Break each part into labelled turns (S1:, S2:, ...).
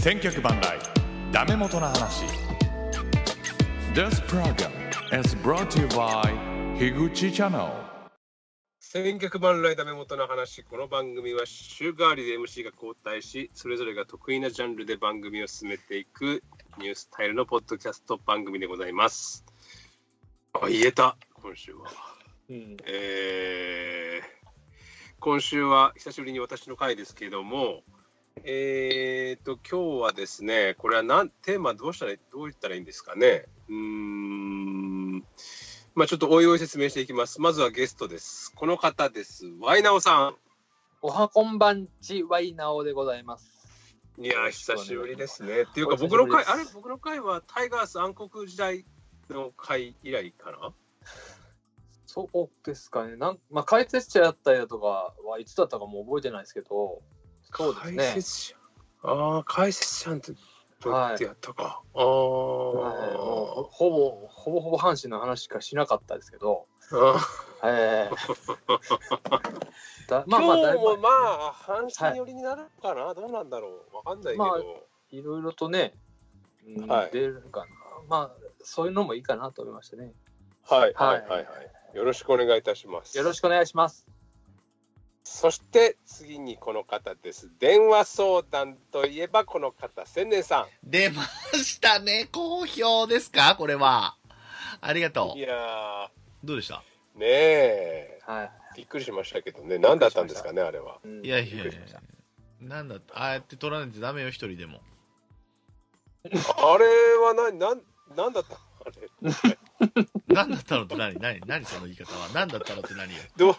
S1: 千脚万来ダメ元の話 This program is brought to you by 樋口チャンネル
S2: 千客万来ダメ元の話この番組は週替わりで MC が交代しそれぞれが得意なジャンルで番組を進めていくニュースタイルのポッドキャスト番組でございますあ言えた今週は
S3: うん、
S2: えー今週は久しぶりに私の回ですけどもえー、と今日はですねこれはなんテーマどうしたらどう言ったらいいんですかねうーんまあちょっとおいおい説明していきますまずはゲストですこの方ですワイナオさ
S3: おはこんばんちワイナオでございます。
S2: んいやー久しぶりですねっていうか
S3: お久
S2: 僕
S3: しぶり
S2: の回
S3: です
S2: あれ僕の回はタイガース暗黒時代の回以来かな
S3: そうですかね。なんまあ、解説者やったりだとかはいつだったかも覚えてないですけど、そうですね
S2: 解説者ああ解説者の時どうやってやったか、ああ、
S3: はいもうほぼほぼほぼ阪神の話しかしなかったですけど、
S2: あ
S3: えー だ
S2: まあ
S3: ま
S2: ま
S3: あ
S2: あ
S3: まあ
S2: 今日
S3: だい
S2: も
S3: ぶ
S2: まあ阪神寄りになるかな、どうなんだろうわかんないけど、
S3: まあいろいろとね、うん
S2: はい
S3: 出るかな。まあそういうのもいいかなと思いましたね。
S2: はい
S3: はい
S2: よろしくお願いいたします
S3: よろしくお願いします。
S2: そして次にこの方です電話相談といえばこの方千年さ
S4: 出ましたね。好評ですかこれは。ありがと。
S2: んいうや
S4: どうでした
S2: ーねえ
S3: はい。
S2: びっくりしましたけどね何だったんですかねあれは
S3: うん
S4: いやいやい
S3: びっ
S4: や
S3: くりしました。
S4: なんだああやって取らないとダメよ、一人でも。
S2: あれは何何何だったのあれ
S4: なんだったのって何何何その言い方は。なんだったのって何よ。
S2: どう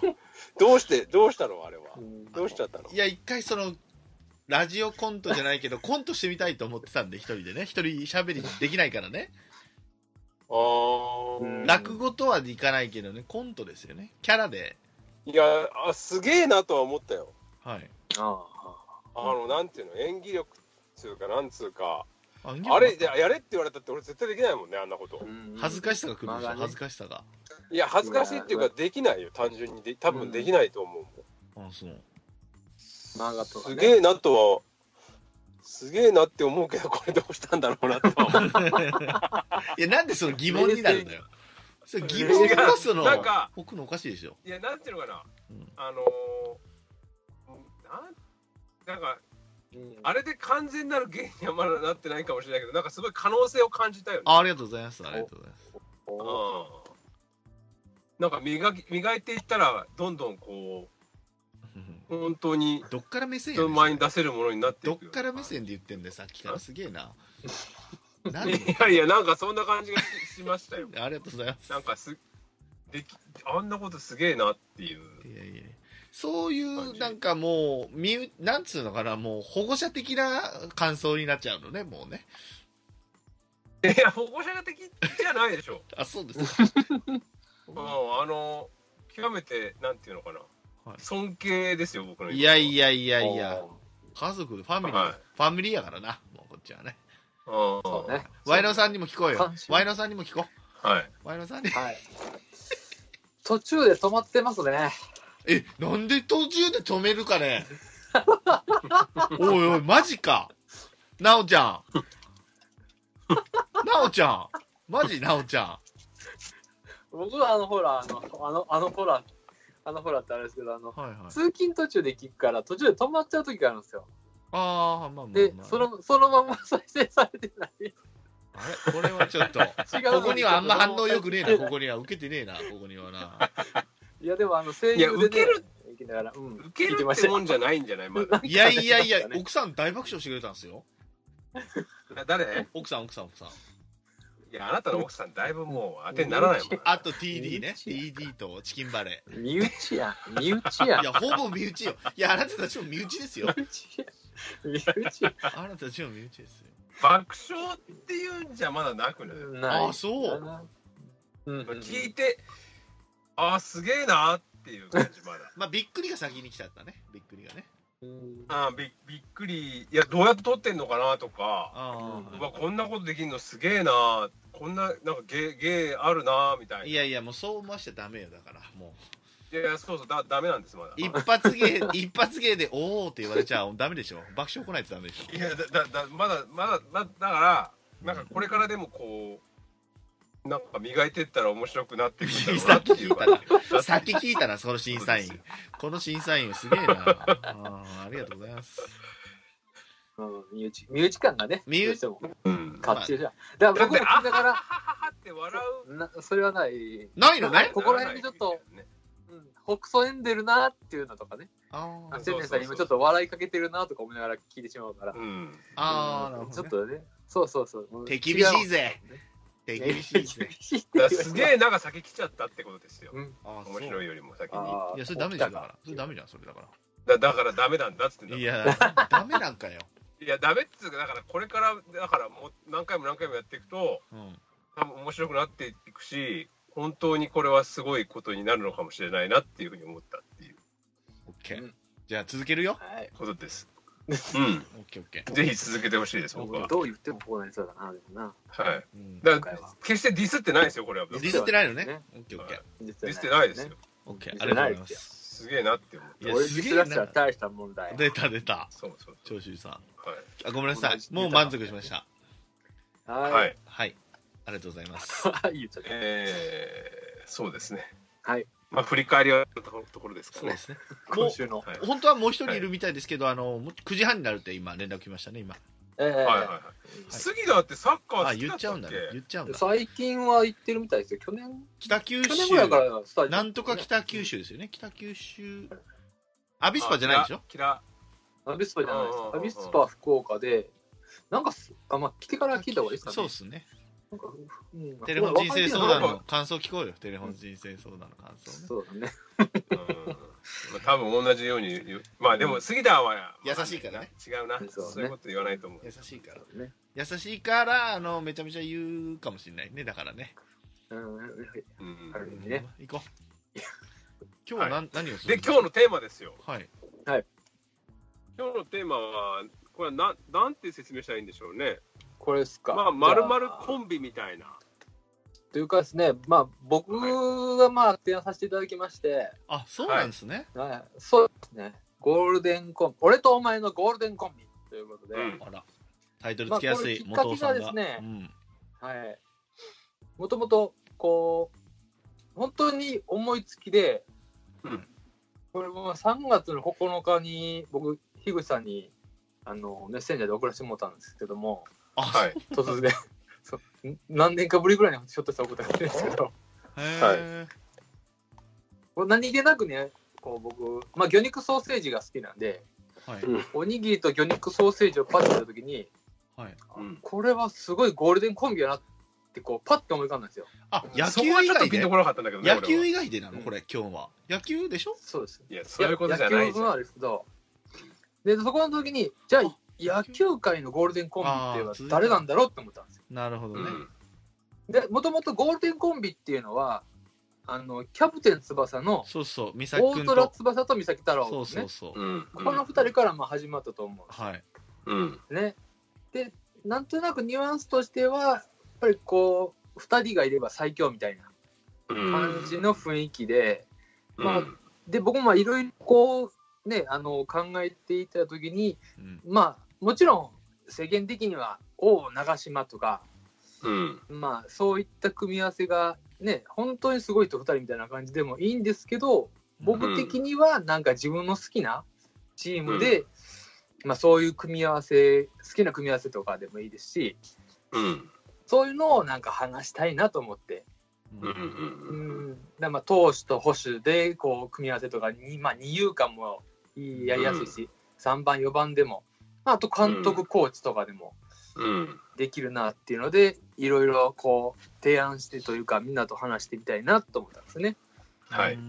S2: どうしてどうしたのあれは
S3: うん
S2: どうしちゃったの
S4: いや、一回その、ラジオコントじゃない けど、コントしてみたいと思ってたんで、一人でね。一人喋りできないからね。
S2: ああ、
S3: うん
S4: 落語とはいかないけどね、コントですよね。キャラで。
S2: いやあすげえなとは思ったよ
S4: はい。
S3: あ
S2: あのなんていうの演技力つうかなんつうか
S4: あ
S2: あれややれって言われたって俺絶対できないもんねあんなこと
S3: あうん
S4: 恥ずかしさが来るでし
S3: まあ
S4: ょ、
S3: ね
S4: 恥ずかしさが。
S2: いや恥ずかしいっていう
S3: い
S2: か
S3: や
S2: できないよ単純にで多分できないと思うもん、
S4: あ、そう。
S3: 漫画とか、
S2: す
S3: ね、
S2: げえなとはすげえなって思うけどこれどうしたんだろうなとは思う
S4: いや、なんでその疑問になるんだよ。それ疑問がその、
S2: なんか
S4: 置くのおかしいでしょ。
S2: いやなんていうのかな、
S4: うん
S2: あのなんなんか
S3: うん
S2: あれで完全なる芸にはまだなってないかもしれないけどなんかすごい可能性を感じたよね
S4: あありがとうございます。ありがとうございます。
S3: お
S2: うんなんか磨き磨いていったらどんどんこう本当に
S4: どっから目線や
S2: 人
S4: ねん
S2: 前に出せるものになってい
S4: どっ
S2: くよ
S4: から目線で言ってんだよ、さっきから。すげえ な。なん
S2: い
S4: で
S2: やいやなんかそんな感じがし しま したよ
S4: ありがとうございます。
S2: なんかすできあんなことすげえなっていう
S4: いやいやそういう、なんかもう、みう、なんつうのかな、もう、保護者的な感想になっちゃうのね、もうね。
S2: いや保護者的じゃないでしょ
S4: あ、そ うです。
S2: うんあの極めてなんていうのかな、
S4: はい
S2: 尊敬ですよ僕の
S4: いやい
S2: や
S4: やいやいや、家族でファミリー、
S2: はい
S4: ファミリーやからな、もうこっちはね。
S3: そうね。
S4: ワイナオさんにも聞こうよ
S3: 感。謝
S4: ワイナオさんにも聞こ
S2: はい、
S4: う。ワイナオさんに。
S3: はい。途中で止まってますね。
S4: え、なんで途中で止めるかねおいおい、マジか。なおちゃん。なおちゃん。マジなおちゃ
S3: 僕はあのホラー、あの、あの、あのホラー、あのホラーってあれですけど、あの、
S4: ん。はいはい。
S3: 通勤途中で聞くから途中で止まっちゃう時があるんですよ。
S4: ああ、まあまあ、まあ。
S3: で、その、そのまま 再生されてない。違
S4: あれこれはちょっと。
S3: う
S4: ここにはあんま反応良くね えな、ここには。受けてねえな、ここにはな。
S3: いや、でもあの、声優
S2: いや
S3: で、ね、
S2: 受ける
S3: 行きながら、うん。
S2: 受ける
S3: 聞いま
S2: っ
S3: してたよ
S2: もんじゃないんじゃないまだ
S4: いやいやいや、 奥さん大爆笑してくれたんですよ。
S2: 誰
S4: 奥さん、奥さん、奥さん。
S2: いやあなたの奥さんだいぶもう当てにならないもん
S4: あと TD ね。TD とチキンバレ
S3: 身内やん。身内や
S4: ー。
S3: ん
S4: い。や、ほぼ身内よ。いや、あなたたちも身内ですよ。
S3: 身内や身内や
S4: あなたたちも身内ですよ。
S2: 爆笑っていうんじゃまだなくない、
S3: ない。
S4: あそう
S3: う。うん、うん。
S2: 聞いてああすげえなーっていう感じま だ
S4: まあ、びっくりが先に来ちゃったね。びっくりがね。
S3: うん
S2: あーびびっくりいやどうやって撮ってんのかなとか
S4: あ
S3: う
S2: う
S4: あ。
S2: わこんなことできるのすげえなーこんななんかゲーゲーあるなーみたいない
S4: やいや、もうそう思わしちゃダメよ、だから、も
S2: いいや、そうそう、だ、ダメなんです、まだ。
S4: 一発芸、一発芸で、おおって言われちゃダメでしょ爆笑来ないとダメでしょ
S2: いや、だ、だ、だ、まだ、まだ、まだ、だから、なんかこれからでもこう、なんか磨いてったら面白くなってくるんだろうな っていう感じ。だって
S4: さっき聞いたな、その審査員
S2: そうで。
S4: この審査員すげえな。あーありがとうございます。
S3: うん、身内、身内感がね、
S4: 身内
S3: どうしても、
S2: うん。
S3: かっちゅうじゃん。だから僕も聞いたか
S2: あははって笑う。
S3: ら、なそれはない、
S4: ないのね
S3: ここら辺にちょっと。うん、ほくそ笑んでるなっていうのとかね、
S4: あ
S3: ア
S4: ー
S3: クセンさんにもち
S2: そうそうそう
S3: ょっと笑いかけてるなとか思いながら聞いてしまうから、
S2: うん。
S4: あー、なるほ
S3: ち
S4: ど
S3: ょっ
S4: ね。
S3: とね、そうそうそう。うん
S4: 手厳しいぜ。手
S3: 違う
S4: 厳しいぜ
S3: 厳。しいっ
S2: だ
S3: て
S2: から
S3: 言わ
S2: すげえ、なんか先来ちゃったってことですよ。
S4: あー
S2: 面白
S4: い。
S2: いよりも先に。
S3: あー
S4: いや、それダメでしょ、だから。そ
S3: 起き
S4: れ
S3: た
S4: ダ
S3: か
S4: メじゃん、それだか
S2: だだからダメなんだっつってんだ
S4: ら。いや、ダメなんかよ。
S2: いやダメっつうかだからこれからだからもう何回も何回もやっていくと
S4: うん。
S2: 多分面白くなっていくし本当にこれはすごいことになるのかもしれないなっていうふうに思ったっていう
S4: オッケ
S3: う
S4: ー
S3: ん。
S4: じゃあ続けるよ。
S3: はい。
S2: ことです。う
S4: オッケーオッケ
S2: ん、ぜひ続けてほしいです僕は。
S3: どう言ってもこうなりそうだな、でもな。
S2: はい。
S4: ー。うん
S2: だ
S3: 今
S2: か
S3: 回
S2: ら
S3: は。
S2: 決してディスってないですよこれは。
S4: デ
S2: デ
S4: ィスってない
S3: そ
S4: の
S3: う
S4: ね
S3: で。
S4: オッケーオッケー。
S3: デ
S2: ィスってないですよ。。
S4: オッケ
S3: デ
S4: ー。
S3: ィ
S4: あ
S3: スっ
S4: り
S3: て
S4: が
S3: な
S4: と
S3: いう
S4: ござ
S2: すげえなって思
S4: います。
S2: っ
S4: い
S2: た。
S4: や
S3: 俺、
S4: す
S3: 実
S4: げえな
S3: 出したら大した問題。
S4: 出た出た。
S2: そうそうそ
S4: 長州さん。
S2: う。はい。
S4: あ、ごめんなさい
S3: 同。じ
S4: もう満足しました。
S2: は
S3: はい。
S2: い。
S4: はい。ありがとうございます。
S3: 言っちゃった。
S2: えー、そうですね。
S3: はい。
S2: まあ振り返りはところですか
S4: そうで
S2: ね。
S4: すね。も
S3: 今週の。
S2: はい。
S4: う、本当はもう一人いるみたいですけど、あの、もう9時半になるって今連絡来ましたね、今。
S3: ええ
S2: はいはいはい。杉田ってサッカー好
S4: あ、
S2: きだ
S4: 言
S2: ったっ
S4: っ
S2: け
S4: ちゃうんだね。言っちゃうんだ。
S3: 最近は行ってるみたいですよ。去年、
S4: 北九
S3: 去
S4: 州
S3: 年ぐ、らいからスタジオ。
S4: なんとか北九州ですよね。北九州。アビスパじゃないでしょ
S2: あキラ
S3: アビスパじゃないです
S2: うんうんうんう
S3: ア
S2: ん
S3: ビスパ福岡で、なんかす、あ、まあ、来てから聞いた方がいいですかね。
S4: そうっすね。
S3: なんかうん
S4: テレフォン人生相談
S2: なん
S4: の感想聞こうよ。テレフォン人生相談の感想ね。
S3: そうだね。
S2: うんまあ多分同じように言うまあでも杉田はまあ
S4: 優しいからね
S2: 違うな
S3: そうね
S2: そういうこと言わないと思う
S4: 優しいから。
S3: ね。
S4: 優しいから、あの、めちゃめちゃ言うかもしれないね。だからね。
S3: うん。
S2: うん
S3: ある意味ね。
S4: 行こう。今日は何何をする
S2: で今日のテーマですよ
S4: の。はい。
S2: 今日のテーマはこれはなんなんて説明したらいいんでしょうね
S3: これですか。
S2: まあまるまる
S3: じゃ
S2: コンビみたいな
S3: あというかですね、まあ、僕がまあ、提案させていただきまして、
S4: あ、そうなんですね。
S3: はい、そうですね。ゴールデンコンビ。俺とお前のゴールデンコンビということで、
S2: うん
S4: あら。タイトルつけやすい、
S3: まあ
S4: 元
S3: これ
S4: 尾
S3: きっかけが
S4: さんが。
S3: ですね
S4: うん。
S3: はい。もともと、こう、本当に思いつきで、
S2: うん
S3: これも3月の9日に、僕、樋口さんに、あの、メッセンジャーで送らせてもらったんですけ ども、
S4: あ、
S2: はい
S3: 突然 でそうん何年かぶりぐらいにひょっとしたら送ったんですけど、
S4: へー
S3: これ何気なくね、こう僕、まあ、魚肉ソーセージが好きなんで、
S4: はい。
S2: うん
S3: おにぎりと魚肉ソーセージをパッと見たときに、
S4: はい。
S2: うん
S3: これはすごいゴールデンコンビやなって、こう、パッと思い浮かんだんですよ。
S4: あ、野
S2: そ
S4: 球
S2: こは
S4: 以
S2: ちょっと
S4: 外
S2: ピン
S4: で
S2: とこなかったんだけどね
S4: 野
S2: 俺
S4: 球
S2: は
S4: 以外でなの
S3: うん
S4: これ、今日は。野球でしょ
S3: そうです。
S2: いやそういうことじゃ
S3: や
S2: ない
S3: 野
S2: じ
S3: 球
S2: ゃ
S3: 部
S2: ん
S3: はあれですけど、で、そこの時に、じゃあ、野球界のゴールデンコンビっていうのは誰なんだろうって思ったんですよ。
S4: なるほ
S2: う
S4: どね。
S2: ん
S3: で、もともとゴールデンコンビっていうのは、あの、キャプテン翼の
S4: そうそう、美咲く
S3: 大
S4: ん
S3: 虎
S4: と。
S3: 翼と三崎太郎
S4: そ
S3: で
S4: う
S3: す
S4: そ
S3: ね
S4: う。そう
S2: う。ん
S3: この二人からまあ始まったと思
S4: はい。
S2: うん
S3: う。ね。で、なんとなくニュアンスとしては、やっぱりこう、二人がいれば最強みたいな
S2: うん
S3: 感じの雰囲気で、
S2: うん
S3: まあで、僕もいろいろこう、ね、あの、考えていたときに、
S4: うん
S3: まあ、もちろん世間的には王長島とか、
S2: うん
S3: まあ、そういった組み合わせがね本当にすごいと2人みたいな感じでもいいんですけど僕的にはなんか自分の好きなチームで、まあ、そういう組み合わせ好きな組み合わせとかでもいいですし
S2: うん
S3: そういうのをなんか話したいなと思って、
S2: うんうん
S3: う
S2: うん
S3: ん、だからまあ投手と保守でこう組み合わせとかに、まあ、二遊間もやりやすいし、3番4番でも、まあ、あと監督、コーチとかでも。
S2: うん
S3: できるなっていうのでいろいろこう提案してというかみんなと話してみたいなと思ったんですね。
S2: はいう
S3: うん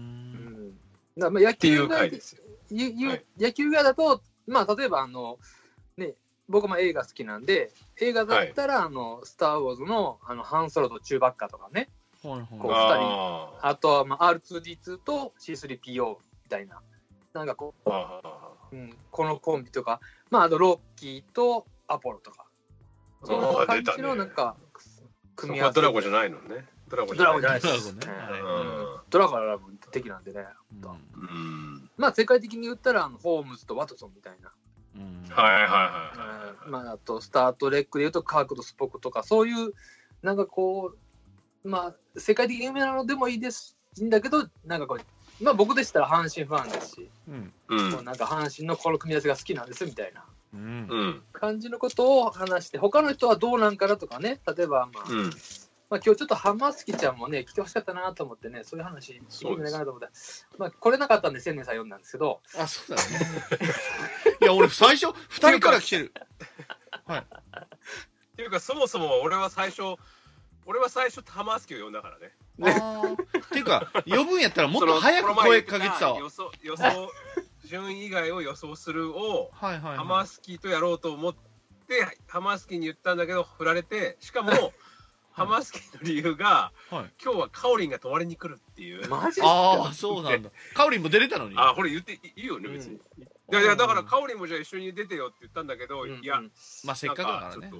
S3: ん、だからまあ野
S2: ってい
S3: 球
S2: う
S3: が
S2: 回ですよ
S3: ゆゆ
S2: はい
S3: 野球がだと、まあ、例えばあの、ね、僕も映画好きなんで映画だったら、あの「スター・ウォーズの」あのハンソロとチューバッカとかね
S4: はい
S3: こう
S4: は。
S2: あ
S3: あとは、まあ、R2D2 と C3PO みたいななんかこ
S2: ーあー
S3: う、うん、このコンビとか、まあ、あとロッキーとアポロとかそんな感じのなんか組み合わせ
S2: そこはドラゴンじゃないのね。ドラゴン
S3: ドラゴンじゃないいです
S4: ドラゴンね
S3: うん
S4: はい
S2: うん
S3: ドラゴンは敵なんでね。
S4: うん
S2: うん。
S3: まあ、世界的に言ったら、あのホームズとワトソンみたいな。
S4: うん
S2: はいはいはいはい。
S3: うんまあ、あと、スター・トレックで言うと、カークとスポックとか、そういう、なんかこう、まあ、世界的に有名なのでもいいです、いいんだけど、なんかこう、まあ僕でしたら阪神ファンですし、
S4: うん
S2: うん
S3: もうなんか阪神のこの組み合わせが好きなんですみたいな
S4: うん
S2: うん
S3: 感じのことを話して、他の人はどうなんかなとかね、例えば、まあ、
S2: うん。
S3: まあ今日ちょっと浜月ちゃんもね、来てほしかったなと思ってね、そういう話、いいんじゃないかなと思って、まあ来れなかったんで、千年さん呼んだんですけど、
S4: あ、そうだね。いや、俺、最初、二人から来てる。
S2: っていうかそもそも俺は最初俺は最初玉マスキを呼んだからね。
S4: あーっていうか、呼ぶんやったらもっと早く
S2: そのこの前言
S4: 声
S2: って
S4: かけてたわ。
S2: 予想予想順位以外を予想するを
S4: はいはい、
S2: ハ
S4: は
S2: マスキーとやろうと思ってハマスキーに言ったんだけど振られてしかもハマスキーの理由が、
S4: はい
S2: 今日はカオリンが泊まりに来るっていう。
S3: マジ
S4: い。
S3: で
S4: ああ、そうなんだ。カオリンも出れたのに。
S2: あこれ言っていいよね別に、いやいやだからカオリンもじゃあ一緒に出てよって言ったんだけど、
S3: うん
S2: いや、
S3: うん
S4: まあ、せっかくだから
S2: なんちょ
S4: ね
S2: っ。と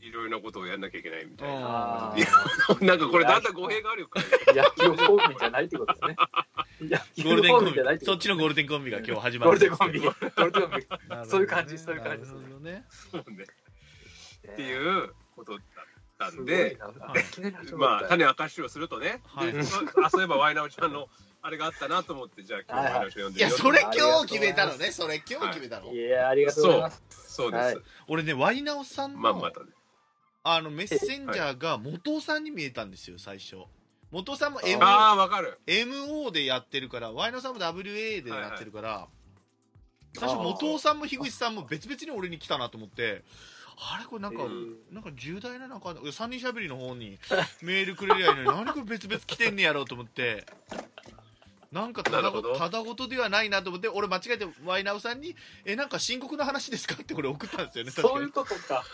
S2: いいろいろなことをやんなきゃいけないみたいな、
S3: あ
S2: いや
S3: ー
S2: なんかこれだんだん語弊があるよ
S3: 野球コンビじゃないってことですね。
S4: ゴールデンコンビ
S3: じゃないってこ
S4: そ
S3: と
S4: っちのゴールデンコンビが今日始ま
S3: ゴー
S4: る
S3: ル
S4: んで
S3: デ
S4: す
S3: ン
S4: けど。
S3: コンビ。ゴールデンコンビ。
S4: なるほどね
S3: そういう感じそういう感じですね
S4: なるほどね。
S2: そうね
S3: っ
S2: って
S3: う
S2: いうことだったんで、
S4: はい
S3: いきなり始ま
S2: ま
S3: っ
S2: あ、
S3: た。
S2: 種明かしをするとね、
S4: はい
S2: でそ あそういえばワイナオちゃんのあれがあったなと思って、じゃあ今日
S3: はい
S2: ワイ
S3: はい
S2: ナオちゃん呼ん
S4: い
S2: で
S4: や、
S2: みよう
S4: そ
S2: と
S4: れ今日決めたのね。それ今日決めたの。
S3: いや、ありがとうございます。
S2: そうです、
S3: はい
S4: 俺ね、ワイナオさんの、
S2: まあまたね。
S4: あのメッセンジャーが元尾さんに見えたんですよ、最初。元尾さんも M
S2: ああ、わかる。
S4: MO でやってるから、ワイナオさんも WA でやってるから、最初、
S3: あー
S4: 元尾さんも樋口さんも別々に俺に来たなと思って、あれ、これなんか、
S2: うん
S4: なんか重大な、なんか、3人しゃべりの方にメールくれりゃいいの に、何これ別々来てんねやろうと思って、なんかた
S2: なる
S4: だ
S2: ほど
S4: ただごとではないなと思って、俺、間違えてワイナオさんに、え、なんか深刻な話ですかってこれ送ったんですよね、
S3: そ
S4: 確
S3: う
S4: か
S3: いう
S4: に。
S3: ことか。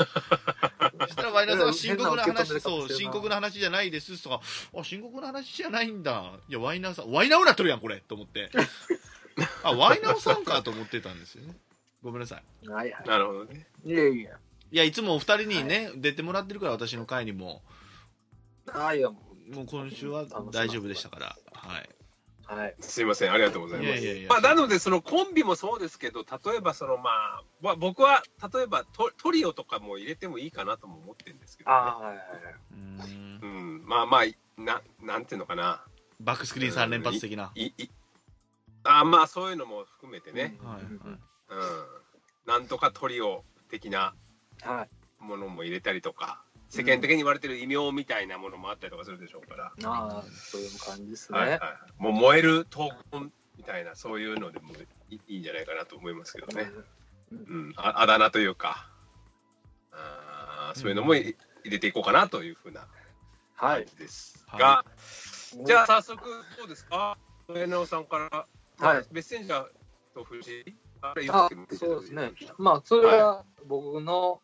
S4: そしたらワイナオさんは深刻な
S3: 変な受け止め
S4: 話、
S3: 方してる
S4: そ
S3: な
S4: う、深刻な話じゃないですとか、あ、深刻な話じゃないんだ。いや、ワイナオさん、ワイナオなっとるやん、これと思って。あ、ワイナオさんかと思ってたんですよね。ごめんなさい。
S3: はいは
S2: なるほどね。
S3: い。いやいや。
S4: いや、いつもお二人にね、出てもらってるから、私の会にも。
S3: はいや、も
S4: もう今週は大丈夫でしたから。はい。
S3: う。はい。
S2: すいません、ありがとうございます。
S4: いやいやいや
S2: まあ、なので、そのコンビもそうですけど、例えば、そのまあわ、僕は例えばトトリオとかも入れてもいいかなとも思ってるんですけど、ね。
S3: ああ、はいは
S4: うーん
S2: うん、まあまあ、ななんていうのかな。
S4: バックスクリーン3連発的な。
S2: いいあーまあ、そういうのも含めてね。
S3: うん
S4: はいはい
S2: うん、なんとかトリオ的ない
S3: はい。は
S2: ものも入れたりとか世間的に言われてる異名みたいなものもあったりとかするでしょうから、
S3: い。なあ、そういう感じです
S2: はいは
S3: ね
S2: い。もう燃える闘魂みたいなそういうのでもいいいいんじゃないかなと思いますけどね、うん、ああだ名というかあーそういうのもい、入れていこうかなというふうな
S3: は
S2: 感
S3: い。
S2: じです
S4: はい
S2: が、じゃ
S3: あ、
S2: あ早速どうですか上野さんから、
S3: はい
S2: メッセンジャーと藤井あれ言っ
S3: あ
S2: てもいい
S3: そうですね。まあ、それは僕の、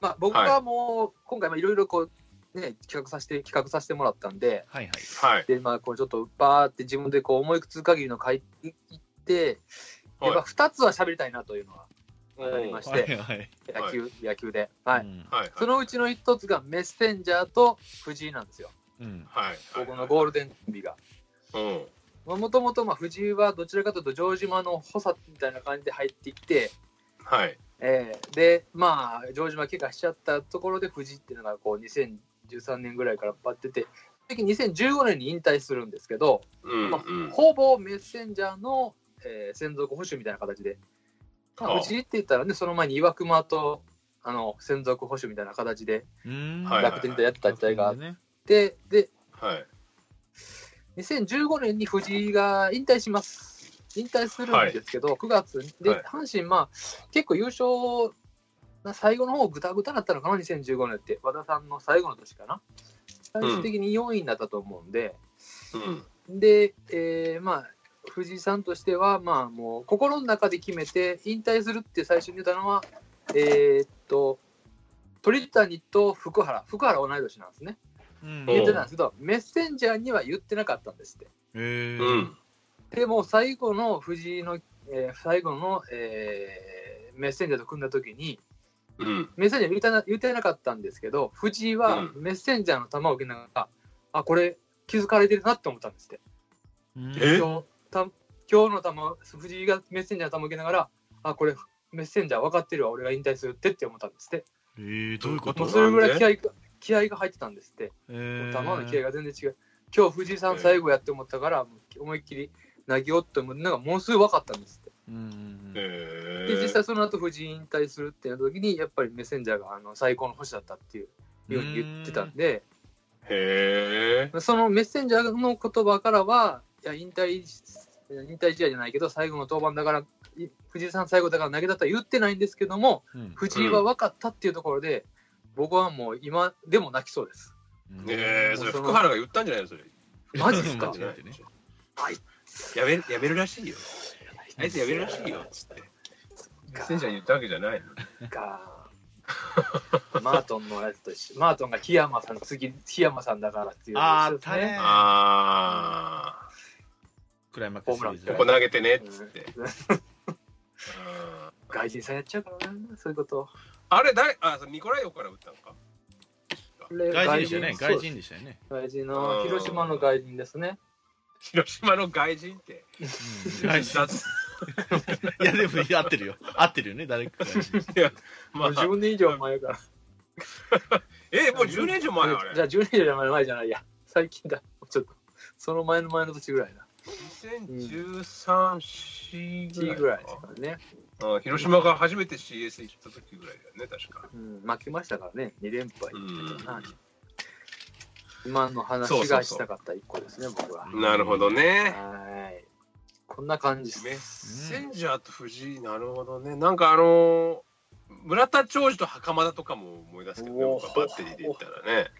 S3: まあ、僕はもう、今回、まあいろいろこう、ね、企画させて、企画させてもらったんで、
S4: はいはい。
S2: はい
S3: で、まあ、こうちょっとバーって自分でこう思いつく限りの書いていって、やっぱ
S2: は
S3: 2つは喋りたいなというのは、
S2: い
S3: ありまし
S4: は
S3: て
S4: いはい。
S3: 野球、野球で。はい。
S4: うん
S2: はいはい
S3: そのうちの1つがメッセンジャーと藤井なんですよ。
S4: うん。
S2: はいはい
S3: 僕のゴールデンコンビが。
S2: うん
S3: もともと、まあ、藤井はどちらかというと、城島の補佐みたいな感じで入ってきて、
S2: はい。
S3: えーで、まあ、城島怪我しちゃったところで、藤井っていうのが、こう、2013年ぐらいからバッてて、その時2015年に引退するんですけど、
S2: うん、
S3: まあ
S2: うん。
S3: ほぼメッセンジャーの、えー専属保守みたいな形で、ま
S2: あ
S3: あ、
S2: あ
S3: うちって言ったらね、その前に岩隈とあの専属保守みたいな形で
S4: うーん。
S2: はい
S3: 楽天とやってた時代があっ
S4: ね。
S3: て、で、
S2: はい。
S3: 2015年に藤井が引退します。引退するんですけど、9月で、
S2: はい
S3: 阪神、まあ、結構優勝、な最後の方、ぐたぐただったのかな、2015年って、和田さんの最後の年かな。最終的に4位になったと思うんで、
S2: うん。
S3: で、えーまあ、藤井さんとしては、まあ、もう心の中で決めて、引退するって最初に言ったのは、えーっと、鳥谷と福原、福原同い年なんですね、
S4: うん
S2: お
S3: 言ってたんですけど、メッセンジャーには言ってなかったんですって。
S4: へ
S2: う
S4: ー
S2: ん。
S3: でもう最後の藤井の、えー最後の、えーメッセンジャーと組んだ時に、
S2: うん。
S3: メッセンジャーに言ってな言ってなかったんですけど、藤井は
S2: うん
S3: メッセンジャーの球を受けながら、あ、これ気づかれてるなって思ったんですって。
S4: うん
S2: え
S3: 今日た今日の球、藤井がメッセンジャー球受けながら、あ、これ、メッセンジャー分かってるわ、俺が引退するってって思ったんですって。
S4: えー、どういうこ
S3: も
S4: と
S3: うそれぐらい気合が気合が入ってたんですって。
S4: え
S3: もう
S4: ー
S3: 球の気合が全然違う。今日藤井さん最後やって思ったから、もう思いっきり投げようって思うのがものすごい分かったんですって。
S4: うんうんうん
S2: え
S3: で、実際その後藤井引退するってなった時に、やっぱりメッセンジャーがあの最高の星だったっていう。ように言ってたんで、
S2: へえ。
S3: そのメッセンジャーの言葉からは、いや引退し、引退試合じゃないけど、最後の登板だから、い藤井さん最後だから投げだとは言ってないんですけども、
S4: うん
S3: 藤井は分かったっていうところで、僕はもう今でも泣きそうです。
S4: うん
S2: ええ、それ
S3: その
S2: 福原が言ったんじゃないのそれ。
S3: マジっす
S2: 言った
S3: か
S2: んじゃない
S3: はい
S2: やめるやめるらしいよ。あいつやめるらしいよ。つって。メッセンジャーに言ったわけじゃないの。
S3: かマートンのやつと一緒。マートンが檜山さん、次、檜山さんだからっていう、
S4: あ
S3: そう
S4: ーあっ
S3: で
S4: た
S3: す
S4: ね。
S2: あ
S4: クライマックスシリーズ
S2: あ、ここ投げてねっつって。
S3: うん
S2: うん
S3: 外人さんやっちゃうからな、そういうこと。
S2: あれ誰あそうニコライオから打ったのか。
S4: 外人でしたよね。外
S3: そう
S4: 人でしたよね。
S3: 外人の、広島の外人ですね。
S2: 広島の外人って。
S4: うん外人。
S2: 雑
S4: いや、でも、いや合ってるよ。合ってるよね、誰かが。
S2: まあ
S3: 10年以上前から。
S2: えもう10年以上前あ
S3: じ
S2: れ。
S3: ゃあ10年以上前前じゃないや。最近だ。ちょっと。その前の前の年ぐらいな。
S2: 2013、4
S3: 1
S2: ぐ
S3: ぐ
S2: ら
S3: ら
S2: い
S3: い
S2: か
S3: ですからね。
S2: うん広島が初めて CS 行った時ぐらいだよね、確か。
S3: うん、負けましたからね。2連敗。
S2: う
S3: 今
S2: そ
S3: の
S2: う
S3: 話
S2: そう
S3: が
S2: そう
S3: したかった1個ですね、僕は。
S2: ん、なるほどね。
S3: はい。こんな感じ
S2: メ
S3: で
S2: ッ
S3: す。
S2: センジャーと藤井、なるほどね。なんかあのー村田兆治と袴田とかも思い出すけどね、
S3: おー
S2: 僕はバッテリーで言ったらね。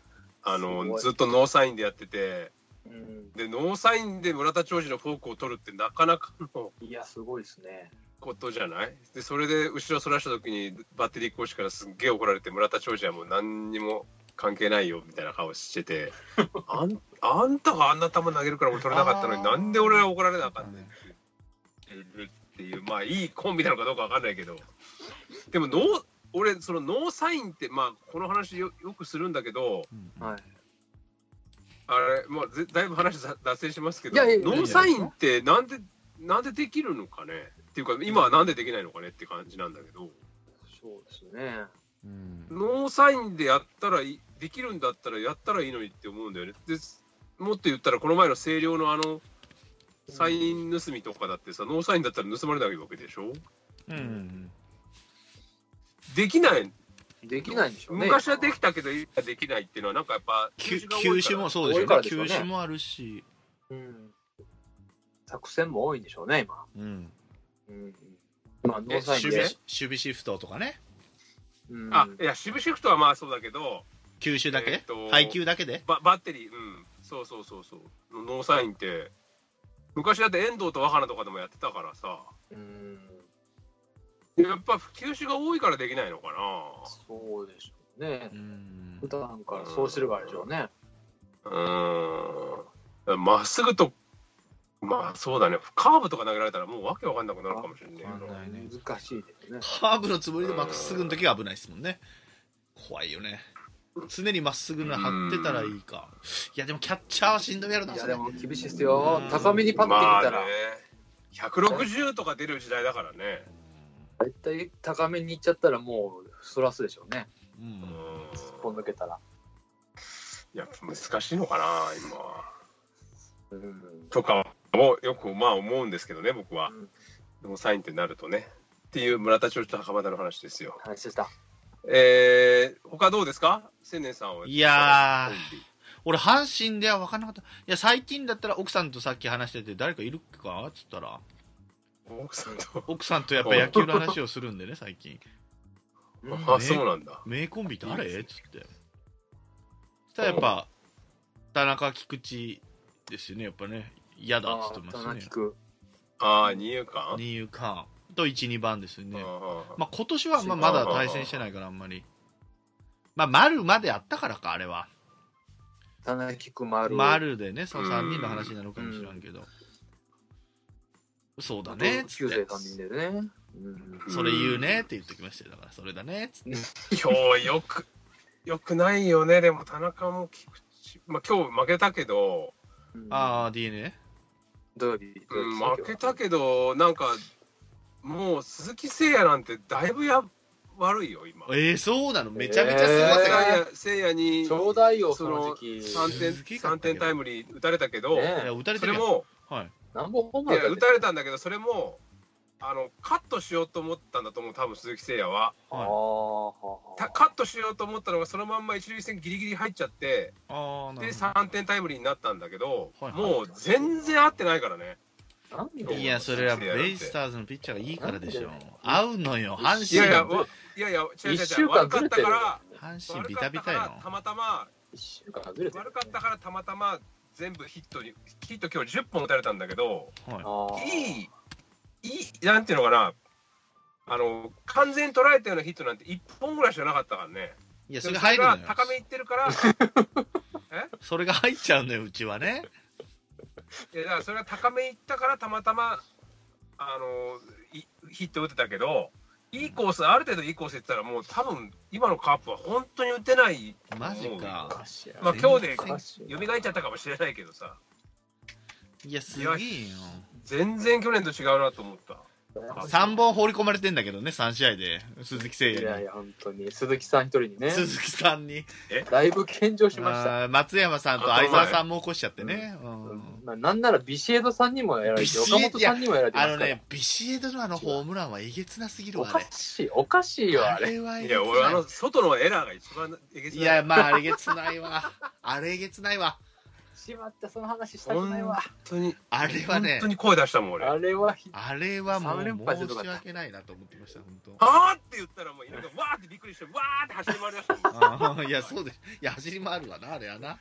S2: あの
S3: す
S2: ー
S3: ごい
S2: ずっとノーサインでやってて、
S3: うん、
S2: で、ノーサインで村田兆治のフォークを取るってなかなかの
S3: いや、すごいですね。
S2: ことじゃないで、それで後ろそらした時にバッテリー講師からすっげえ怒られて、村田兆治はもう何にも関係ないよみたいな顔して て、あんあんたがあんな球投げるから俺取れなかったのに
S4: あー
S2: なんで俺は怒られなあかんねんっていうっていう、まあいいコンビなのかどうかわかんないけど、でもノー、俺、そのノーサインって、まあこの話よよくするんだけど、
S4: うん
S3: はい。
S2: あれ、まあぜだいぶ話さ脱線しますけど、
S3: いやいやいや
S2: ノーサインってなんで、なんでできるのかねっていうか、今はなんでできないのかねって感じなんだけど、
S3: そうですね。
S4: うん
S2: ノーサインでやったらいい、できるんだったらやったらいいのにって思うんだよね。でもっと言ったら、この前の星稜のあの、サイン盗みとかだってさ、ノーサインだったら盗まれないわけでしょ
S4: うん
S2: できない、
S3: できないんでしょうね。
S2: 昔はできたけど、今はできないっていうのは、なんかやっぱ、
S4: 球
S2: が多いから
S4: 球種もそうで
S3: 多
S4: し
S3: いから、
S4: ょ、ね
S3: ですよ
S4: 球
S3: ね
S4: 種もあるし、
S3: うん。作戦も多いんでしょうね、今。
S4: うん、
S3: うん。まあ、ノーサ
S4: 守
S3: インで
S4: 備守。備シフトとかね、
S3: うん
S2: あ、いや、渋シフトはまあそうだけど、
S4: 球種だけ、
S2: えっと
S4: 配球だけで、
S2: ババッテリー、うん、そうそうそうそう、ノーサインって、昔だって遠藤と若菜とかでもやってたからさ、
S3: うん。
S2: やっぱ、球種が多いからできないのか
S3: そうでしょうね
S4: う。ん
S3: 普段からそうしてるからでしょうね。
S2: な。うーん、まっすぐと、まあそうだね、カーブとか投げられたら、もうわけわかんなくなるかもしれないけ
S4: わかん
S2: ど
S4: な、いね
S3: 難しいですね。
S4: カーブのつもりでまっすぐの時は危ないですもんね、怖いよね、常にまっすぐな張ってたらいいか、いや、でもキャッチャーはしんどいやろない
S3: や、
S4: そ
S3: で
S4: れ、
S3: も厳しいですよ
S4: うん。
S3: 高めにパッて
S2: ま
S3: 行
S2: あ
S3: った
S2: ね
S3: ら、、
S2: 160とか出る時代だからね、
S3: 大体高めに行っちゃったらもう、そらすでしょうね。
S4: う
S2: うん
S4: ん、
S3: 突っ込ん抜けたら。
S2: やっぱ難しいのかな、今は。
S3: うん。
S2: とかをよくまあ思うんですけどね、僕は。ノーサインってなるとね。っていう村田長治と袴田の話ですよ。
S3: 話でした。
S2: えー、他どうですか千年さんは。
S4: いや俺、阪神では分からなかった、いや、最近だったら奥さんとさっき話してて、誰かいるかって言ったら、
S2: ー。奥さんと。
S4: 奥さんとやっぱ野球の話をするんでね、最近。
S3: うん
S2: あ、そうなんだ。
S4: 名コンビ誰っつってそしたらやっぱ田中菊池ですよねやっぱね嫌だっつってま
S3: 田
S4: す
S3: 中
S4: ね
S3: 君
S2: あー、二遊間
S4: 二遊間と12番ですよ
S2: あ
S4: ね
S2: ー
S4: まあ今年はまあまだ対戦してないからあんまりまあ丸まであったからかあれは
S3: 田中君丸。
S4: 丸でねその3人の話になるかもしれんけどそうだねっつ
S3: 九
S4: っ
S3: 生
S4: て
S3: 三人でね。うん。
S4: それ言うねって言ってきましたよだからそれだねっつって
S2: 今日よく、よくないよね。でも田中も菊池。まあ今日負けたけど、
S4: ああ DNA
S3: 土曜日。土曜
S2: う
S3: 日
S2: ん負けたけど、なんか、もう鈴木誠也なんてだいぶや悪いよ、今。
S4: えー、そうなのめちゃめちゃすごかったから、
S2: 誠也誠也に
S3: ちょうだいよ、
S2: そ
S3: そ
S2: の
S3: の時期。
S2: 3点
S4: 鈴木か
S2: 三点タイムリー打たれたけど、
S3: ね
S4: いや打たれ
S2: そ
S4: て
S2: れ
S4: るやん
S2: も、
S4: はい
S3: 何本ホーム
S2: い
S3: ランだ
S2: や、
S3: っ
S2: 打
S3: た
S2: たれたんだけど、それも、あのカットしようと思ったんだと思う、多分鈴木誠也は。
S3: あ
S4: はい
S2: た
S3: ー
S2: カットしようと思ったのが、そのまんま一塁線ギリギリ入っちゃって、
S4: ああな
S2: で、
S4: るほ
S2: 3点タイムリーになったんだけど、
S4: はいはい
S2: もう全然合ってないからね。
S3: なんで
S4: どいやそれはベイスターズのピッチャーがいいからでしょ合うのよ阪
S2: いやいや、
S4: 神
S2: わいやいや、違う違う
S3: 一
S2: 違
S3: 週
S2: う、
S3: 間
S2: 悪かったから、
S4: 阪神
S2: 悪
S4: ビ
S2: か
S4: タ
S2: っ
S4: ビ
S2: た
S4: タ
S2: か
S4: や
S2: ら、た
S4: ろ
S2: またま、
S3: 一週間ずれてる
S2: 悪かったから、たまたま、全部ヒットに、ヒット今日10本打たれたんだけど、
S4: はい
S2: いい、いい、なんていうのかな、あの、完全に捉えたようなヒットなんて1本ぐらいしかなかったからね。
S4: いやそ
S2: で
S4: れ
S2: も
S4: が入るの
S2: が
S4: よ
S2: 高めいってるから、
S4: それが入っちゃうのようちはね
S2: いやだからそれは高めいったからたまたまあのいヒット打てたけどいいコースある程度いいコースいってたらもう多分今のカープは本当に打てない
S4: マジか
S2: まあ
S4: 全然
S2: 今日で
S3: おかしいな
S2: 蘇っちゃったかもしれないけどさ
S4: いやすげえよ
S2: よ全然去年と違うなと思った
S4: 3本放り込まれてんだけどね3試合で鈴木
S3: い
S4: 誠
S3: や
S4: 也
S3: い
S4: に
S3: や、本当に。鈴木さん一人にね、
S4: 鈴木さんに
S3: だいぶ献上しました。
S4: あー松山さんと相沢さんも起こしちゃってねうん
S3: まあ、なんならビシエドさんにもやられ
S4: ビ
S3: て、
S4: シエ
S3: 岡本さんにもやられてま
S4: あ
S3: す
S4: の
S3: から。
S4: ね、ビシエドのあのホームランはえげつなすぎる
S3: お
S4: わ、あ
S3: か
S4: れ。
S3: しい、おかしいよ、あ
S4: あ
S3: れ。
S4: れはいえげつ
S2: や俺あ
S4: な
S2: の外のエラーが一番えげつ
S4: い。
S2: ない
S4: いや、まあ、あれえげつないわ。あれえげつないわ。
S3: しまった、その話したくない
S2: 本
S3: わ。
S2: 当に
S4: あれは
S2: 本
S4: ね
S2: 当、に声出したもん俺
S3: あ
S2: あ
S3: れはひどい、
S4: あれはも
S3: 三連
S4: う
S3: 敗すると
S4: 申
S3: か
S4: し
S3: だ
S4: 訳ないなと思ってました、本当。
S2: あーって言ったらもう犬がわーってびっくりしてわーって走り回りだしたもん
S4: あーいや、そうで、いや、走り回るわな、あれはな。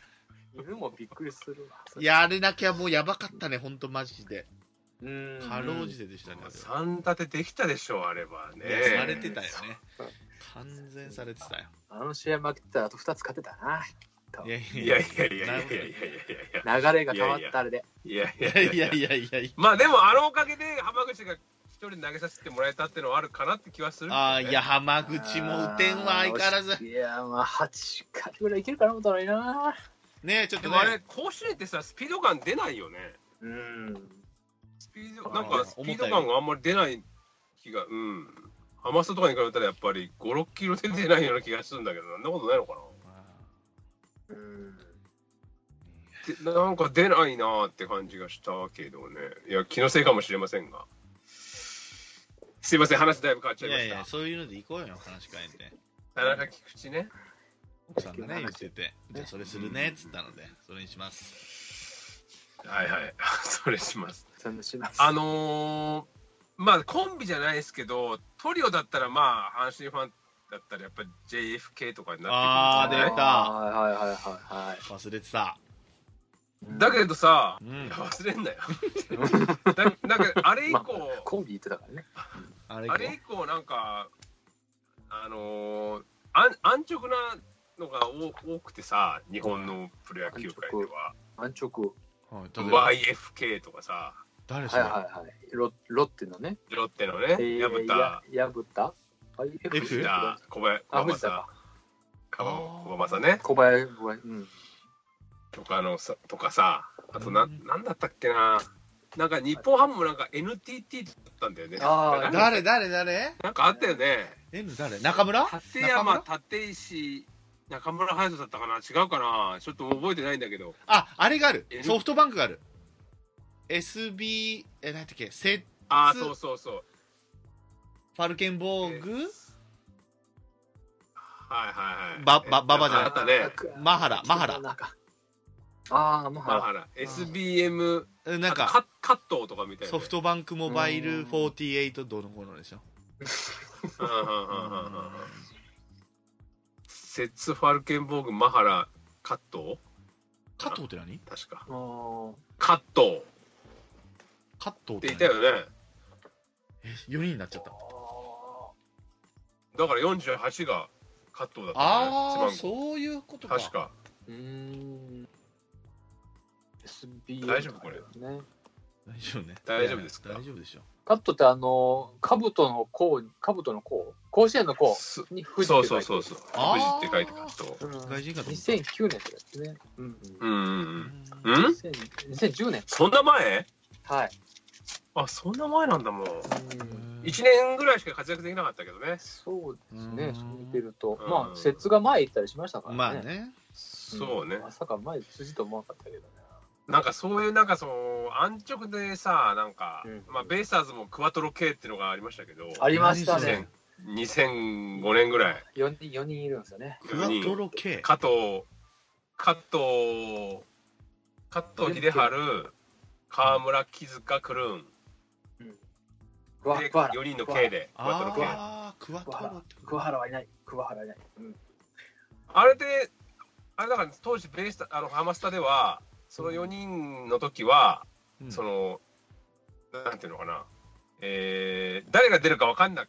S3: 犬もびっくりするわ。
S4: い、や、あれなきゃもうやばかったね、本当マジで。
S3: うん。
S4: かろうじてでしたね、あれは。
S2: 3立てできたでしょあればね
S4: いやされてたよね
S3: そう。
S4: 完全されてたよ。
S3: あの試合負けてたら、あと2つ勝てたな。
S4: いや
S2: い
S4: い
S2: や
S4: や
S2: い
S4: い
S2: やいやいやいやいやい
S3: 流れが変わったあれで。
S2: やいや
S4: や。いやいやいやいや。
S2: まあでもあのおかげで浜口が一人投げさせてもらえたってのはあるかなって気はするけどね、
S4: ああ、いや、浜口も打点は相変わらず
S3: あ。ー。いや、まあ、8回ぐらいいけるかな、思ったのにな。
S4: ねちょっ
S2: で
S4: と
S2: もあれ
S4: ね。
S2: 甲子園ってさスピード感出ないよね
S3: うん。
S2: スピード
S4: あ
S2: なんかスピード
S4: 思ったよ
S2: 感があんまり出ない気がうん浜スとかに比べたらやっぱり56キロ出てないような気がするんだけどそんなことないのかな
S3: うん。
S2: でなんか出ないなーって感じがしたけどねいや気のせいかもしれませんがすいません話だいぶ変わっち
S4: い
S2: ゃいま
S4: や
S2: し
S4: い
S2: た
S4: や、そういうので行こうよ、話変えて。
S2: 田中菊池ね
S4: 奥さんがね言ってて「じゃあそれするね」っつったのでそれにします
S2: はいはい それします
S3: そんなします。
S2: あのーまあコンビじゃないですけどトリオだったらまあ阪神ファンだったらやっぱり JFK とかになってくるんじゃ
S4: あー出
S2: ない
S4: た
S3: はいはいはいはいはい。
S4: 忘れてた
S2: だけどさ
S4: う
S2: い
S4: ん
S2: や忘れんな よだなんかあれ以降、
S3: コンビ言ってたからね。
S4: あれ
S2: あ、れ以降なんかあのーあん安直なのが多多くてさ日本のプロ野球界では
S3: 安直。
S4: はい、例えば
S2: YFK とかさ
S4: 誰そ
S3: はい
S4: れ、
S3: はいはい。ロロッテのね。
S2: ロッテのね
S3: えー
S2: 薮田
S3: やぶた。あ
S4: F
S2: 藤田小林
S3: あ、
S2: 小
S3: 藤田
S2: 正
S3: か。
S2: 小正ね
S3: 小林、小林。うん。
S2: とかのさとかさあとな,、
S4: うん
S2: ん、なんだったっけななんか日本ハムもなんか NTT だったんだよね
S3: あー
S2: なんか
S4: 誰誰誰
S2: なんかあったよね
S4: N 誰中村
S2: 立
S4: 中
S2: 山
S4: 村
S2: 立石中村隼人だったかな違うかなちょっともう覚えてないんだけど
S4: ああれがある
S2: N
S4: ソフトバンクがある SB えなんだっけセフ
S2: ああ
S4: つ
S2: そうそうそう
S4: ァルケンボー
S2: え
S4: グ
S2: はいはいはい
S4: ばばばばじゃない
S2: あったね
S4: マハラマハラ
S3: なんかああ、マ
S2: マ
S3: ハ
S2: ハラ SBM
S4: え
S2: な
S4: なんん
S2: か
S4: か
S2: カカットとかみたいな
S4: ソフトバンクモバイル48どうのこうのでしょ
S2: うんうんうんうんうんセッツ・ファルケンボーグマハラカット
S4: 加藤って何
S2: 確か
S3: ラ。も
S2: カット
S4: 加藤っ
S2: って
S4: て
S2: いた
S4: 何
S2: よね
S4: え4人になっちゃった
S2: だから48がカットだった
S4: ああ
S2: ね
S4: ーそういうこと
S2: 背番号確
S4: か
S2: か
S3: う、うーん。SB。
S2: 大丈夫これ。
S3: ね。
S4: 大丈夫ね
S2: 大丈夫ですか
S4: 大丈夫でしょ
S3: カットってあの、兜の甲に、兜の甲甲子園の甲
S2: そ
S3: に藤
S2: そう
S3: って書
S2: そ
S3: いうて
S2: そうそう
S4: あ
S2: 富士
S4: ー
S2: って書いてカット
S3: うん
S4: 外人かと思った
S3: 2009年ってやつね。うん
S2: う
S3: うん
S2: んうんうん
S4: うん
S3: 2010年。
S2: そんな前
S3: はい。
S2: あ、そんな前なんだもん。
S3: うん
S2: 1年ぐらいしか活躍できなかったけどね。
S3: そうです
S4: う
S3: ね、
S4: ん
S3: そう見てると
S2: う。ん
S3: まあ、節が前行ったりしましたからね。
S4: まあね。
S2: そうね
S3: んまさか前辻と思わなかったけどね。
S2: なんかそういう、なんかその、安直でさ、なんか、
S3: うん
S2: まあ、ベイスターズもクワトロ系っていうのがありましたけど、
S3: ありました
S4: 何それ
S3: ね。
S2: 2005年ぐらい。
S3: 4人、四人いるんですよね。
S4: クワトロ系。
S2: 加藤、加藤、加藤秀春、河村、木塚、クルーン。
S3: クワ
S2: で、
S3: クワ
S2: 4人の K
S3: で。
S2: で、クワトロ系。あ
S4: ああ、クワト
S3: クワ
S4: ロ
S3: ハ
S4: って
S3: ラ。クワハラはいない。クワハラはいない。うん
S2: れで、あれだから当時ベイスタ、あの、ハマスタでは、その4人の時は、
S4: うん
S2: その、なんていうのかな、えー、誰が出るか分かんな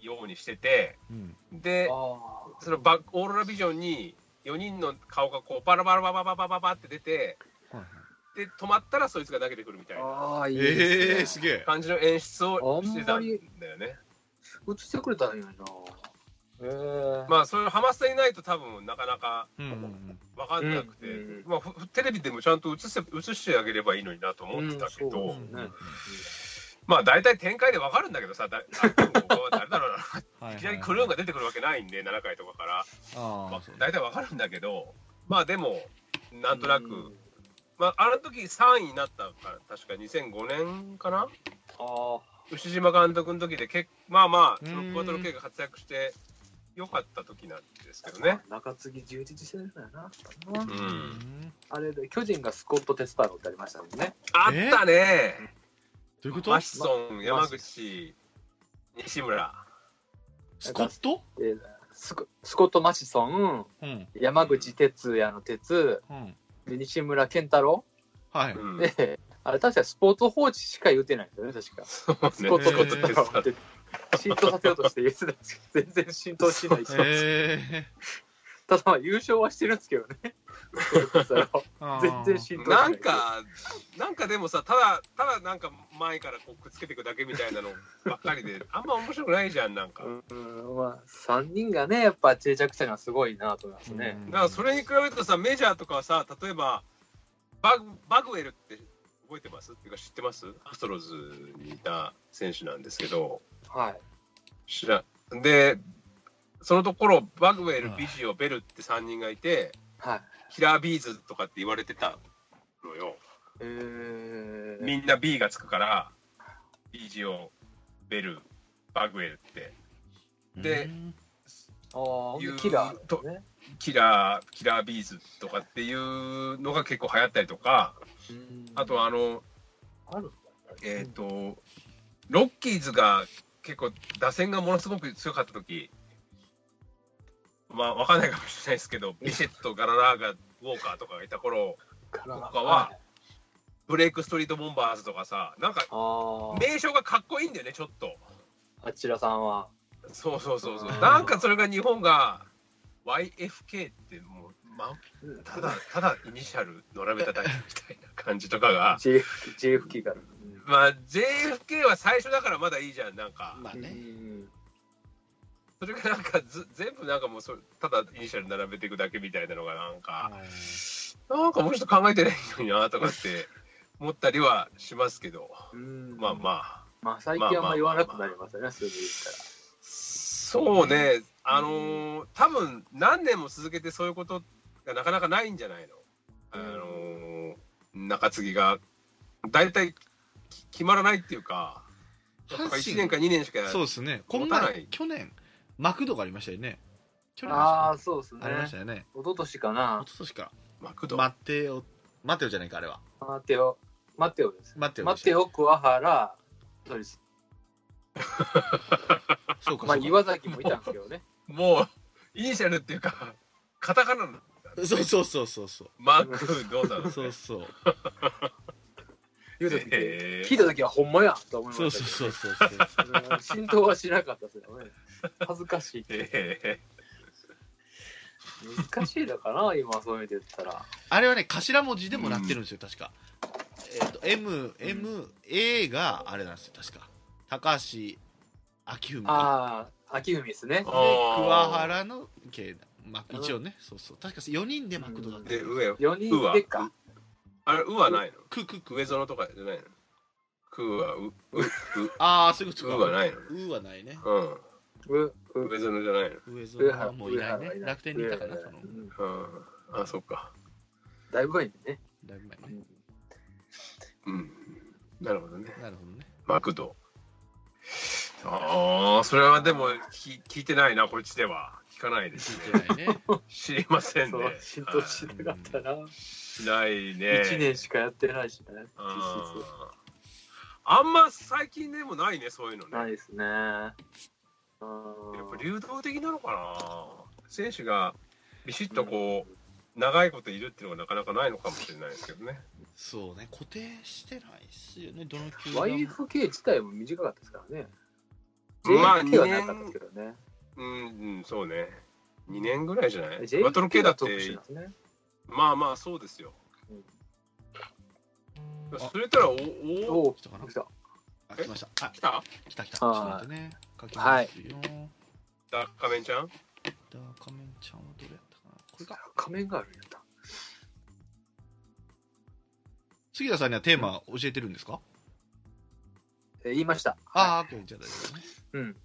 S2: いようにしてて、
S4: うん
S2: で、
S3: あ
S2: そのバオーロラビジョンに4人の顔がこうバラバラバラバラバラバラって出て
S4: はいはい
S2: で止まったらそいつが投げてくるみたい
S3: ー
S2: な
S3: あー、いい
S4: ええ
S3: で
S4: ー、
S3: す
S4: す
S3: ね。
S4: げえ。
S2: 感じの演出をしてたんだよね
S3: 映してくれたらいいのにな。ええ。
S2: まあそういうハマスタいないと多分なかなか
S4: うんうん
S2: 分かんなくて、
S3: うんうん
S2: まあふテレビでもちゃんと映せ映してあげればいいのになと思ってたけど、
S3: うん
S4: う
S3: そ
S4: ん
S3: ね
S2: まあ大体展開で分かるんだけどさだ あ誰だろうな
S4: はい
S2: きなりクルーンが出てくるわけないんで7回とかから、ま
S4: あ
S2: あ
S4: ーそう、
S2: 大体分かるんだけどまあでもなんとなく。
S3: うん。
S2: まあ、あの時3位になったから、確か2005年かな、
S3: あ
S2: 牛島監督の時で結、まあまあ、その
S4: うん
S2: クワトロ系が活躍してよかった時なんですけど
S3: あ
S2: ね。。
S3: 中継ぎ充実してるからな。
S2: う、
S4: うんん
S3: あれで、巨人がスコット・テスパーロってありましたもんね。
S2: あったね、
S4: どういうこと
S2: マシソン、山口、西村、。
S4: スコット
S3: えースコスコット・マシソン、
S4: うん。
S3: 山口哲也の哲、
S4: うん。
S3: で西村健太郎
S4: はいう
S2: ん、
S3: で、あれ確かスポーツ報知しか言ってないんですよね、確か。
S2: そうね、
S3: スコット・
S4: え
S3: マシ
S4: ー
S3: ソンって浸透させようとして言ってたんですけど、全然浸透しないし、
S4: ええ
S3: ただまあ優勝はしてるんですけどね。 それこ
S4: ー
S3: そ 全然浸透しな。
S2: ないん、か、なんかでもさ、ただ、ただなんか前からこうくっつけていくだけみたいなのばっかり で、あんま面白くないじゃん、なんか。
S3: うん、まあ、3人がね、やっぱ定着したのはすごいなと思いますね。
S2: だからそれに比べるとさメジャーとかはさ例えばバグバグウェルって覚えてますっていうか知ってますアストロズにいた選手なんですけど
S3: はい。
S2: 知らんでそのところバグウェル
S4: はい
S2: ビジオベルって3人がいて
S3: はい。
S2: キラービーズとかって言われてたのよ
S3: えー、
S2: みんな B がつくからビジオベルバグウェルってで
S4: うん
S3: ああ
S2: いう、
S3: キラーですね。
S2: キラーキラービーズとかっていうのが結構流行ったりとか
S3: うん
S2: あとあの
S3: ある
S2: えっ、と、ロッキーズが結構打線がものすごく強かった時、まあわかんないかもしれないですけど、ビシェット、ガララーガ、ウォーカーとかがいた頃、
S3: から
S2: 他はブレイクストリートボンバーズとかさ、なんか
S3: あー
S2: 名称がかっこいいんだよね、ちょっと。
S3: あちらさんは
S2: そうそうそうそう。
S3: うん
S2: なんかそれが日本が YFK ってもう、まあ、ただ、ただイニシャル並べただけみたいな感じとかが、
S3: JF JFK から、
S2: まあ JFK は最初だからまだいいじゃん、なんか。
S4: まあ
S3: うん
S4: ね。
S2: それがなんかず全部なんかもうそれただイニシャル並べていくだけみたいなのがなんか、なんかもうちょっと考えてないのになとかって思ったりはしますけど、
S3: うん
S2: まあま
S3: あ
S2: あ
S3: まあ最近あんま言わなくなりますよね数字言ったら
S2: そうねあのー多分何年も続けてそういうことがなかなかないんじゃないの、あのー中継ぎが大体き決まらないっていうか
S4: 阪神
S2: 1年か2年しか
S4: そうですね。こん
S2: 持たな
S4: ない去年、マクドがありましたよね。去年
S3: ああ
S4: あ
S3: ーそうですね
S4: りましたよね。
S3: 一昨年か
S4: 一
S3: な
S4: 昨年か。
S2: マクド、
S4: マテオ、マテオじゃないか、あれは。
S3: マテオマテオです
S4: マテオで
S3: マ
S4: した。
S3: テオ桑原トリス
S4: そう
S3: ま
S4: か、
S3: あ
S4: そうか。
S3: 岩崎もいたんですけどね
S2: もうイニシャルっていうか カタカナの
S4: そうそうそうそうそう。
S2: マークどうだろう、ね、
S4: そ うそう。
S3: 言う時
S2: えー
S3: 聞いた時はほんまやと思い
S4: そ
S3: ま
S4: う
S3: し
S4: そう
S3: た
S4: そうそうそう。
S3: けどうん浸透はしなかったですよね恥ずかしい
S2: え
S3: 難しいだから今そういう意味で言ったら
S4: あれはね、頭文字でもなってるんですよ、確か。えっ、と、M、M、A があれなんですよ、確か。高橋明文か。
S3: ああ秋文ですね
S4: で、
S2: あー
S4: 桑原の系、まあ、一応ね、そうそう。確か4人でマクドだっ
S2: ー
S4: た。
S2: で、上、
S3: 4人でか
S2: あれ、うはないの
S4: くくく。
S2: 上園とかじゃないのくはう、う、
S4: ああ、すぐ
S2: う
S4: 使う。
S2: はないのね。
S4: うはないね。
S2: うん。
S3: う、う、
S2: 上園じゃないの。
S4: 上園
S3: 上
S4: は
S3: 原
S4: もういない
S3: 上原はい
S4: ね。
S3: ない
S4: 楽天にいたかな、その
S3: う。ん
S2: うん。あ、そっか。
S3: だいぶ前にね。
S4: だいぶ前
S3: う
S4: ね。
S3: ん
S2: うん。なるほどね。
S4: なるほどね。
S2: マクド。ああ、それはでも聞聞いてないな、こっちでは。聞かないです
S4: 聞
S2: ね。
S4: いてないね。
S2: 知りませんね
S3: そう、。浸透し
S2: は
S3: なかったな。
S2: いしないね。
S3: 1年しかやってないしね。
S2: あ
S3: 実質
S2: ーあんま最近でもないね、そういうの
S3: ない
S2: ね。
S3: ですね。やっ
S2: やっぱ流動的なのかな。選手がビシッとこう、長いこといるっていうのがなかなかないのかもしれないですけどね。
S4: そうね、固定してないっすよね、どの球団も。
S3: YFK 自体も短かったですからね。
S2: まあ
S3: JFK はなかったですけどね。
S2: うん、うん、そうね。2年ぐらいじゃないバトル系
S3: JFK
S2: だ
S3: は
S2: って
S3: 特、殊なんですね。
S2: まあまあそうですよ。
S4: ん
S2: それたら、お、お、
S3: おお、
S4: 来たかな
S3: 来た。
S4: あ、来ました。あ
S2: 来、た
S4: 来た来た。ちょっと
S3: は
S4: 待
S3: い
S4: ってね。書きますよ。
S2: ダッカメンちゃん
S4: ダーカメンちゃんはどれやったかな。これか。
S3: 仮面があるんやった。
S4: 杉田さんにはテーマ教えてるんですか
S3: えー言いました。
S4: ああ、オッケーじゃあ大丈夫ね。
S3: い。うん。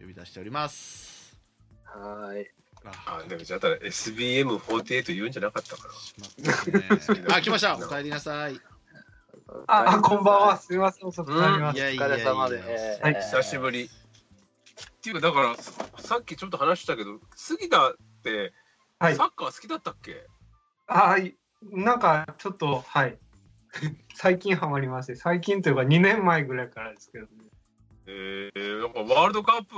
S4: 呼び出しております。
S3: はーい。
S4: あ
S2: あ、でもじゃあただ SBM48 言うんじゃなかったかな。
S4: ー、あ、来ました。お帰りなさい。い
S5: あ、こんばんは。すみません、遅くなりまし
S4: やい
S3: お疲れ様で
S4: や。
S5: はい
S2: 久しぶり。っていうかだからささっきちょっと話したけど杉田ってサ
S5: はい
S2: ッカー好きだったっけ、
S5: た。はい、なんかちょっと、はい。最近ハマりまして、最近というか2年前ぐらいからですけどね。
S2: えー、なんかワールドカップ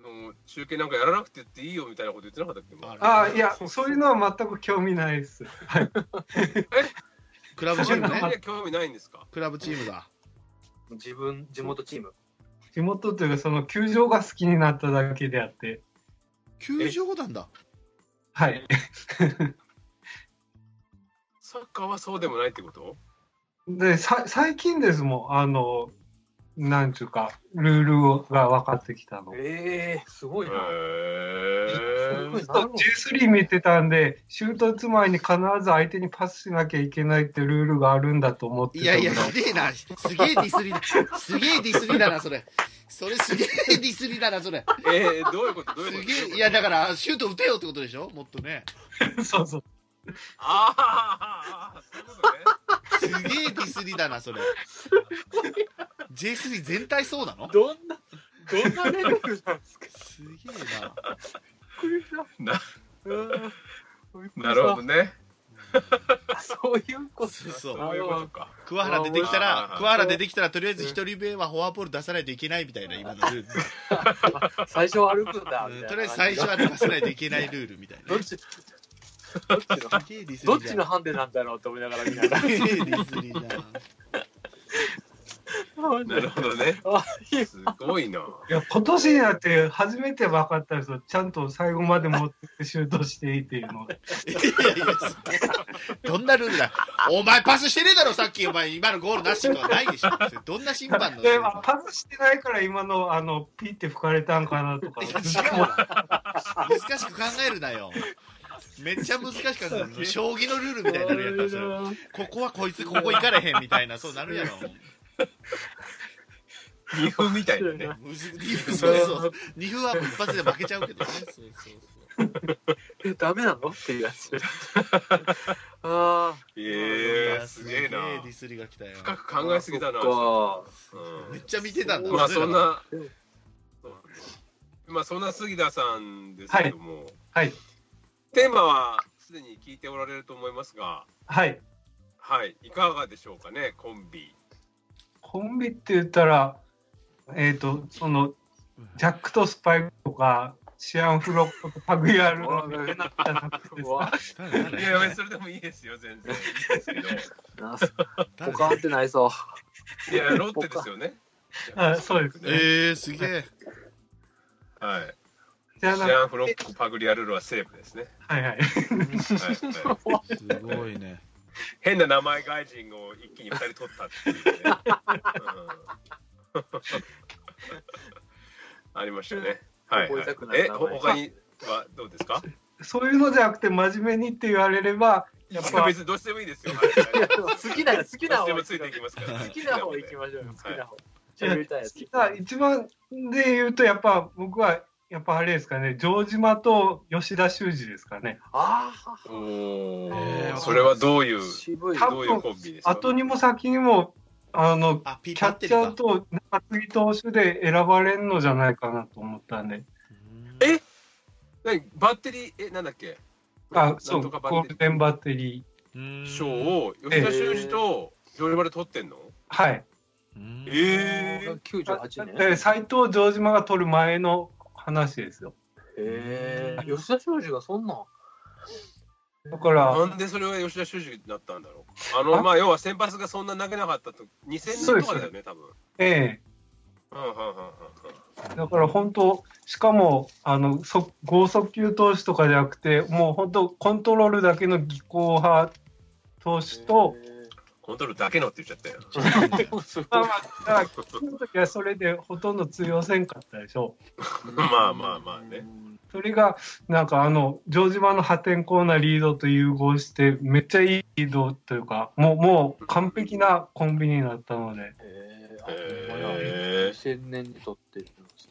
S2: の中継なんかやらなくてっていいよみたいなこと言ってなかったっけ
S4: あ
S5: ああ、いや、そういうのは全く興味ないです。はい。
S4: クラブチ
S2: そ
S4: ー
S2: ん
S4: ム
S2: な
S4: ね。
S2: に興味ないんですか
S4: クラブチームだ。
S3: 自分、地元チーム。
S5: 地元というか、その球場が好きになっただけであって、
S4: 球場なんだ。
S5: はい。
S2: サッカーはそうでもないってこと
S5: で、さ最近ですもん、あの、なんちゅうか、ルールをが分かってきたの。
S3: ええー、すご
S2: へ
S3: い
S2: え
S3: な。そういう
S2: ー
S3: ふうに
S5: ずっ
S3: なる
S5: と
S3: の
S5: J3 見てたんで、シュート打つ前に必ず相手にパスしなきゃいけないってルールがあるんだと思って
S4: い
S5: た
S4: や
S5: の
S4: いや、すげえな。すげえディスりだ。すげえディスりだな、それ。それすげえディスりだな、それ。
S2: えー、どういうことどういう
S4: す
S2: こと
S4: げえ、いやだから、シュート打てよってことでしょもっとね。
S5: そうそう。
S2: あああーあーそういうことね
S4: すげえディスりだな、それ。J3 全体そうなの
S3: どんな、どんなレベルなんですか
S4: すげえな。
S3: びっくりした
S2: な
S3: うーん
S2: なるほどね
S3: あそういうこと
S4: そうそう
S2: そういうことか
S4: 桑原出てきたら
S2: あ、ー
S4: 桑原出てきたら、とりあえず一人目はフォアボール出さないといけないみたいな、今のルール。
S3: 最初は歩くんだ
S4: う
S3: みたい
S4: ん
S3: な
S4: とりあえず最初は出さないといけないルールみたいな
S3: どっ
S4: ね。
S3: ちどっち の
S4: すげえディス
S3: ど
S4: り
S3: っ
S4: じゃ
S3: ち
S4: ん
S3: のハンデなんだろうと思いながら見な がら
S4: すげえディスりだな。
S2: なるほどね
S3: あいい
S2: すごいない
S5: や、今年になって初めて分かったんですよ。ちゃんと最後まで持ってシュートしていいっていうの。
S4: いやいやどんなルールだお前パスしてねえだろさっきお前今のゴールなしとかないでしょそれどんな審判の
S5: いやまあパスしてないから今の、あの、ピって吹かれたんかなと か。
S4: 違うわ難しく考えるなよめっちゃ難しく考える将棋のルールみたいになるやんかそれここはこいつここ行かれへんみたいなそうなるやろ
S2: 二分みたいなね
S4: むずそうそう2分はもう一発で負けちゃうけどねそうそうそう
S3: えダメなのっていう やつああ
S2: ええー、す
S4: す
S2: げ
S4: げ
S2: え
S4: えデ
S2: な
S4: ィスりが来たよ
S2: 深く考えすぎたな
S3: そっか
S2: うん
S4: めっちゃ見てたんだ
S2: まあそんな
S3: そうね、
S2: まあそんな杉田さんですけども、
S5: はい。
S2: テーマはすでに聞いておられると思いますが、
S5: はい。
S2: はい、いかがでしょうかね、コンビ。
S5: コンビって言ったら、えっ、と、その、ジャックとスパイクとか、シアンフロックとかパグヤールのみたいな
S3: う わ
S2: いやいや、それでもいいですよ、全然。いいですけど
S3: なすポカンってない そう
S2: いや、ロッテですよね。
S5: あそうです
S2: ね。
S4: えー、すげえ
S2: はい。
S5: じゃ
S2: シ
S5: な
S2: アンフロック、パグリアルロはセーブですね。
S5: はいはい。
S2: はい はい
S4: すごいね
S2: 変な名前外人を一気に二人取ったっていうね。うんありましたね。はい、
S3: 覚
S2: は
S3: え
S2: い
S3: たく。ない
S2: え、
S3: 名前
S2: ほ他にはどうですか
S5: そういうのじゃなくて、真面目にって言われれば、やっ
S2: まあ
S5: ぱ、
S2: 別にどうしてもいいですよ。
S3: いやでも好きな、好き
S2: ど
S3: な
S2: うして
S3: 方
S2: も
S3: 行
S2: ついていき
S3: き
S2: ますから。
S3: 好きな方行きましょうよ。好きな方。喋りたいやつ。
S5: あ一番で言うと、やっぱ僕は、やっぱあれですかね、城島と吉田修二ですかね。
S3: あ
S2: おお、
S4: えー
S2: それはどういう
S3: あ、渋い。
S5: 多
S2: どう
S5: 分
S2: いうコンビですか。
S5: 後にも先にも、あの、
S4: あ、ピ
S5: キ
S4: ーパ
S5: ャ
S4: っ
S5: ッ
S4: て
S5: チ
S4: る
S5: ャー
S4: か。
S5: と中継ぎ投手で選ばれるのじゃないかなと思ったんで、
S2: え何バッテリーえなんだっけ。
S5: あそ
S2: な
S5: う、
S2: んと
S5: ゴ
S2: かバッ
S5: ー
S2: テ
S5: ルデンバッテリ
S4: う
S5: ー。
S4: ん
S2: リー賞を吉田修二と広島で取ってんの？
S5: はい。
S4: うん
S2: えー
S3: 98年。
S5: え斎藤城島が取る前の話ですよ。
S3: えー、吉田修二がそんなん。
S5: だから、
S2: なんでそれが吉田修二になったんだろう。あのまあ要は先発がそんな投げなかったと2000年とかだよね多分。
S5: え
S2: うんうんうんうんうん。
S5: えだから本当、しかも、あの、そ剛速球投手とかじゃなくて、もう本当、コントロールだけの技巧派投手と、
S2: コントロールだけのって言っちゃったよ。
S5: まあまあ、だから、その時はそれでほとんど通用せんかったでしょ
S2: まあまあまあね。
S5: それが、なんかあの、城島の破天荒なリードと融合して、めっちゃいいリードというか、もう、もう完璧なコンビになったので。
S3: えー、あ、
S2: へー
S3: 2000年に撮ってるんです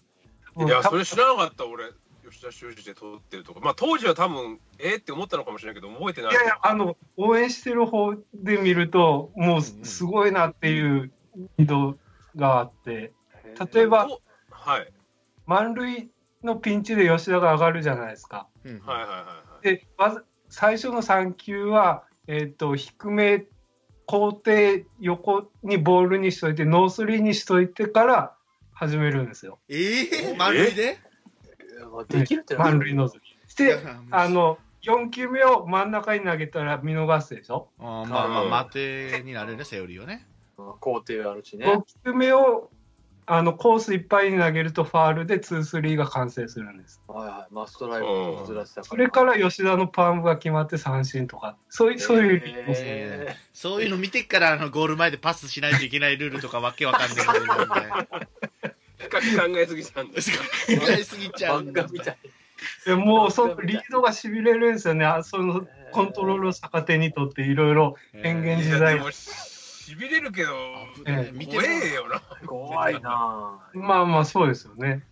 S3: ね。
S2: いや、それ知らなかった、俺、吉田修二で撮ってるとか、まあ、当時は多分えー、って思ったのかもしれないけど、覚えてない。
S5: いやいや、あの、応援してる方で見ると、もうすごいなっていう移動があって、例えば
S2: とはい、
S5: 満塁のピンチで吉田が上がるじゃないですか。
S4: うん
S2: はいはいはいはい。
S5: で、まず最初の3球は、えっ、と、低め、高低、横にボールにしといて、ノースリーにしといてから始めるんですよ。
S4: えー、満塁で
S3: えーまあできるって
S5: 満塁ノースリー。し
S4: い
S5: て、
S4: や
S5: あの、4球目を真ん中に投げたら見逃すでしょ
S4: あーまあまあ、待てになるね、セオリーはね。
S3: 工程あるしね。
S5: 5球目をあのコースいっぱいに投げるとファールで2、3が完成するんです。
S3: はいはい。まあ、ストライクのずらしたから。
S5: それから吉田のパームが決まって三振とか、そういう、そういう理由です。
S3: え
S4: そういうの見てっから、あの、ゴール前でパスしないといけないルールとかわけわかんないことになるんで。
S2: 比較考えすぎたん です。
S4: 考えすぎち
S3: ー
S4: ゃうん
S3: 漫
S4: だ
S3: 画。みたい。
S5: でもうそのリードがしびれるんですよね、あそのコントロールを逆手にとっていろいろ変幻
S2: い
S5: 自
S2: や
S5: 在
S2: で、もしびれるけど、
S5: ええ
S4: 見て
S2: 怖
S4: る
S2: えよな。
S3: 怖いなぁ。
S5: まあまあそうですよね。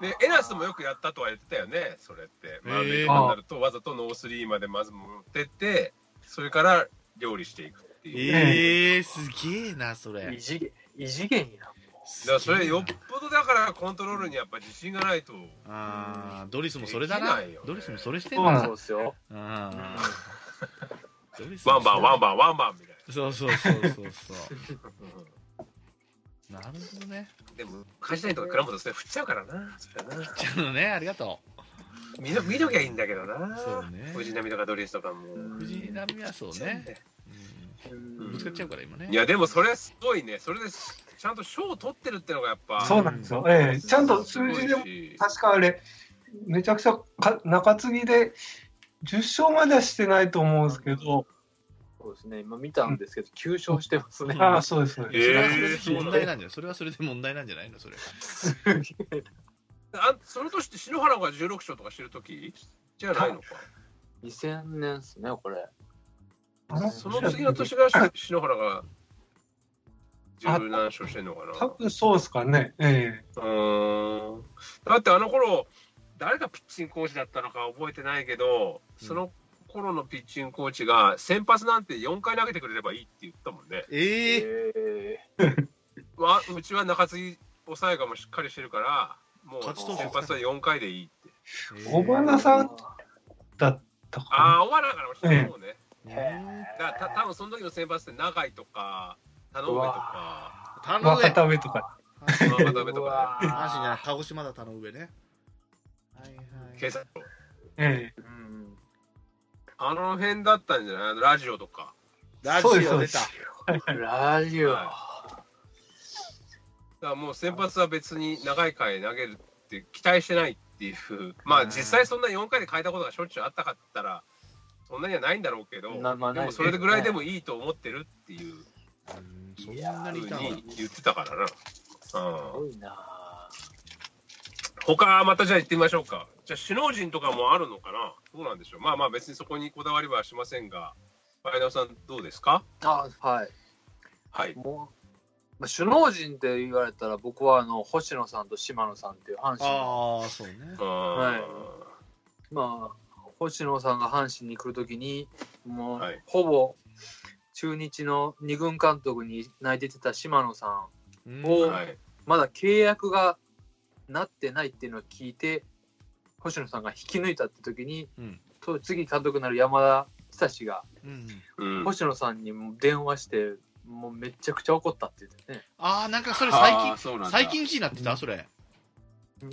S2: で、エナスもよくやったとは言ってたよね、それって。
S4: え
S2: 満塁とかになると、わざとノースリーまでまず持ってって、それから料理していくっていう。
S4: えー、すげえな、それ
S3: 異。次元、異次元やな。
S2: だからそれよっぽどだからコントロールにやっぱ自信がないと。
S4: あードリスもそれだな
S2: できないよね
S4: ドリスもそれしてん
S5: そうな
S4: だ
S5: ん
S3: そうっすよ。
S4: うんドリスも
S2: ワンバン、ワンバン、ワンバンみたい
S4: そうそうそうそうそ
S2: な。 うん
S4: うなるほどね
S2: でも、会社員とか倉本それ振っちゃうからな。そりゃな
S4: ちょっとねありがと
S2: 見の見ときゃいいんだけどな。
S4: そうね
S2: 藤波とかドリスとかも
S4: う。藤波はそうね、うんぶつかっちゃうから今ね
S2: いや、でもそれすごいね。それでちゃんと賞を取ってるってのがやっぱ。
S5: そうなんですよ。ええちゃんと数字でも、
S2: で
S5: 確かあれ、めちゃくちゃか中継ぎで10勝まではしてないと思うんですけど、
S3: そうですね。今見たんですけど、急勝してますね。
S5: ああ、そうです、そうです。
S4: それはそれ
S2: えー
S4: で
S2: そうなの
S4: 問題なんじゃないそれはそれで問題なんじゃないのそれ
S2: あその年って篠原が16勝とかしてる時じゃないのか。
S3: 2000年っすね、これ。
S5: あの
S2: その次の年が篠原が17勝してんのかな。
S5: 多分そうですかね。え
S2: うーんだってあの頃誰がピッチングコーチだったのか覚えてないけどその頃のピッチングコーチが先発なんて4回投げてくれればいいって言ったもんね
S4: ええ
S3: え
S2: わうちは中継ぎ抑えがもうしっかりしてるからもう
S4: 勝
S3: ち投手
S2: 先発は4回でいいって
S5: 小花さんだか
S2: ああ終わらなかったもんね
S4: うん
S2: だからた多分その時の先発って長井とか田上とか
S4: 田
S5: ら、若
S4: 上
S5: 田目とか。
S2: 山
S4: 田
S2: 田部とか
S4: 阪神じゃない鹿児島だ田上ね
S2: ね警察庁
S5: え
S3: う
S5: え
S3: ん
S2: あの辺だったんじゃないあのラジオとか
S4: ラジ
S5: そうです
S4: オ出た
S3: ラジオ。
S2: だからもう先発は別に長い回投げるって期待してないっていう、まあ実際そんな4回で変えたことがしょっちゅうあったかったら、そんなにはないんだろうけど、
S3: なまあ
S2: で
S3: ない
S2: もそれぐらいでもいいと思ってるっていう
S4: うんそんな
S2: ふう
S4: にいたの
S2: に言ってたからな。
S3: す
S2: うん
S3: ごいな
S2: 他またじゃあ行ってみましょうか。じゃあ首脳陣とかもあるのかなどうなんでしょう。まあまあ別にそこにこだわりはしませんが、前田さんどうですか
S3: あはい。
S2: はい。
S3: もうまあ、首脳陣って言われたら僕はあの星野さんと島野さんっていう阪神の
S4: ああ、そうね。
S2: あー
S3: まあ、星野さんが阪神に来るときにもう、
S2: はい
S3: ほぼ中日の二軍監督に泣いててた島野さん
S4: うん
S3: お
S2: はい。
S3: まだ契約がなってないっていうのを聞いて、星野さんが引き抜いたって時に、
S4: うん
S3: と次監督になる山田久志が、
S4: うん
S2: うん、
S3: 星野さんにも電話して、もうめちゃくちゃ怒ったって言ってね。
S4: ああ、なんかそれ最
S2: あー
S4: 近、
S2: そうなんだ
S4: 最近気になってたそれ。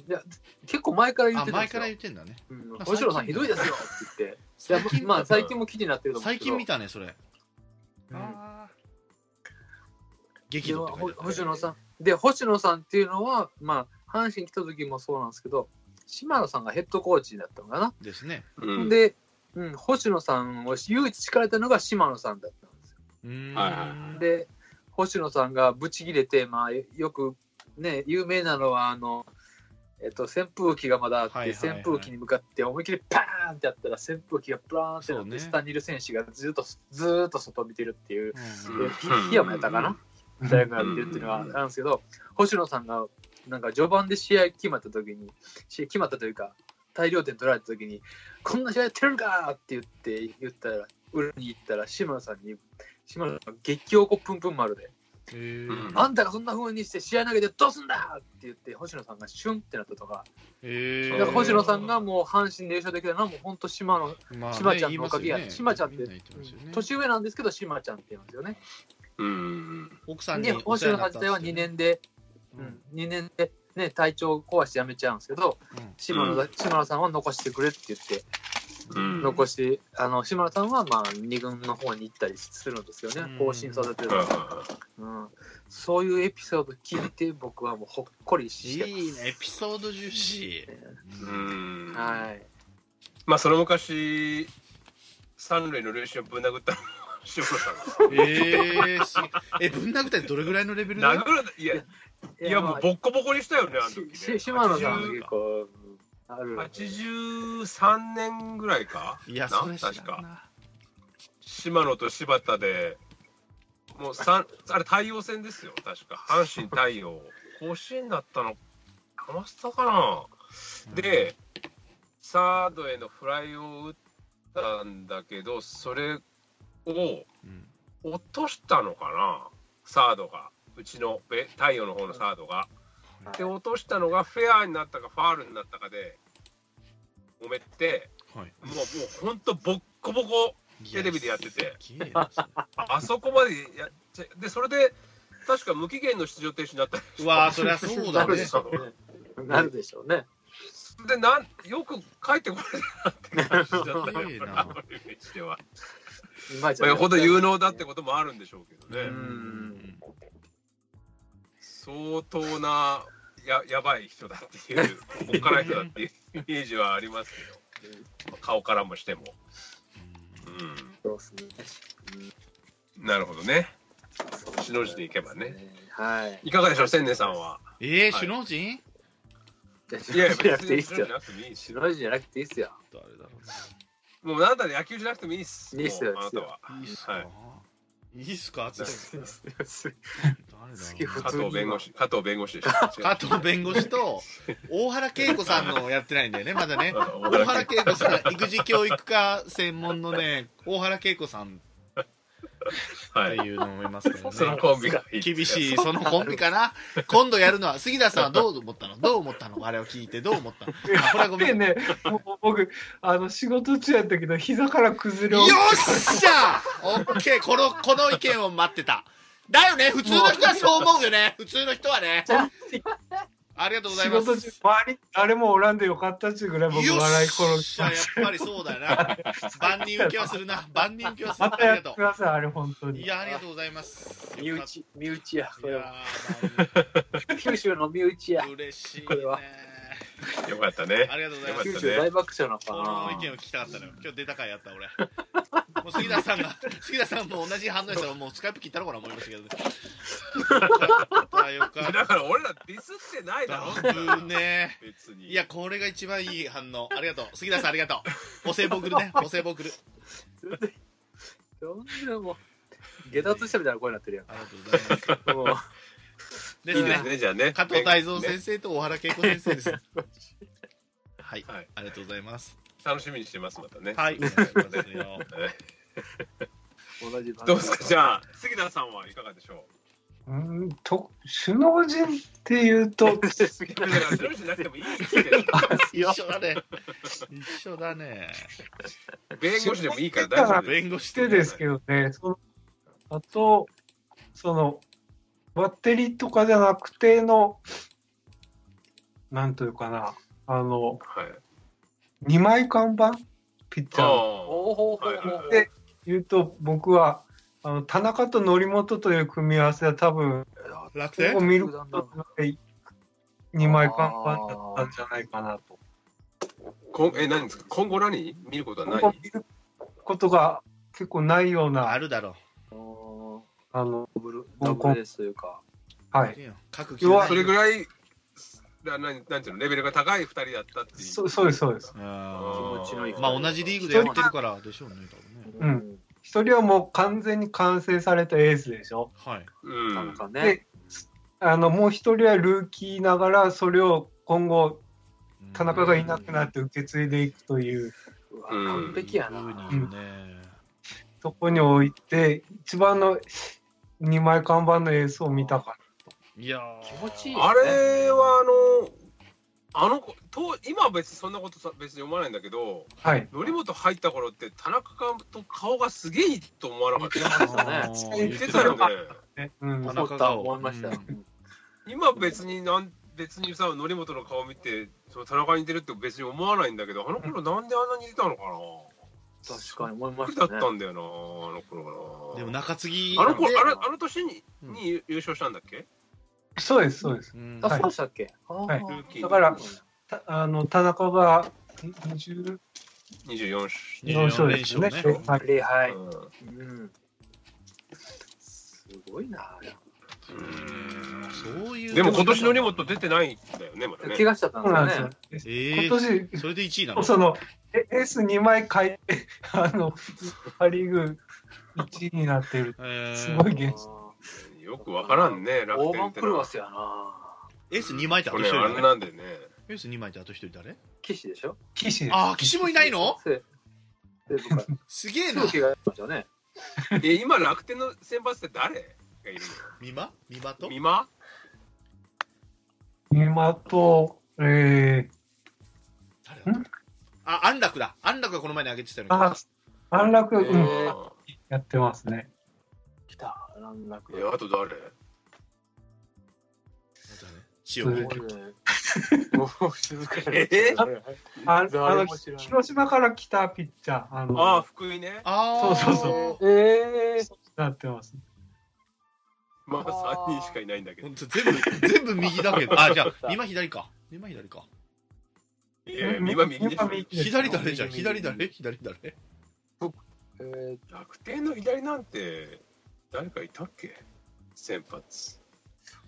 S3: いや結構前から言っ
S4: あ、
S3: てたんで
S4: 前
S3: す
S4: か
S3: よ
S4: ら。言ってんだね。
S3: うん
S4: まあ
S3: 星野さんひどいですよって言って。
S4: 最
S3: いや
S4: 近、
S3: まあ最近も記事になってると思うん
S4: 最
S3: ですけど
S4: 近見たね、それ。
S3: うん
S4: あー激怒って書い
S3: で
S4: てあ
S3: ほ
S4: る
S3: 星野さんで星野さんっていうのはまあ阪神来た時もそうなんですけど島野さんがヘッドコーチだったのかな
S4: ですね。
S2: うん
S3: で、うん、星野さんを唯一叱られたのが島野さんだったんです
S4: うーん
S2: はいは
S3: よ。で、星野さんがブチ切れて、まあ、よくね、有名なのは、あの、えっと、扇風機がまだあって、
S4: はいはいはい
S3: 扇風機に向かって思いっきりパーンってやったら、扇風機がブラーンってなっ
S4: そう
S3: て、
S4: ね
S3: 下にいる選手がずっと、ずーっと外を見てるっていう、
S4: うん
S2: うん
S3: で檜山やったかな、大学が見てるっていうのはあるんですけど、星野さんが、なんか序盤で試合決まった時に、試合決まったというか、大量点取られた時に、こんな試合やってるんかって言って、言ったら、裏に行ったら、島野さんに、島野さんが激おこぷんぷん丸で、
S4: へー
S2: うん
S3: あんたがそんな風にして試合投げてどうすんだって言って、星野さんがシュンってなったとか、
S4: へ
S2: え
S3: だ
S4: ー
S3: から星野さんがもう阪神で優勝できたのは、もう本当島野、
S4: まあね
S3: 島ちゃんのおかげや
S4: 言いますよ
S3: 島
S4: ね
S3: ちゃんって
S4: みな言ますよね
S3: 年上なんですけど、島ちゃんって言うんですよね。
S2: うん。
S4: 奥さんに
S3: で、
S4: お
S3: 星
S4: 世
S3: 野
S4: 話にな
S3: さん
S4: った
S3: 自
S4: んで
S3: 体は
S4: すけど
S3: 2年で、うん、2年で、ね、体調を壊して辞めちゃうんですけど、
S4: うん
S3: 島野だ島野さんは残してくれって言って、
S2: うん
S3: 残して、あの島野さんはまあ二軍の方に行ったりするんですよね
S4: うん、
S3: 更新させてる、
S2: あ
S3: うんそういうエピソード聞いて、僕はもうほっこりしてます。
S4: いいねエピソード重視
S2: ーうん
S3: はい、
S2: まあその昔三塁の練習をぶん殴った塩野さん です
S4: えー、すえぶん殴ったってどれぐらいのレベルだよ
S2: 殴るいやいやもうボッコボコにしたよねあの時ね
S3: しし島野さんは
S2: 80
S3: 結構ある
S2: 83年ぐらいか
S4: いや
S2: な
S4: それ知らん
S2: 確
S4: な
S2: か島野と柴田でもう三あれ太陽戦ですよ確か阪神太陽甲子園だったのかましたかなで、サードへのフライを打ったんだけど、それを
S4: うん
S2: 落としたのかな、サードが、うちのべ太陽の方のサードが。で、落としたのがフェアになったか、ファールになったかで、揉めて、
S4: はい
S2: もう、もう本当、ボッコボコ、
S4: い
S2: テレビでやってて
S4: すげえなそ
S2: あそこまでやっちゃで、それで、確か無期限の出場停止になったんです
S4: れうわーそりゃそう
S3: な
S4: だ
S3: る
S4: ね
S3: でしょうね。 なるでしょうね。
S2: でなんよく帰ってこれたなって感じだった
S4: す
S2: よ
S4: げえ
S2: やっ
S4: な
S2: ぱり俺にしては。
S3: 今じ
S2: まあ、
S3: ゃ
S2: よほど有能だっ
S3: ね
S2: てこともあるんでしょうけどね、
S4: うん
S3: ん
S2: 相当なややばい人だっていう、こっから人だっていうイメージはありますけど、顔からもしても。
S3: そうですね。
S2: うん、なるほどね。しのじでいけばね。
S3: はい。
S2: いかがでしょう、千年さんは。
S4: えー、首脳
S3: い
S4: 陣
S3: や、じゃなくていいっす
S2: 白じ
S3: よ
S2: ゃ。なくてもいいし、
S3: 白いじゃなくていいっすよ。
S4: 誰だろ
S2: もうなんだね、野球じゃなくてもいいっす。
S3: いいっすよ
S2: もうあなたは。
S4: ういいっすか、
S2: はい
S4: い、いっすかつって誰
S3: すげえ
S4: だろ
S3: 普
S4: う
S2: 加
S3: 通に
S2: 藤弁護士、加藤弁護士でした。
S4: 加藤弁護士と大原恵子さんのやってないんだよねまだ ね
S2: うん
S4: 大原恵子さん育児教育科専門のね大原恵子さんっ
S2: は
S4: て
S2: い。
S4: いうのもいますけ ど
S2: その
S4: ね
S2: コンビがいい。
S4: 厳しいそのコンビかな今度やるのは杉田さんはどう思ったのどう思ったのあれを聞いてどう思ったのあこれはごめん
S5: でね、もう僕、あの、仕事中やったけど、膝から崩れ
S4: よ
S5: 落
S4: っ
S5: ち
S4: しゃオッケーこのこの意見を待ってただよね普通の人はそう思うよね普通の人はねありがとうござい
S5: 仕
S4: ます
S5: 事中、周り、誰もおらんでよかったっちゅうぐらい僕、
S4: よ
S5: 笑い転
S4: っ
S5: げ
S4: しゃやっぱりそうだよな万人受けはするな万人受けはする
S5: ま
S4: な
S5: た
S4: あ
S5: や
S4: り
S5: っ
S4: が
S5: て
S4: と
S5: ください、あれ、本当
S4: うい
S5: に。
S4: やありがとうございます
S3: 身内、身内や。こ
S4: い
S3: れ
S4: や
S3: は
S4: ー
S3: 九州の身内や
S4: 万人。嬉しいね
S3: これは
S2: よかったね
S4: あ。りがとうございます
S2: よかっ
S3: 九
S2: た
S3: 州
S2: ね
S3: 大爆笑なの
S4: こ
S3: か
S4: の
S3: な
S4: 意。見を聞きたかったのよ今日出た回やった俺 もう杉田さんが杉田さんも同じ反応したらもうスカイプ切ったのかな思いましたけどね怖いったよかっ
S2: だから俺らディスってないだろ
S4: た。ぶね。
S2: 別に。
S4: いや、これが一番いい反応。ありがとう。杉田さん、ありがとう。お歳暮送るね。お歳暮送る。
S3: そんなもう、下脱したみたいな声になってるや
S4: ありがとうございま
S3: ん。
S4: す。
S3: もう、
S4: で
S2: いい
S4: す
S2: で
S4: ね
S2: す。ね、じゃあね。
S4: 加藤泰造
S2: ね
S4: 先生と大原恵子先生です。はい、
S2: はい
S4: ありがとうございます。
S2: 楽しみにしてます、またね。
S4: はい、お願いしますよ
S3: 同じ番組
S2: どうですか、じゃあ、杉田さんはいかがでしょ
S5: うんと首脳陣っていう と
S3: 杉
S2: う。だ
S3: 田
S2: から、
S3: さ
S2: それじゃなくてもいいけど、
S4: 一緒だね。一緒だね。
S2: 弁護士でもいいから大丈夫です。
S4: 弁護士
S5: してですけどねそのあとそのバッテリーとかじゃなくてのなんというかなあ
S2: はい。
S5: の2枚看板ピッチャー
S3: ん
S5: の
S2: あ
S3: おーほーほーほーほー
S5: で言うと僕はあの田中と則本という組み合わせは多分
S4: 楽
S5: こ
S4: 天
S5: こ見ることない2枚看板だったんじゃないかなと。
S2: あ。こんえ、何ですか今後何見ること
S5: こ
S2: は
S5: こ
S2: ない
S5: 見ることが結構ないよう
S4: あ
S5: な、
S4: るだろ
S3: おー
S5: あの、
S3: ダブルダブルレースというか、
S5: は
S4: う
S5: い。。
S4: 各
S5: 要は
S2: それぐらい、ななんなんていうの、レベルが高い二人だったっていう。
S5: そそうです、そうです。
S4: ま
S2: あー
S3: 気持ちのいい
S4: あ同じリーグでやってるからでしょうね、多分ね。
S5: う一人はもう完全に完成されたエースでしょ。
S4: はい。
S2: う
S3: なんん。かね
S5: で、あの、もう一人はルーキーながら、それを今後、田中がいなくなって受け継いでいくという
S3: うわ
S2: うん
S3: 完璧やな。
S4: 風にね。
S5: とこにおいて、一番の2枚看板のエースを見たか
S4: いやー
S3: 気持ちいい
S2: あれはあの、あの子、と今は別にそんなことさ別に思わないんだけど、
S5: ら。はい。
S2: 則本入った頃って、田中監督、顔がすげえいいと思わなかった。
S3: あのね
S4: あー言
S2: 言
S4: っ
S2: ってて
S4: た
S2: た
S4: よ
S2: よ
S4: ね
S2: ね。
S5: ねうん
S4: 田、
S3: 思
S4: 中
S3: っ
S4: が
S3: た思いました
S4: う
S3: よ。
S4: ん
S2: 今別になん、別にさ、則本の顔見て、その田中に似てるって別に思わないんだけど、あの頃なんであんなに似てたのかな。
S3: 確かに思い
S2: びっ
S3: ま
S2: く
S3: し
S2: りだ
S3: た
S2: っ
S3: ね。
S2: たんだよな、あの頃
S4: でも
S2: がな。
S4: 中継ぎ
S2: あの
S4: で
S2: 子、あれあの年に
S4: うん
S2: に優優勝したんだっけ
S5: そうです、そうです。
S4: うん
S3: あ、
S5: は
S3: そ
S5: いう
S3: でしたっけあ
S5: はい
S3: ー
S5: だからたあの、田中が20
S2: ?24 勝。
S5: の
S4: 24
S5: 勝
S4: 連
S5: です
S4: 勝
S5: よね。
S4: ね。
S5: はい
S3: 礼拝。
S2: うん
S3: うん。すごいな。あれ
S4: そういう。
S2: でも今年の荷物出てないんだよね、まだね。
S3: 怪我しちゃったん
S5: そうなんで
S3: ですすよ
S5: よ
S3: ね。。
S4: ええ
S5: 今年、
S4: それで1位なの
S5: その、エエース2枚書い て、あの、パ・リーグ1位になってる。
S4: えー
S5: すごい現象。
S3: あ
S2: よくわからんね、
S3: ー
S2: 楽
S3: 大
S2: 天っ
S3: 盤
S2: て
S3: 狂
S2: の
S3: わ
S2: は。
S3: せやな。
S4: エース2枚ってあ
S2: 去
S4: と1人
S2: 年あ
S4: だ
S2: れ
S4: ね。
S2: なんでね。
S4: エース2枚ってあと1人誰
S3: 騎士でしょ
S5: 岸です。
S4: ああ、岸もいないの
S3: せ西武から。
S4: すげえ
S3: す
S4: な
S3: ぐ。怪我しましたよね。
S2: え、今楽天の先発って誰がいる
S4: 美馬美馬と
S2: の？美馬？
S5: 今と、えー、
S4: 誰だったあ、安楽だ。安楽がこの前に上げてたよね。
S5: あ、安楽、
S2: え
S5: うん、
S2: ー
S5: やってますね。
S3: 来た。なんなく。
S2: え、あと誰？
S4: 塩見
S5: そ
S3: もう静かに。
S2: えー
S5: ああ
S3: 誰
S5: の、
S3: も知らない
S5: 広島から来たピッチャー、あの、
S2: ああ、福井ね。
S4: あ。
S5: そうそうそう
S3: えー
S5: なってます。
S2: まあ三人しかいないんだけど
S4: ほ。んと全部、全部右だけど。あ、じゃあ、美馬左か。美馬左か。
S2: えー、美馬右でし
S5: 今
S2: ょ。
S5: 右です
S4: 左誰じゃん。
S3: 右
S4: 左
S3: 右
S4: 誰左誰
S3: えー
S2: 楽天の左なんて誰かいたっけ？先発。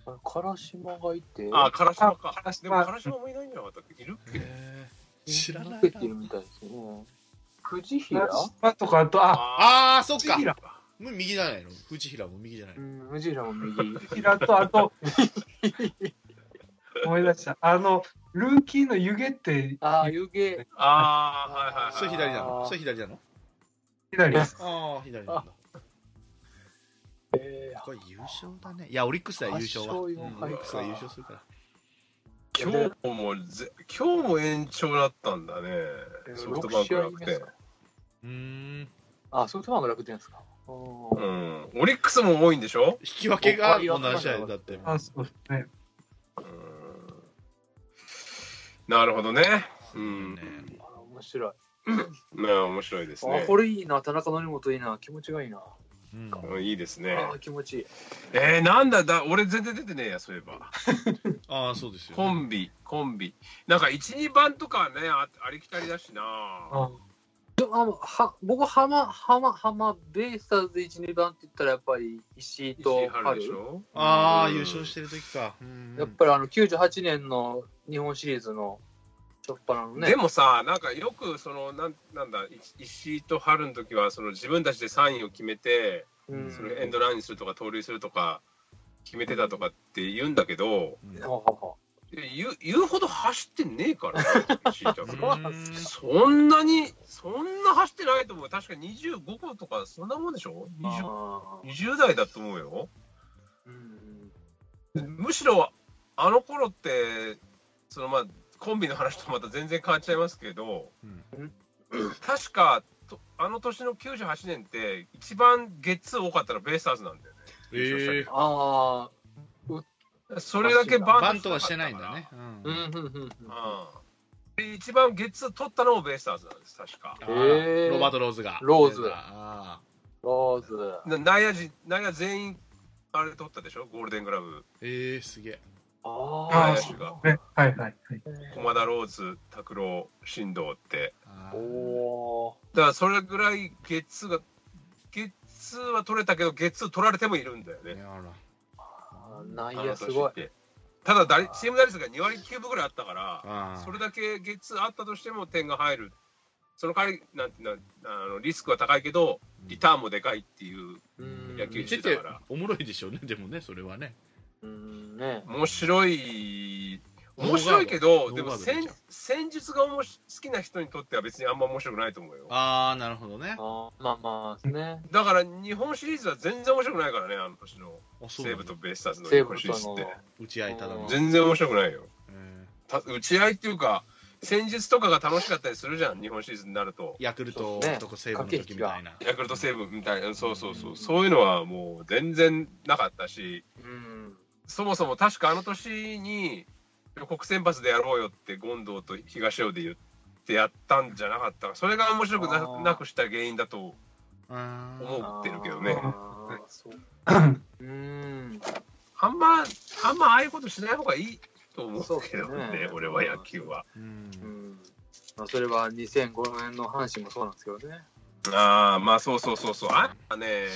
S3: あれ唐島がいて、
S2: あ、唐島か。
S5: あ唐島
S2: でも唐島もいないんじゃなかったっけ？いるっけ？
S4: えー知らな
S3: 受
S4: い
S3: け
S4: な
S3: て。るみたいですね。藤平。
S5: 広島とかと、あ、
S2: あ
S4: ああ、そっか。
S5: 平、
S4: もう右じゃないの。藤平も右じゃないう
S3: ん、藤平も右。
S5: 平と、あと、思い出した。あの、ルーキーの湯気って、
S3: ああ、湯気。
S2: あ、ああ、
S4: そ
S2: はい
S4: れ
S2: はい
S4: 左なの。
S3: あー
S4: それ左なの。
S5: 左です。
S4: ああ、左なんだ。
S3: え
S4: これ優勝だね。いや、オリックスだよ、優勝は。
S3: 八
S4: う
S3: 勝
S4: ん
S3: 四敗か
S4: オリックスは優勝するから。
S2: はい。今日もぜ今日も延長だったんだね。
S3: ー
S2: ソフトバンク楽
S3: 六試合目で
S2: 天
S3: す。か
S4: うーん。
S3: あ、ソフトバンク楽天ですか。う
S2: うんん。オリックスも多いんでしょ？
S4: 引き分けがもう何試合だって。
S5: あ、そうですね。
S2: うんなるほどね。う
S4: うんん。
S3: あ面白い。
S2: まあ面白いです
S3: あ
S2: ね。
S3: これいいな、田中の荷本いいな、気持ちがいいな。
S4: うん
S2: うんいいですね。
S3: ああ、気持ちいい。
S2: えー、なんだだ、俺全然出てねえや、そういえば。
S4: ああ、そうですよね。
S2: コンビ、コンビ。なんか1、2番とかね、あありきたりだしな。
S5: あ
S3: でもあのは僕は浜、浜、浜、ベイスターズで1、2番って言ったらやっぱり石井と
S2: 石井春でし
S3: 春。
S2: ょ
S4: ああ、
S2: うん
S4: 優勝してる時か。うん
S3: やっぱりあの98年の日本シリーズの初っ端のね。
S2: でもさ、なんかよくそのなんなんだい石井と春の時はその自分たちでサインを決めて、
S3: うん、
S2: そのエンドランにするとか盗塁するとか決めてたとかって言うんだけど、
S4: うん
S3: ほうほうほ
S2: 言う言うほど走ってねえ からな、石井ちゃん
S3: そうなん
S4: うん
S2: そんなにそんな走ってないと思う。確か25個とかそんなもんでしょ
S3: う
S2: 20,
S3: あー
S2: ?20 代だと思うよ。
S3: うん
S2: むしろあの頃ってそのまあコンビの話とまた全然変わっちゃいますけど、
S3: うん
S2: 確かとあの年の98年って一番ゲッツー多かったのベイスターズなんだよね
S4: ええ
S3: ああ、
S2: それだけバント
S4: バントはしてないんだね。
S3: う、
S4: うんん
S3: うん、うん。
S2: うんで一番ゲッツー取ったのもベイスターズなんです確か
S4: あ
S3: へえ
S4: ーロバート・ローズが。
S3: ローズ
S4: あ
S3: ローズ。
S2: な内野陣内野全員あれ取ったでしょゴールデングラブ
S4: ーええ、すげえ。
S3: ああ、
S2: 林が
S5: ねはいはいはい。
S2: 駒田ローズ拓郎進藤って
S4: あ
S3: お
S4: ー
S3: お
S2: だからそれぐらいゲッツーがゲッツーは取れたけどゲッツー取られてもいるんだよね
S4: いやあら
S3: ー、内
S2: あの
S3: 野
S2: 年
S3: すごい
S2: っ。てただ打率チーム打率が2割9分ぐらいあったから、
S4: あー
S2: それだけゲッツーあったとしても点が入る、その代わりなんていうのあの、リスクは高いけど、リターンもでかいっていう、
S3: うん
S2: 野球
S4: 見
S2: してて
S4: て
S2: たから
S4: おもろいでしょうね、でもね、それはね。
S3: うん、ね。
S2: 面白い、面白いけど、
S4: ノーガード
S2: でも
S4: ノーガード
S2: 戦
S4: じゃん
S2: 戦術がおもし好きな人にとっては別にあんま面白くないと思うよ。
S4: ああ、なるほどね。
S3: あ
S4: あ
S3: ーまあまあ、ね。
S2: だから日本シリーズは全然面白くないからね、あの年の
S4: そうな
S2: 西
S4: ん
S2: 武
S4: だ
S2: とベイスターズの日
S3: 西武
S2: 本シリ
S3: と
S2: ーズっ
S3: の
S2: て。
S4: 打ち合いただの。
S3: うん
S2: 全然面白くないよ。
S4: え
S2: た打ち合いっていうか、戦術とかが楽しかったりするじゃん、日本シリーズになると
S4: ー。ヤクルト
S3: そうね
S4: とか西武の時みたいな。
S2: ヤクルトセブンみたいな、そうそうそう、そういうのはもう全然なかったし、
S3: うん。
S2: そもそも確かあの年に、国選抜でやろうよって、権藤と東尾で言ってやったんじゃなかったか、それが面白く
S3: あ
S2: な
S3: ー
S2: なくした原因だと
S4: あー
S2: 思ってるけどね、
S3: あーそう うん。
S2: あんま、あんまああいうことしない方がいいと思うけど
S3: そうです
S2: ね、
S3: ね
S2: 俺は野球は。
S4: うん
S3: うんまあ、それは2005年の阪神もそうなんですけどね。
S2: ああ、まあそうそうそうそう、あんたね、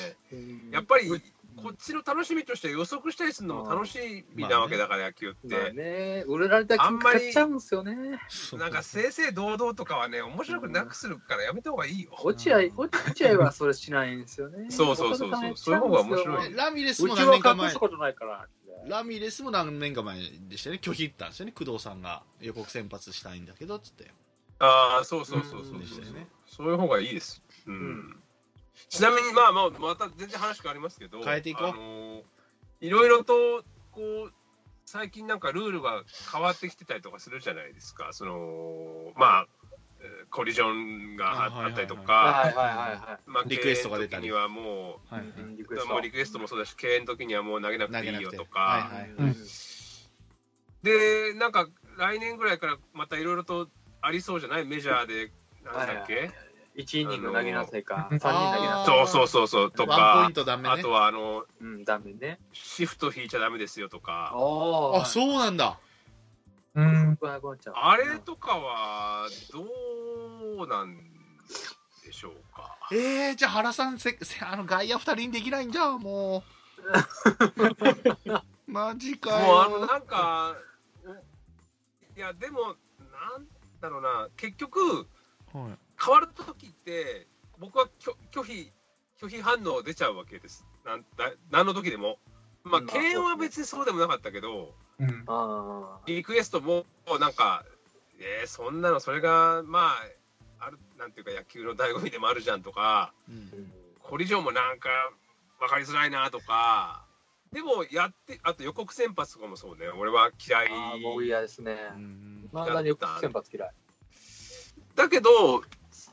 S2: やっぱりこっちの楽しみとして予測したりするのも楽しみなわけだから、野球って。
S3: まあね、売れられた金買っちゃうんですよね。
S4: そう
S2: なんか正々堂々とかはね、面白くなくするからやめた方がいいよ。
S3: 落合、落合はそれしないんですよね。
S2: そうそうそうそうそういう方が面白い
S4: ラミレス
S3: う
S4: も
S3: ち
S4: 何年か
S3: は隠
S4: 前
S3: す。ことないから。
S4: ラミレスも何年か前でしたよね拒否ったんですよね工藤さんが予告先発したいんだけどっつって
S2: ああ、そうそうそうそうそう
S4: でしたよね
S2: そういう方がいいです。うん。
S3: ん
S2: ちなみに、まあまあ、また全然話変わりますけど、
S4: 変えていこう
S2: あのーいろいろと、こう、最近なんかルールが変わってきてたりとかするじゃないですか。その、まあ、えーコリジョンが
S4: あはいはい
S2: あ
S4: はい
S2: ったりと
S3: はい
S2: か、
S3: はいは
S2: まあ
S4: リクエストが出たり
S2: 敬遠の時にはも
S4: はいは
S3: いう
S4: い
S3: ん。リク
S2: う、
S3: エス
S2: もう
S3: ト
S2: リクエストもそうだし、敬遠の時にはもう投げなく
S4: 投
S2: て
S4: げ
S2: い
S4: ない
S2: よ
S4: くて
S2: とか、
S4: はいはい
S3: うん
S2: でなんか来年ぐらいからまたいろいろとありそうじゃないメジャーでなんだっけ、
S3: 1イニング投げなさいか、
S5: あ
S3: 3
S5: の
S3: 人投げな
S4: ー
S3: さい
S2: そうそうそうそうと
S4: ワンポイ
S2: か
S4: ン、トダメね
S2: あとはあの
S3: うん、ダメね。
S2: シフト引いちゃダメですよとか
S3: あ
S4: あそうなんだ
S5: うん。
S3: 怖い怖いちゃう
S2: あれとかはどうなんでしょうか
S4: えー、じゃあ原さんせせあの外野二人にできないんじゃんもうマジ
S2: もう
S4: かよ
S2: あのなんかいやでもなんだろうな結局
S4: はい
S2: 変わる時って僕は拒拒否拒否反応出ちゃうわけですなんだ何の時でもまあ
S3: うん
S2: 敬遠は別にそうでもなかったけど
S5: うん。
S3: あ
S2: リクエストもなんかえー、そんなのそれがまああるなんていうか野球の醍醐味でもあるじゃんとか
S4: うん
S3: ー、
S2: コリジョンもなんか分かりづらいなとかでもやってあと予告先発とかもそうね俺は嫌い
S3: あー僕嫌ですね。
S4: うん
S3: まだによく先発嫌い。
S2: だけど、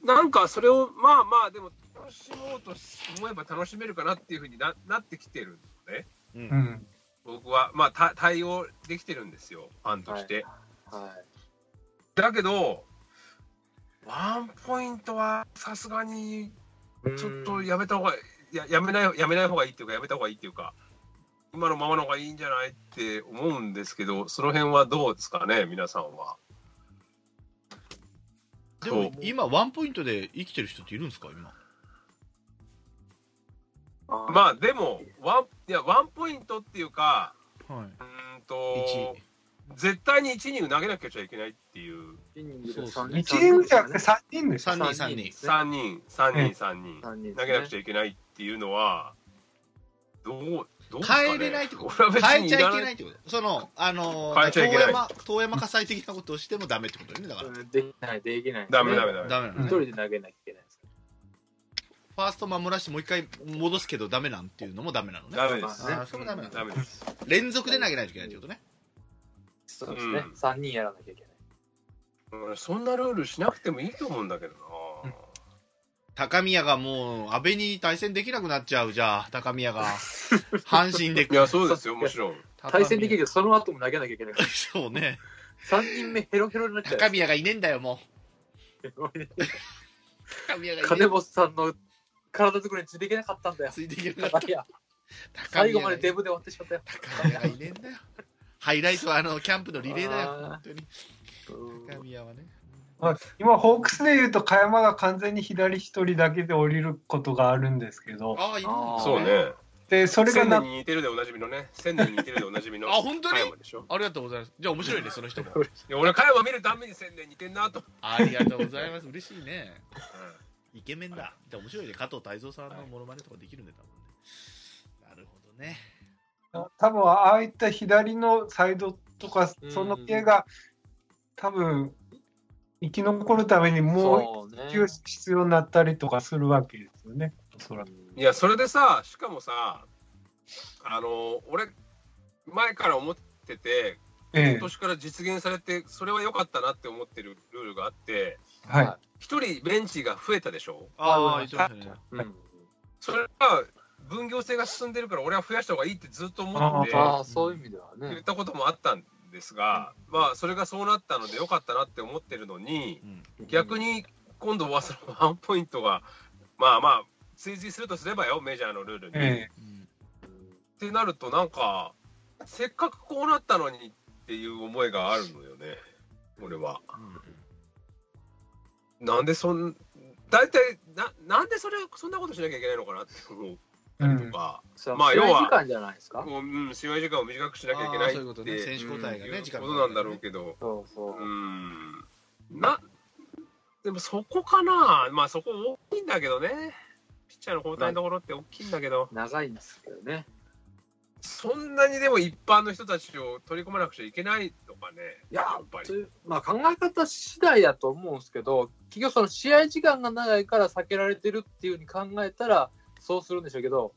S2: なんかそれを、まあまあ、でも、楽しもうと思えば楽しめるかなっていうふうにななってきてるのね、
S5: うん。
S2: 僕は、まあた、対応できてるんですよ、ファンとして。
S3: はい。
S2: だけど、ワンポイントはさすがに、ちょっとやめた方がややめない、やめない方がいいっていうか、やめた方がいいっていうか、今のままの方がいいんじゃないって思うんですけど、その辺はどうですかね、皆さんは。
S4: で
S2: そ
S4: も
S2: う
S4: 今ワンポイントで生きてる人っているんですか今
S2: まあでもワンいやワンポイントっていうか
S4: は
S2: うーんと絶対に1人投げなきゃちゃいけないっていう
S3: イニングで
S4: そうです
S3: 3
S4: ね
S5: 1人じゃなくて3人です
S4: 3
S5: よ。
S4: 人
S3: 三
S4: 3
S3: 人
S4: 人
S2: 3人3
S5: え
S2: 人3人
S3: 3人
S2: 投げなくち
S3: ゃ
S2: ゃいけないっていうのはどうどうですかね
S4: 変えれないってこ
S2: 俺は
S4: と
S2: 別
S4: 変え
S2: に
S4: ちゃい
S2: ら
S4: けないってことそのあの
S2: 変えちゃいけない
S4: 遠山遠山火災的なことをしてもダメってことよねだから、
S3: できない、できない。
S2: ダメダメダメ
S4: ダメなの
S3: 一
S4: ね
S3: 人で投げなきゃいけないです。
S4: ファースト守らしてもう一回戻すけどダメなんていうのもダメなのね
S2: ダメです
S4: あーそれもダメなの
S2: ダメです
S4: 連続で投げないといけないってことね
S3: そうですね
S2: うん。
S3: 3人やらなきゃいけない。
S2: うんそんなルールしなくてもいいと思うんだけどな
S4: 高宮がもう安倍に対戦できなくなっちゃうじゃあ高宮が阪神で
S2: いやそうですよもちろん
S3: 対戦できるけど、その後も投げなきゃいけないから。
S4: そうね
S3: 3人目ヘロヘロになっちゃう。
S4: 高宮がいねえんだよも う高宮がいね
S3: 金本さんの体作りについていけなかったんだ
S4: え
S3: よ。
S4: ついていけなかった
S3: いや
S4: 高
S3: 最
S4: 宮
S3: 後
S4: が
S3: までデブで終わってしまったよ。
S4: 高宮がいねえんだよハイライトはあのキャンプのリレーだよ
S3: あー
S4: 本当に高宮はね
S5: 今、ホークスで言うと、加山が完全に左一人だけで降りることがあるんですけど、
S4: ああいるんだ
S3: あー
S2: そうね
S5: で、それが
S2: 千
S5: な
S2: 年に似てるでおなじみのね千年に似てるでおなじみの
S4: あ本当に
S2: 加山でしょ
S4: ありがとうございますじゃあ面白いねその人も
S2: いや俺は加山見るために千年似てんなと
S4: ありがとうございます嬉しいねイケメンだじゃあ面白いね加藤泰造さんのモノマネとかできるんで多分ねなるほどね
S5: 多分ああいった左のサイドとか
S3: うん
S5: その系が多分生き残るために
S3: そ
S5: も
S3: うね
S5: う。一球必要になったりとかするわけですよね。おそらく
S2: いやそれでさしかもさあの俺前から思ってて
S5: え
S2: 今年から実現されてそれは良かったなって思ってるルールがあって
S5: え、は
S2: 一人ベンチが増えたでしょ
S4: ああ言ってましたね
S3: うん
S2: それは分業制が進んでるから俺は増やした方がいいってずっと思って
S3: ああ、そういう意味では
S2: 言っ
S3: ね。
S2: たこともあったんですが、まあそれがそうなったので良かったなって思ってるのに
S4: うん
S2: 逆に今度はそのワンポイントがまあまあ追随するとすればよメジャーのルール
S5: い。
S2: に。
S5: え
S4: うん
S2: ってなるとなんかせっかくこうなったのにっていう思いがあるのよね俺はなんでそん大体ななんでそれそんなことしなきゃいけないのかなって思
S5: え、う
S2: うと
S5: ん、
S2: か、ま
S3: ま
S2: あ
S3: あ、
S2: 要
S3: 要
S2: は
S3: は。時間じゃないですか。
S2: もううん試合時間を短くしなきゃいけない
S4: あーそういうこと
S2: っ
S4: ね
S2: て
S4: 選手交代がね
S2: うん
S4: 時間
S2: いう
S4: かか
S2: こ
S4: る
S2: となんだろうけど
S3: そうそう
S2: う。んなでもそこかなまあそこ大きいんだけどねピッチャーの交代のところって大きいんだけど
S3: 長いんですけどね。
S2: そんなにでも一般の人たちを取り込まなくちゃいけないのかね
S3: いや
S2: やっぱり
S3: というまあ、考え方次第やと思うんですけど、結局、その試合時間が長いから避けられてるっていうふうに考えたら、そうするんでしょうけど、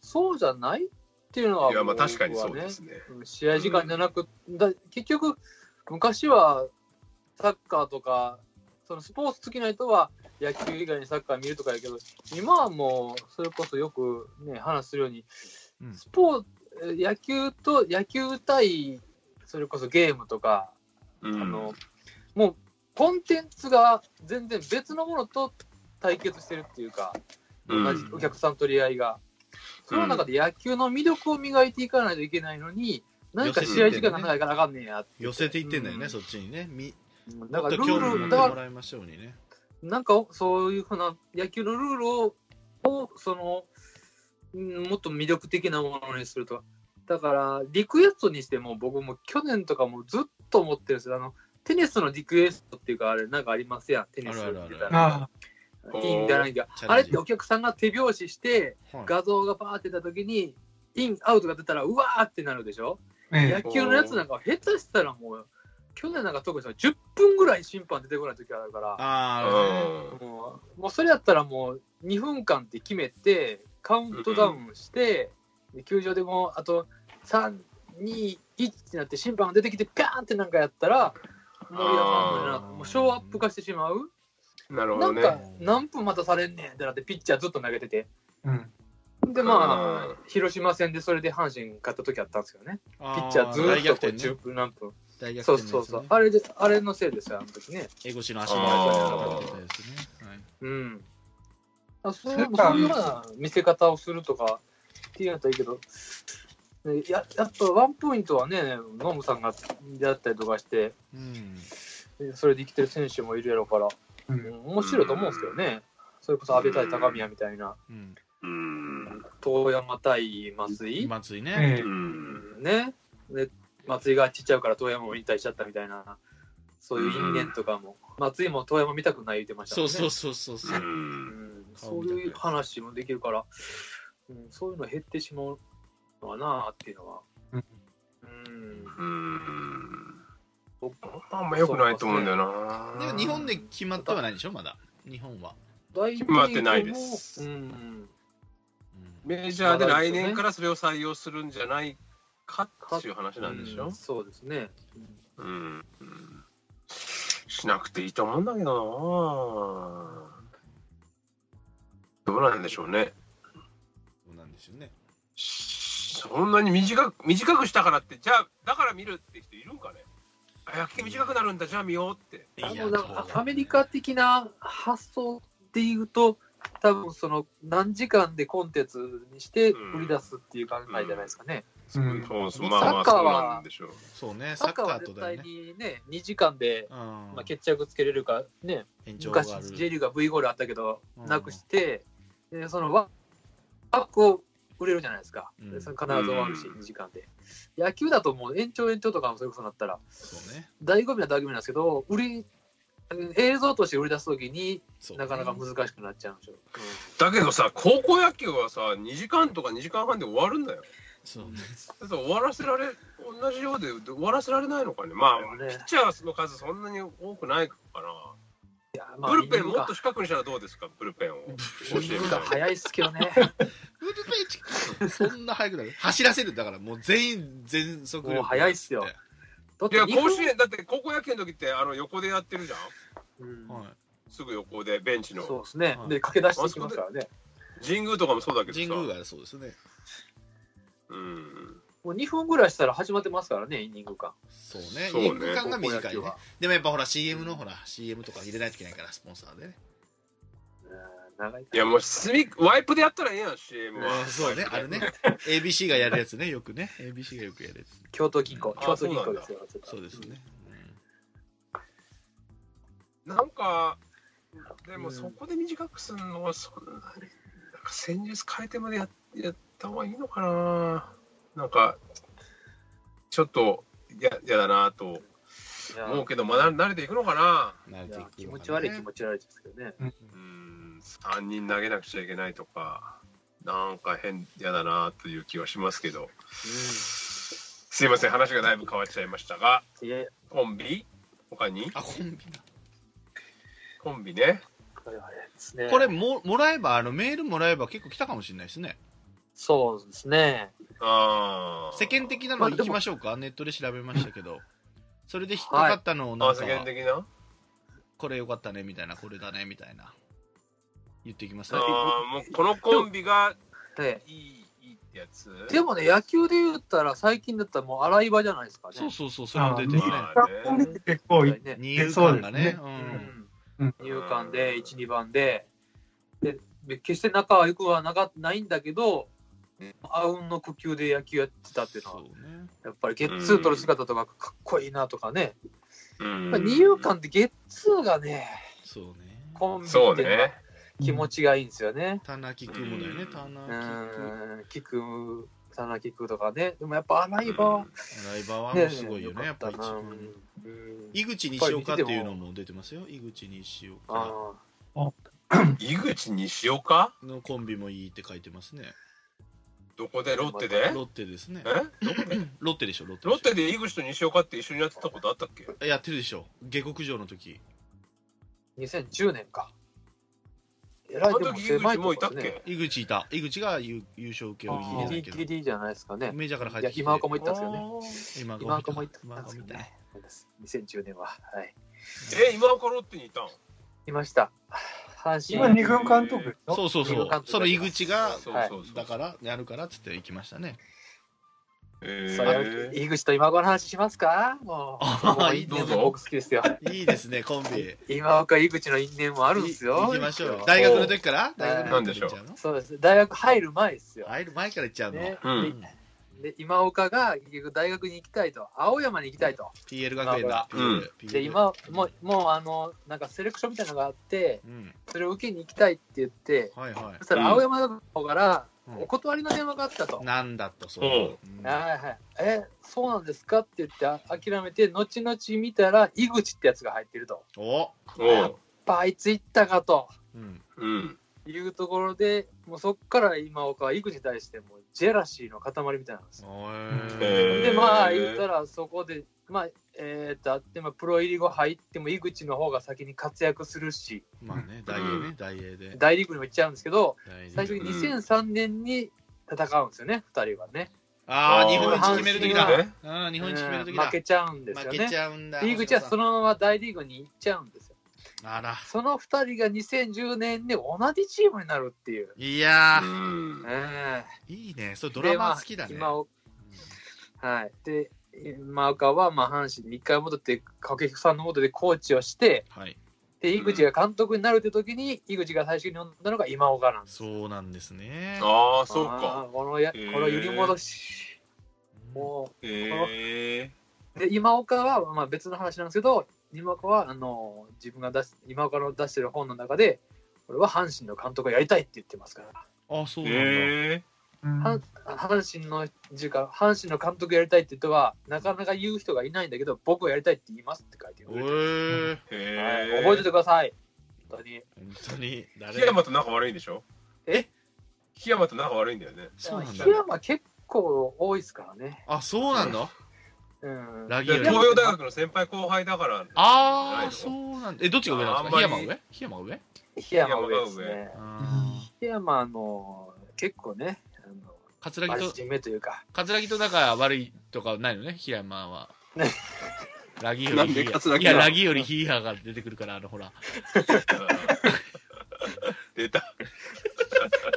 S3: そうじゃないっていうのは、
S2: いやまあ
S3: 僕は
S2: 確かにそうですね。
S3: うん試合時間じゃなく、だ結局、昔はサッカーとか、そのスポーツ好きな人は野球以外にサッカー見るとかやけど、今はもう、それこそよく、ね、話するように、
S4: うん
S3: スポーツ、えー野球と野球対、それこそゲームとか、
S2: うん
S3: あのもうコンテンツが全然別のものと対決してるっていうか、
S2: うん
S3: 同じお客さん取り合いが、その中で野球の魅力を磨いていかないといけないのに、何か試合時間が長いからあかんねんや、
S4: 寄せていってんだよね、
S3: うん
S4: そっちにねみ
S3: うん
S4: も
S3: だ
S4: っ
S3: から
S4: と
S3: ル
S4: 興味を
S3: ー
S4: 持っ
S3: ル、
S4: て
S3: だか
S4: も
S3: ら
S4: らいましょうにね
S3: なんかそういうふうな野球のルールををそのうんもっと魅力的なものにするとか、だからリクエストにしても、僕も去年とかもずっと思ってるんですよ。あのテニスのリクエストっていうか、あれ、なんかありますやん、テニスって言ったら。
S5: あ
S3: インじゃないんだ
S4: チャ
S3: あれ
S4: レンジ
S3: ってお客さんが手拍子して
S4: はい
S3: 画像がバーって出た時にインアウトが出たらうわーってなるでしょ
S5: あ、え
S3: 野球のやつなんか下手したらもう去年なんか特にさ10分ぐらい審判出てこない時あるから
S4: あ
S3: もうもうそれやったらもう2分間って決めてカウントダウンして、で球場でもうあと321ってなって審判が出てきてピャーンってなんかやったらもうやらんのやなもうショーアップ化してしまう
S2: うんなるほ
S3: な
S2: ど
S3: ん
S2: ね。
S3: か何分待たされんねんってなってピッチャーずっと投げてて
S5: うん、
S3: で
S2: う
S3: ま
S2: ん
S3: あ広島戦でそれで阪神勝った時あったんですけどね
S4: あー
S3: ピッチャーずー
S4: 大
S3: っとこ
S4: 逆
S3: う
S4: 転ね
S3: 10分何分、
S4: 大
S3: そ
S4: 逆
S3: う
S4: 転の
S3: そう
S4: やつ
S3: そう、
S4: ね
S3: あれであれのせいですよあの時ね
S4: 江越の足の裏に当たってたやつねはい
S3: うんあそう
S5: それか
S3: そういうような見せ方をするとかっていうのはいいけどねややっぱワンポイントはねノムさんがやったりとかして
S4: うん
S3: それで生きてる選手もいるやろから
S5: うん
S3: 面白いと思うんですけどね。それこそ安倍対高宮みたいな、
S4: うん。
S2: うん。
S3: 遠山対松井、
S4: 松井ね。
S5: ええ
S2: うん。
S3: ね。で、松井がちっちゃうから遠山も引退しちゃったみたいな、そういう因縁とかも、松井も遠山見たくない言ってましたも
S4: そ
S3: ん
S4: う
S3: ね。
S4: そうそうそうそうう。
S2: ん。
S3: そういう話もできるから、うん、そういうの減ってしまうのはなあっていうのは。
S5: うん
S3: うん。
S2: うん。
S3: 僕
S2: あんま良くないと思うんだよな。
S4: でも日本で決まってはないでしょまだ。日本は。
S3: 大リーグも
S2: 決まってないです
S3: うん。
S4: うん
S2: メジャーで来年からそれを採用するんじゃないかっていう話なんでし
S3: う
S2: ょ
S3: ん。そうですね。うん
S2: うん。うんしなくていいと思うんだけどな。どうなんでしょうね。
S4: そうなんですよね。
S2: そんなに短く短くしたからってじゃあだから見るって人いるんかねあ野球短くなるんだじゃあ見ようって
S4: い
S3: あ
S4: や
S3: のなんか
S4: どう
S3: アメリカ的な発想でいうと、多分その何時間でコンテンツにして売り出すっていう考えじゃないですかね。
S5: うん
S2: そう
S4: そう
S2: まあまあ
S3: サッカ
S2: そ
S3: ー
S2: う
S3: は
S2: なんでしょう
S4: そうね。
S3: サ
S4: サ
S3: ッ
S4: ッ
S3: カー
S4: カ
S3: は
S4: ーと
S3: 絶
S4: だ
S3: 対
S4: よね。
S3: にね、2時間で、
S4: うん。
S3: まあ、決着つけれるか、ね、
S4: 延長があ
S3: 昔
S4: る
S3: J リーグは V ゴールあったけど、
S4: うん
S3: なくして、でそのワワックを売れるじゃないですか。
S4: うん
S3: でその必ず終わるし、
S2: うん
S3: 2時間で。野球だともう延長延長とかもそういうことになったら、
S4: そうね。
S3: 醍醐味は醍醐味なんですけど、売り、映像として売り出すときに
S4: そう
S3: なかなか難しくなっちゃうんでしょう。うん
S2: だけどさ高校野球はさ2時間とか2時間半で終わるんだよ
S4: そうね。
S2: だって終わらせられ同じようで終わらせられないのかねまあ
S3: ね
S2: ピッチャーの数そんなに多くないか
S3: いや
S2: な
S3: まあ
S2: ブルペン
S3: 見
S2: も
S3: るか
S2: っと四角にしたらどうですかブルペンを教
S3: 見
S2: え
S3: る
S2: る
S3: か
S2: か
S3: 早いっすけどね。
S4: フルページそんな速くなる走らせるだからもう全員全速力
S3: もう速いっすよ
S4: はい
S3: だっ
S2: い
S3: て
S2: や
S3: 二分
S2: 甲子園だって高校野球の時ってあの横でやってるじゃん
S3: うん
S2: すぐ横でベンチ
S3: そう
S2: の
S3: ですね
S4: は。い
S3: で、駆け出していきますからね。
S2: 神宮とかもそうだけどさ
S4: 神宮がそうですね
S2: うん
S3: もう2分ぐらいしたら始まってますからね、イニング間。
S4: そうね
S2: そうね
S4: インク間が短
S3: 高
S4: い
S3: 校野球
S4: ね
S3: は
S4: でもやっぱほら CM のほら CM とか入れないといけないからスポンサーでね
S3: うん長い
S2: いやもう隅ワイプでやったらええやん CM は
S4: そうねあれね ABC がやるやつねよくね ABC がよくやるやつ
S3: 京都銀行、
S2: あ
S3: 京都銀行ですよ。
S4: そうですね
S2: なんかでもそこで短くするのはそんなになんか戦術変えてまでややった方がいいのかななんかちょっとややだなと
S3: いや
S2: 思うけどまあな慣れていくのかな
S4: うん慣れ
S3: い
S4: ていくの
S3: や気持
S4: かね
S3: ち悪い気持ち悪いですけどね。
S2: うん3人投げなくちゃいけないとかなんか変やだなという気はしますけどすいません話がだいぶ変わっちゃいましたが
S3: うん。いえ、
S2: コンビ他に
S4: あコンビ
S2: コンビね
S3: これはあれですね。
S4: なこれももらえばあのメールもらえば結構来たかもしれないですね
S3: そうですね。
S2: ああ
S4: 世間的な
S3: ま
S4: の
S3: あ
S4: 行
S3: でも
S4: きましょうかネットで調べましたけどそれで引っかかったのをな
S2: あ
S4: んか
S2: 世間的な
S4: これ良かったねみたいなこれだねみたいな言っていきます
S2: ああもうこのコンビが
S3: で
S2: いいいいってやつ
S3: でもね、野球で言ったら、最近だったらもう洗い場じゃないですかね。
S4: そうそうそうそれも出てるね
S2: あ
S5: 学校で結構い
S3: ね。
S4: 二遊間がねう
S3: うんん
S5: うん
S3: 二遊間で1、2番で、で決して仲は良くはなかないんだけど、あうんの呼吸で野球やってたっていうのは、
S4: そうね
S3: やっぱりゲッツー取る姿とかかっこいいなとかね、
S2: うん
S3: やっぱ二遊間ってゲッツーがね、
S4: そうね
S3: コンビって
S2: そう
S3: いうのは
S2: ね
S3: 気持ちがいいんですよね。
S4: 田中君もだよね
S2: うん
S4: 田中
S3: う
S4: 君
S3: ん、キック、田中キックとかね、でもやっぱ洗い場は
S4: ライバーはも
S3: ね、
S4: うすごいよねやっぱ一
S3: な。う
S4: 番
S3: んうん
S4: 井口西岡っていうのも出てますよ井口西岡
S3: あ
S2: 井口西岡
S4: のコンビもいいって書いてますね
S2: どこでロッテで
S4: ロッテですね
S2: え
S4: ロッテでしょロッテ
S2: ロッ
S4: で
S2: テ
S4: し
S2: で井口と西岡って一緒にやってたことあったっけ
S4: ょやってるでしょ下克上の時
S3: ー2010年か。え
S2: あ
S3: らい
S2: の
S3: でも
S2: 時井
S3: 狭
S2: 口
S3: い
S2: も
S3: と
S2: いたっ
S3: こ
S2: け、
S3: ですね。
S4: 井口いた井口が優優勝受けを
S5: あ
S3: ギ
S4: 入
S5: ー
S3: リ
S4: れた
S3: ギ
S4: けど
S3: リじゃないですかね。
S4: メジャーから帰
S3: い
S4: って
S3: や
S4: きて
S3: 今岡も行ったんですよね。
S4: 今
S3: 今
S4: 岡
S3: 岡
S4: も
S3: も
S4: い
S3: 行
S4: た
S3: ったんですよ
S4: 今岡もいた
S3: ね。2010年は。はい。
S2: え今岡ロッテにいたん
S3: いました。阪
S5: 今
S3: 神。
S5: 二軍監督でしょ
S4: そうそうそ
S3: 監
S4: う
S3: 督
S4: その井口が
S2: そうそうそう
S4: だからやるからっつって行きましたね
S2: え
S3: さあ
S2: ー、
S3: 井口と今岡の話しますかもう。
S4: あ
S3: もう
S4: いい
S2: どうぞ
S3: 因縁も僕好きですよ。
S4: いいですねコンビ
S3: 今岡、井口の因縁もあるんですよ。
S4: 行きましょうよ大学の時から大学
S2: な
S4: の時から
S2: んでしょう
S4: 行っちゃうの
S3: そうです。大学入る前ですよ。
S4: 入る前から行っちゃうの
S3: ね
S2: うん
S3: でで今岡が結局大学に行きたいと青山に行きたいと
S4: PL 学園だ。
S2: うん
S4: PL
S3: で、今もうもうあのなんかセレクションみたいなのがあって
S4: うん。
S3: それを受けに行きたいって言って
S4: はいは
S3: そしたら青山の方から
S4: うん
S3: お断りの電話があったと、
S4: い。なんだと、そう。うん
S3: はいはいえそうなんですかって言ってあ諦めて後々見たら井口ってやつが入ってると
S4: お
S2: おう
S3: やっぱあいつ行ったかと
S4: うん。
S2: うん。
S3: いうところでもうそっから今岡は井口に対してもうジェラシーの塊みたいなんですよ
S4: お
S2: へ
S4: ー
S2: ー
S3: でまあ言ったらそこでまあえー、とあってもプロ入り後入っても井口の方が先に活躍するし
S4: まあね、大英ね、大英で。
S3: 大リーグにも行っちゃうんですけど
S4: 大英
S3: 最初に
S2: うん
S3: 2003年に戦うんですよね、二人はね。
S4: ああ、日
S2: ー
S4: 本一決めるときだ。
S3: 阪
S2: ね
S4: ああ、日本一決めるとき
S3: うん
S4: だ。
S3: 負けちゃうんですよ
S4: 負け
S3: ね
S4: ち。ゃうんだ。
S3: で井口はそのまま大リーグに行っちゃうんですよ。
S4: あら。
S3: その二人が2010年で同じチームになるっていう。
S4: いや
S2: うん
S3: え
S4: ー、いいね。それ
S3: え
S4: ドラマ好きだね
S3: で。まあ今をはい。で、今岡はまあ阪神に一回戻って、掛布さんの元でコーチをして、
S4: はい。
S3: で、井口が監督になるって時に、井口が最初に呼んだのが今岡なんです。
S4: そうなんですね。
S2: ああ、そうか。
S3: あー。このや、こ
S2: へー
S3: の揺り戻し。もう、
S2: え
S3: で今岡は、まあ、別の話なんですけど今岡はあの自分が出し今岡の出してる本の中で俺は阪神の監督をやりたいって言ってますから
S4: あ、そう
S2: ー。
S4: なんだ。
S2: え
S5: うん
S3: 阪阪神の自か阪神の監督やりたいって人はなかなか言う人がいないんだけど僕はやりたいって言いますって書いて
S4: お
S3: くれて
S4: えー、
S2: ー。え
S3: はい
S2: ー。
S3: 覚えててください本当に
S4: 本当に誰
S2: 檜山と仲悪いんでしょ
S3: え
S2: 檜山と仲悪いんだよね。
S4: そうなんだ
S3: 檜。山結構多いですからね
S4: あ、そうなんだ。
S3: うん
S4: ラギ
S2: だ
S4: よ
S2: から
S4: り。
S2: 東洋大学の先輩後輩だから。
S4: ああ、そうなんだ。え、どっちが上なんですか檜
S2: あんま
S4: 山
S2: り
S4: 上檜山上
S3: 檜山上です
S2: 檜
S3: ね
S4: あ
S3: 檜山あの結構ねあの
S4: ー葛城と
S3: 真、面目というか
S4: 葛城と仲悪いとかないのね、檜山 は
S3: ね。
S4: ラギよ
S2: な
S4: り
S2: んで
S4: ヒー
S2: 葛城なの
S4: いや、ラギよりヒーハーが出てくるから、あの、ほら。
S2: 出た。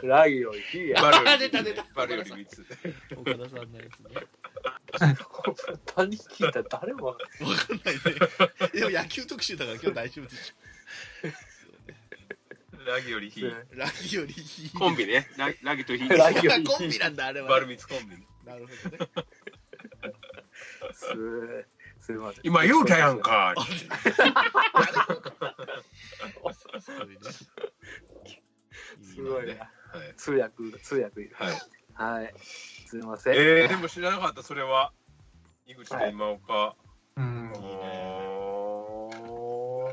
S3: ラギよりいいや
S2: バルより
S4: 出た出た
S2: バルより三つ。
S4: 岡田さんのやつね。
S3: 他に聞いたら誰も
S4: わかんないね。 でも野球特集だから今日大丈夫でし
S2: ラギよりヒー。
S4: ょ。ラギよりヒーハー
S2: コンビね。ララギとヒ
S3: ラ
S2: ー。
S3: ギより
S4: コンビなんだ、あれは。
S2: バルミツコンビ。
S4: なるほどね。
S3: すすいません。
S2: 今言うたやん。か。
S4: すご
S3: すご
S4: いね。
S3: い
S2: ね
S3: な。
S2: はい。
S3: 通訳、通訳いる。
S2: はい。
S3: はい。すいません。
S2: えー、でも知らなかった、それは。井口と今岡。
S5: うん
S4: い
S2: お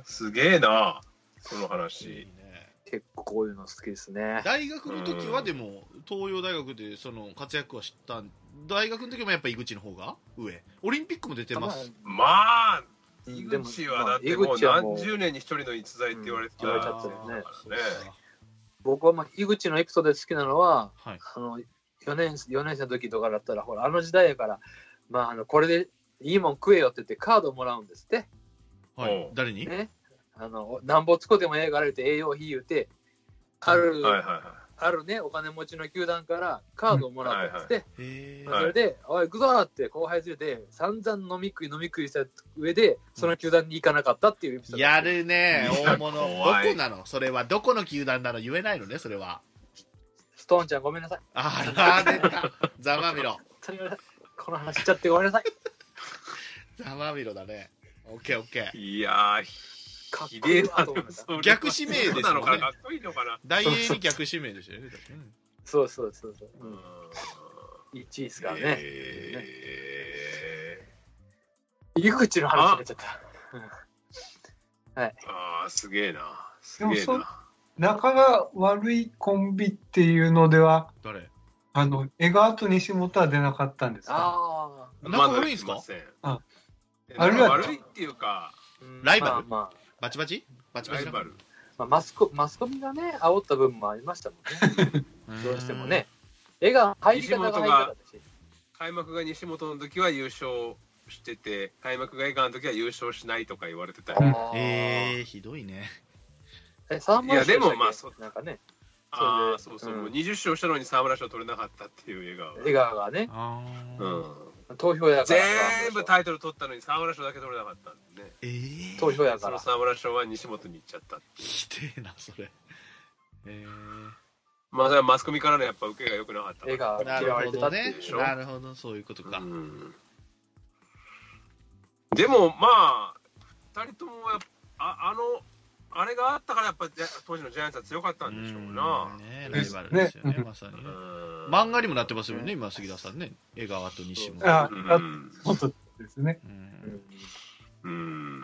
S2: ーすげえな、その
S4: いい
S2: 話。
S4: ね
S3: 結構こういうの好きですね。
S4: 大学の時はでも東洋大学でその活躍は知ったん大学の時もやっぱ井口の方が上オリンピックも出てます、
S2: まあ、
S3: うん
S2: 井
S3: でも
S2: 口はだって
S3: ま
S2: も
S3: あ
S2: う
S3: 井口はもう
S2: 何十年に一人の逸材って言われてた
S3: うん言われち
S2: か
S3: ゃってるね
S4: そうか
S3: 僕はまあ井口のエピソードで好きなのは、
S4: はい
S3: あの四年四年生の時とかだったら、ほらあの時代やから、まああのこれでいいもん食えよって言ってカードもらうんですって。
S4: はい
S2: おう
S4: 誰に
S3: ね。あのなんぼつこでもええから言って栄養費言うて、ある、
S2: ら。はいは
S3: あるね、お金持ちの球団からカードをもらったんですって。
S4: へー
S2: はい
S3: それで、おい、行くぞーって後輩連れて、散々飲み食い飲み食いした上で、その球団に行かなかったっていうエピソード。
S4: やるね
S2: い
S4: 大
S2: や
S4: 物ど
S2: 怖い
S4: こなのそれはどこの球団なの言えないのねそれは
S3: ストーンちゃんごめんなさい。
S4: あら出たざまみろ
S3: 本当にごめんなさいこの話しちゃってごめんなさい。
S4: ざまみろだねオッケーオッケー
S2: い。いやー、
S3: かっ
S2: ひ
S3: こい
S2: でえ
S3: いわ
S2: な
S3: と思った。
S2: それ
S4: 逆指名ですもんね
S2: そうなのかな、かっこいいのかな。
S4: 大英に逆指名でしたよねだってね
S3: そうそうそうそう。
S2: う
S3: うんん、1位ですからね。
S2: え
S3: 井口の話になっちゃった。
S2: ー、ああ、すげえな。す
S5: でも
S2: げえ
S5: そ
S2: な。
S5: 仲が悪いコンビっていうのでは
S4: 誰
S5: あの江川と西本は出なかったんですか
S3: あ
S4: 仲悪いんすか
S2: まだ来ません
S5: ああれ
S2: 仲
S5: は
S2: 悪いっていうか、
S3: あ、うん
S4: ライバル
S3: まあまあ
S4: バチバチバチバ
S2: ライ
S4: チ
S2: バル。
S3: まあ、マスコマスコミがね、煽った部分もありましたもんね。どうしてもね。絵が入り方が入り方だし。
S2: 開幕が西本の時は優勝してて開幕が江川の時は優勝しないとか言われてたり、
S5: うん
S3: あー
S4: えー、ひどいね
S3: え、3万
S2: いやでもまあ
S3: そうなんかね、
S2: ああ
S3: そ
S2: そうう
S3: ね
S2: そう、
S3: うん
S2: もう20勝したのに沢村賞取れなかったっていう江川は
S3: 江川がね、
S4: あ
S2: う
S4: ー
S2: ん、
S3: 投票やか
S2: 全
S3: ら。
S2: 部タイトル取ったのに沢村賞だけ取れなかったんでね
S4: えー
S3: 投票やか
S2: その
S3: ら。
S2: 沢村賞は西本に行っちゃった
S4: ひでえなそれえー、
S2: まあ、それはマスコミからのやっぱ受けが良くなかった
S3: 絵が
S4: なる
S3: 嫌われ
S4: ほ
S3: てた
S4: ど
S3: ってい
S4: ね
S3: う。
S4: なるほど、そういうことか。
S2: うんでもまあ2人ともやっぱああのあれがあったからやっぱジャ当時のジャイアンツは強かったんでしょうな
S4: うんねラ
S5: で
S4: イ
S5: す
S4: バルですよね、
S5: ね
S4: まさに。
S2: うん
S4: 漫画にもなってますよね、今、杉田さんね。江川と西も。
S5: あ
S2: う
S5: あ
S2: ん
S5: そうですね。
S2: う
S4: うん
S2: ん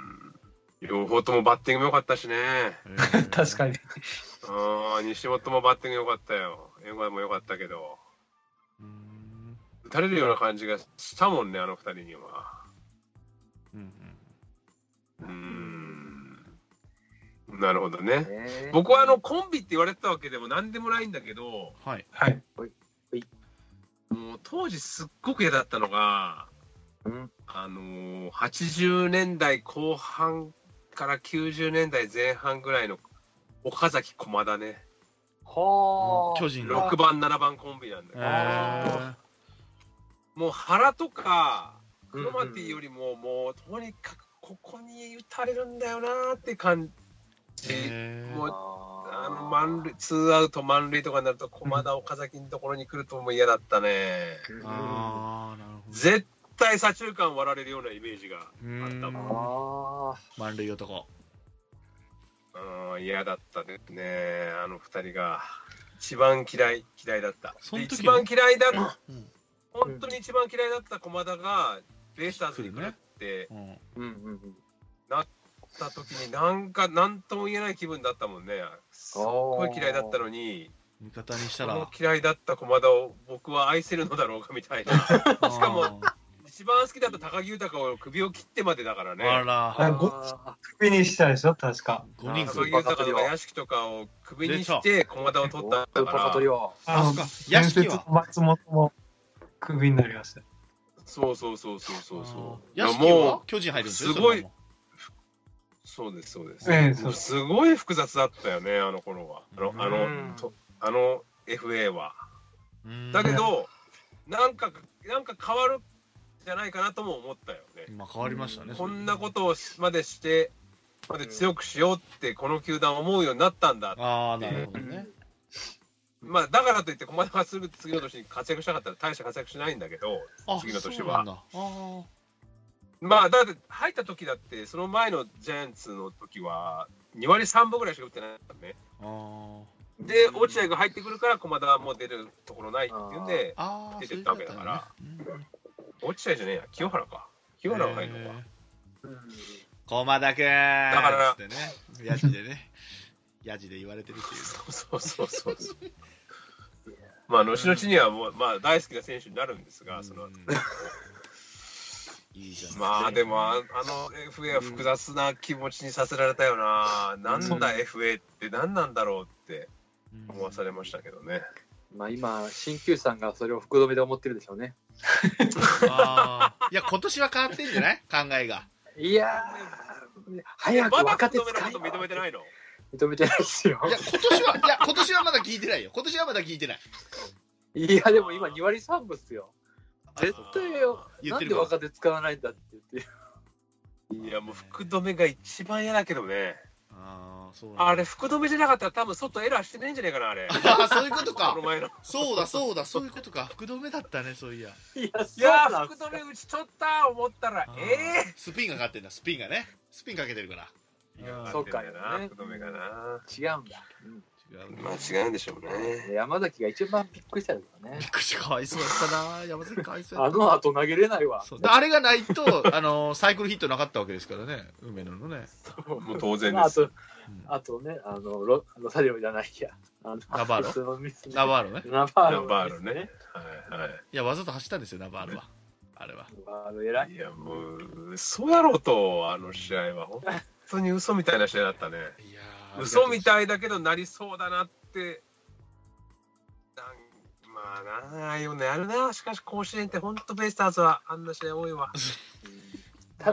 S2: 両方ともバッティングも良かったしね
S5: 確かに。
S2: うん西本もバッティング良かったよ江川も良かったけど
S4: うん
S2: 打たれるような感じがしたもんねあの2人には。
S4: うん
S2: うんなるほどね。
S3: ね
S2: 僕はあのコンビって言われてたわけでも何でもないんだけど
S4: はい。
S5: はい。
S2: もう当時すっごく嫌だったのが、
S3: うん
S2: あのー80年代後半から90年代前半ぐらいの岡崎駒だね
S3: はあ
S4: 巨人の。
S2: 6番7番コンビなんだけ
S4: え
S2: ど、
S4: ー
S2: もう原とか
S3: う
S2: ク
S3: ん
S2: ロマティよりももうとにかくここに打たれるんだよなーって感じ、
S4: えー
S2: もうあ
S3: あ
S2: の満塁ツーアウト満塁とかになると駒田岡崎のところに来るともう嫌だったね
S3: うんあ
S4: あーなるほど
S2: 絶対左中間割られるようなイメージが
S4: うん
S2: あったもん
S3: あ
S4: 満塁男。
S2: うん嫌だったですね、あの二人が。一番嫌い、嫌いだった。
S4: その時
S2: 一番嫌いだ、
S4: うん
S2: 本当に一番嫌いだった駒田が、ベイスターズに来るって
S4: うん
S3: うんうんうん
S2: 言った時に、なんか、なんとも言えない気分だったもんね。すっごい嫌いだったのに、
S4: 味方にし
S2: こ
S4: たら
S2: の。嫌いだった駒田を僕は愛せるのだろうかみたいな。しかも一番好きだった高木豊を首を切ってまでだから
S4: あーあ
S2: ね。
S4: ら、
S5: あご
S3: あ
S5: 首にしたでしょ、確か。
S4: 五人
S2: 高木
S4: 組。
S2: 豊とか屋敷とかを首にして駒田を
S3: ー
S2: 取った
S3: スー
S2: か
S3: パーカ
S2: ら
S3: ト。リオ
S4: あそ
S5: あ
S4: う
S5: の
S4: か、屋
S5: 伝
S4: 敷
S5: 説
S4: は
S5: の。松本もクビになりました。
S2: そうそうそうそうそうそう。
S4: 屋敷
S2: いやもう
S4: は巨人入るんですよ。
S2: すごい
S4: そのま
S2: そうです、そうです。
S5: ええそう
S2: すごい複雑だったよね、あの頃は。あの、あ
S3: う
S2: の
S3: ん、
S2: とあの FA は。
S4: まうん
S2: だけど、なんか、なんか変わるんじゃないかなとも思ったよね。
S4: まあ変わりましたね。
S2: こんなことをしまでして、まで強くしようって、この球団思うようになったんだ。
S4: ああ、なるほどね。
S2: まあ、だからといって、駒田がすぐ次の年に活躍しなかったら大した活躍しないんだけど、
S4: あ、
S2: 次の年は
S4: そうなんだ。あー
S2: まあ、だって入った時だって、その前のジャイアンツの時は、2割3分ぐらいしか打ってないからね。
S4: あー。
S2: で、落合が入ってくるから、駒田はもう出るところないっていうんで、
S4: ああ。
S2: 出てったわけだから落合じゃねえや、清原か。清原が入るのか。
S4: 駒田くん
S2: だから
S4: つってね、ヤジでね、ヤジで言われてるっていう。
S2: そうそうそうそう。まあ、後々にはもう、まあ、大好きな選手になるんですが、その
S4: うん、いいじゃん。
S2: まあ、でもあ、あの FA は複雑な気持ちにさせられたよな。なんだ FA って何なんだろうって
S4: うん
S2: 思わされましたけどね。
S3: まあ今新旧さんがそれを福留で思ってるでしょうね
S4: あーいや、今年は変わってんじゃない 考えが。
S3: いやー早く
S2: まだ
S3: 若手
S2: 福
S3: 使
S2: 留のこ
S3: い
S2: と認めてないの
S3: 認めてないですよ
S4: いや、今年は、いや、今年はまだ聞いてないよ。今年はまだ聞いてない。
S3: いやでも今2割3分っすよ絶対よ
S4: 言
S3: な
S4: って
S3: んで
S4: るから
S3: 若手使わないんだって言って
S2: いや、もう福留が一番嫌だけどね。
S4: あーそうなんだ
S2: あれ、福留じゃなかったら多分外エラーしてないんじゃないかな、あれ。
S4: あーそういうことか
S2: この。前の。
S4: そうだ、そうだ、そういうことか。福留だったね、そういや。
S3: いや
S2: いや
S3: そうな
S2: ー、
S3: ん
S2: 福
S3: す
S2: 留
S3: か
S2: 打ち取った思ったら
S4: あ、ー
S2: え
S4: スピンがかかってんだ、スピンがね。スピンかけてるから。
S2: え
S4: うん
S3: そっかね
S2: 福留がな。
S3: 違うんだ、うん
S4: 違うね
S2: まあ違うんでしょうね。
S3: 山崎が一番びっくりしたからね
S4: びっくりしたかわいそうだったな。山崎かわいそうだ
S3: あ
S4: った
S3: の後投げれないわ
S4: そうだあれがないと、あのサイクルヒットなかったわけですからね、梅野 のね。
S2: もう当然
S3: まあ
S2: で
S3: あ
S2: す。
S3: とあとねあのロロサリオじゃないやあの
S4: ナバーロ
S3: 普通のミスね
S4: ナバーロね。
S3: ナバー
S2: ナ
S3: ロ
S2: バールね。はい
S4: や、わざと走ったんですよ、ナバーロは。あれは。
S3: ナバーロ偉
S2: い
S3: い
S2: いや、もう、嘘やろと、あの試合は。本当に嘘みたいな試合だったね。
S4: いや
S2: 嘘み
S4: い。
S2: たいだけど、なりそうだなって。なんまあな、ああいうのやるな。しかし、甲子園って本当ベイスターズはあんな試合多いわ。
S3: た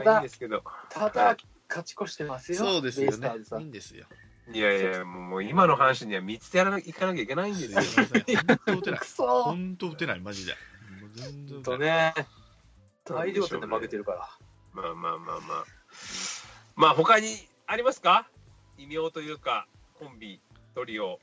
S2: まあいい
S3: だ
S2: ですけど。
S3: た
S2: は
S3: だ
S2: い
S3: 勝ち越してますよ
S4: そうです
S3: ベ
S4: よ
S3: イスタ
S4: ね
S3: ーズさ。
S4: いい
S3: ん
S4: んですよ。
S2: いやいや、もうもう今の阪神には見つけやらなきゃいかなきゃいけないんです
S4: い
S2: す
S4: ま
S2: よ。
S4: せん本当打てない
S3: く。そ
S4: 本当打てない、マジで。もう全然
S3: ー
S4: 打て
S3: と
S4: ない
S3: ね大量点で負けてるから
S2: まあまあまあまあ。まあ他にありますか異名というか、コンビトリオ、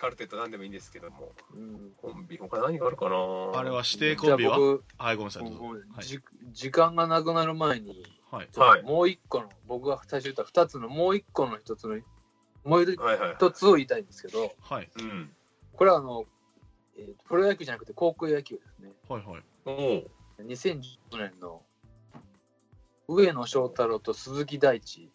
S2: カルテット、なんでもいいんですけども、
S3: うん
S2: コンビ、他何があるかな
S4: あれは指定コンビ
S3: じゃ
S4: は
S3: あ僕
S4: はい、ごめんなさい。どうぞ
S3: 僕
S4: はい
S3: じ時間がなくなる前に、
S4: はい。
S2: はい
S3: もう一個の、僕が最初言った二つのもう一個の一つの、もう
S2: はいはい。
S3: 一つを言いたいんですけど、
S4: はい。
S2: うん。
S3: これはあの、えープロ野球じゃなくて高校野球ですね。
S4: はい。はい。
S2: おおう。
S3: 2010年の上野翔太郎と鈴木大地、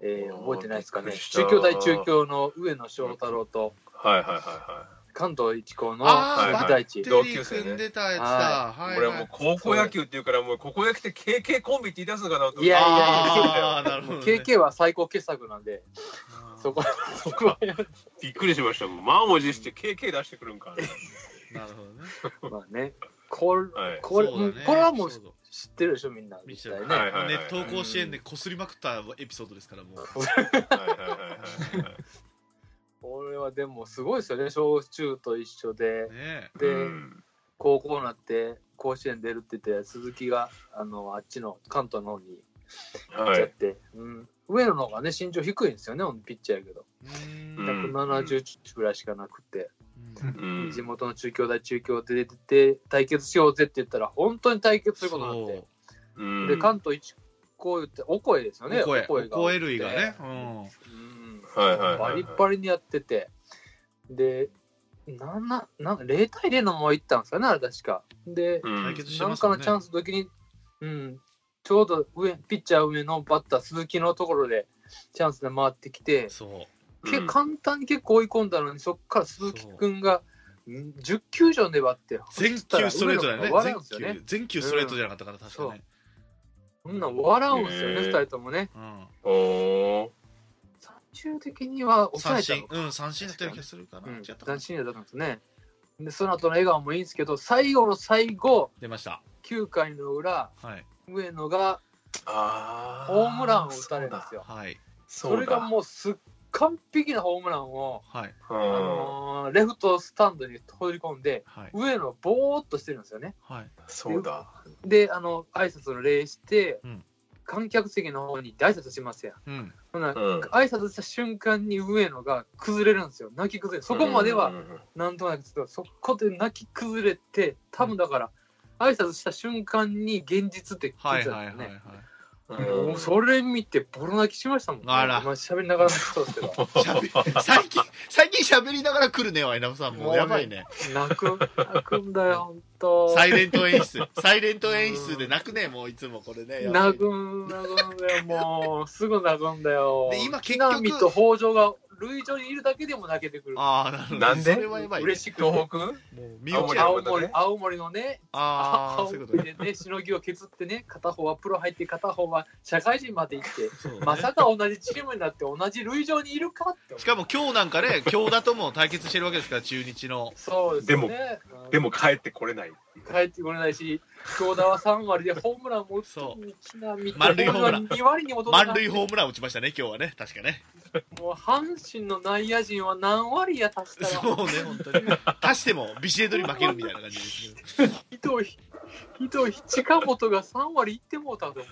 S3: えー
S2: おー
S3: 覚えてないですか
S2: びっ
S3: ね。
S2: くりした
S3: 中京大中京の上野翔太郎と
S2: はいはいはいは
S3: 関東一高の
S4: あ
S2: ー
S3: 鈴木大地
S4: テ。
S2: 同
S4: リ
S2: 級
S4: ー
S2: 生ね
S4: 組んでたやつだ。
S2: い。
S4: はい。
S2: これはもう高校野球っていうから、もう高校野球って KK コンビって言い出すのかなと思って。
S3: いやいや
S4: ああ、なるほ
S3: も
S4: ど
S3: う
S4: ね。
S3: KK は最高傑作なんで、そこ、そこは、
S2: びっくりしました。もう満を持して KK 出してくる んか
S4: なるほどね。
S3: まあね、これ、
S2: な。はい。
S3: これ、
S4: そうだね
S3: これはもう
S4: そう
S3: 知ってるでしょ、みんな。
S4: 見て
S3: 絶
S4: た
S3: 対
S4: よ
S3: ね。
S4: ね。
S2: はいはいはい
S4: ネット甲子園でこすりまくったエピソードですから、もう。
S2: はいはいはいはいはい。
S3: これはでもすごいですよね、小中と一緒で、
S4: ね
S3: で
S2: うん
S3: 高校になって、甲子園出るって言って、鈴木があのあっちの関東の方に行っ
S2: は
S3: ちゃっ
S2: い。
S3: て、うん、上野の方がね、身長低いんですよね、ピッチャーやけど、
S4: え。
S2: う
S4: う。
S2: んん
S3: 170ぐらいしかなくて、
S4: うん
S2: うん
S3: 地元の中京大中京で出てて、対決しようぜって言ったら、本当に対決することになって、
S2: うん
S3: で関東一高って、お声ですよね、
S4: お声、お声類がね。
S3: うん
S2: はいはいはい
S3: バ
S2: はい
S3: リバリにやってて、で、なんな、なん0対0のまま行ったんですよね、あれ確か。で、
S2: うん
S4: うん。対
S2: はい
S4: 決して
S3: な
S4: ま
S3: ん
S4: す
S3: か
S4: も
S3: の
S4: んね
S3: チャンスの時に、うん、ちょうど上、ピッチャー上のバッター鈴木のところで、チャンスで回ってきて、
S4: そう。
S3: け
S2: うん
S3: 簡単に結構追い込んだのに、そこから鈴木くんが、うん10球以上粘って、
S4: 全球ストレートだよね
S3: 上野が笑うんですよ
S4: 全
S3: ね
S4: 球。全球ストレートじゃなかったから、確かね。
S3: そんなん笑うんですよね、
S2: へー
S3: 2人ともね。
S4: うん。
S2: おー
S3: 最終的には抑
S4: 三
S3: えたの
S4: 振。うん、三振だったような気がするかな。違ったかな
S3: 斬。新やだったんですね。で、その後の笑顔もいいんですけど、最後の最後、
S4: 出ました。
S3: 9回の裏、
S4: はい。
S3: 上野が
S2: あー
S3: ホームランを打たれるんですよ。
S4: はい。
S2: そ
S3: そ
S2: うだ
S3: れがもうすっ完璧なホームランを、
S4: はい。
S2: そうだ
S3: あ
S2: うん
S3: のーレフトスタンドに放り込んで、
S4: はい。
S3: 上野ぼーっとしてるんですよね。
S4: はい。
S2: そうだ
S3: で、あの、挨拶の礼して、
S4: うん
S3: 観客席の方に挨拶しますやん。
S4: うん。
S3: ほんなら
S2: うん
S3: 挨拶した瞬間に上野が崩れるんですよ。泣き崩れる。そこまでは
S2: うんうんうん
S3: なんとなくですけどそこで泣き崩れて多分だから、挨拶した瞬間に現実って
S4: は
S3: 聞い
S4: い。
S3: て
S4: は
S3: た
S4: い。は
S3: ん
S4: い。
S3: です
S4: はい
S3: ね。もうそれ見てボロ泣きしましたもんね。
S4: あら
S3: まあ喋りながらそうですけど。
S4: 最近、最近喋りながら来るね、ワイナムさん。もうやばいね。
S3: 泣く、泣くんだよ、ほんと。
S4: サイレント演出。サイレント演出で泣くね、もういつもこれね。やばい
S3: 泣くん、泣くんだよ、もう。すぐ泣くんだよ。
S4: で今結
S3: 木
S4: 局
S3: 並と北条が塁上にいるだけでも泣けてくる。
S4: ああ、なるほど。
S2: なんで
S4: それはやばいね。
S3: 嬉しくて。
S2: 東北
S4: もう身
S2: 青
S4: 内
S2: 森
S4: あ
S3: 青森青森のね、
S4: あー、
S3: 青
S4: そういうこ
S3: 森
S4: とね。
S3: でね、しのぎを削ってね、片方はプロ入って、片方は社会人まで行って、
S4: そうね
S3: まさか同じチームになって同じ塁上にいるかって思う
S4: しかも今日なんかね、京田とも対決してるわけですから、中日の。
S3: そうですよねうん
S2: でも帰ってこれ ない
S3: 帰ってこれないし京田は3割でホームランも打 つ
S4: そ
S3: 木浪
S4: 満塁ホームラン
S3: 2割に戻ら
S4: 満
S3: ない
S4: 塁ホームラン打ちましたね、今日はね、確かね。
S3: もう阪神の内野陣は何割や足した
S4: そ
S3: ら
S4: うね、本当に。 足しても、ビシエドに負けるみたいな感じですね。
S3: 糸井糸井近本が3割いってもうたと思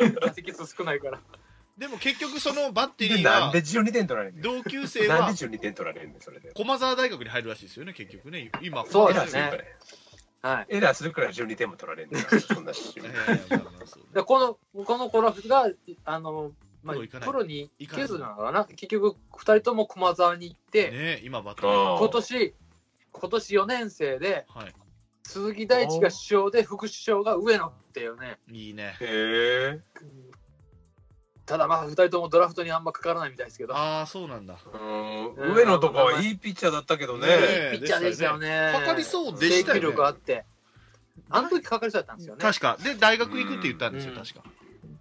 S3: う、
S4: ね
S3: 打席数少ないから
S4: でも結局、そのバッテリー
S2: なん
S4: は
S2: で、12点取られんの
S4: 同級生
S2: なん
S4: は
S2: で12点取られんのそれで
S4: 駒澤大学に入るらしいですよね、結局ね。今、
S3: そう
S2: エラ
S3: だね
S2: ーするから
S3: はい
S2: エラーするから12点も取られんのそんなシチュエーション
S3: でこのこの子らがあの、まあ
S4: プロ行か、ない
S3: プロに行けずなのかな結局2人とも駒沢に行って、
S4: ね今、バッテリー。
S2: あー
S3: 今年今年4年生で
S4: は
S3: 鈴木大地が首相で副首相が上野っていうね
S4: い。いいね。
S2: へえ
S3: ただまあ2人ともドラフトにあんまかからないみたいですけど、
S4: ああ、そうなんだ。
S2: うん上野とかはいいピッチャーだったけどね
S4: ねえ
S3: ピッチャーでしたよね
S4: かかりそうで
S3: 制
S4: した
S3: 球
S4: よね
S3: 力あ。ってあの時かかりそうだったんですよね
S4: 確か。で、大学行くって言ったんですよ、
S3: うん
S4: 確か。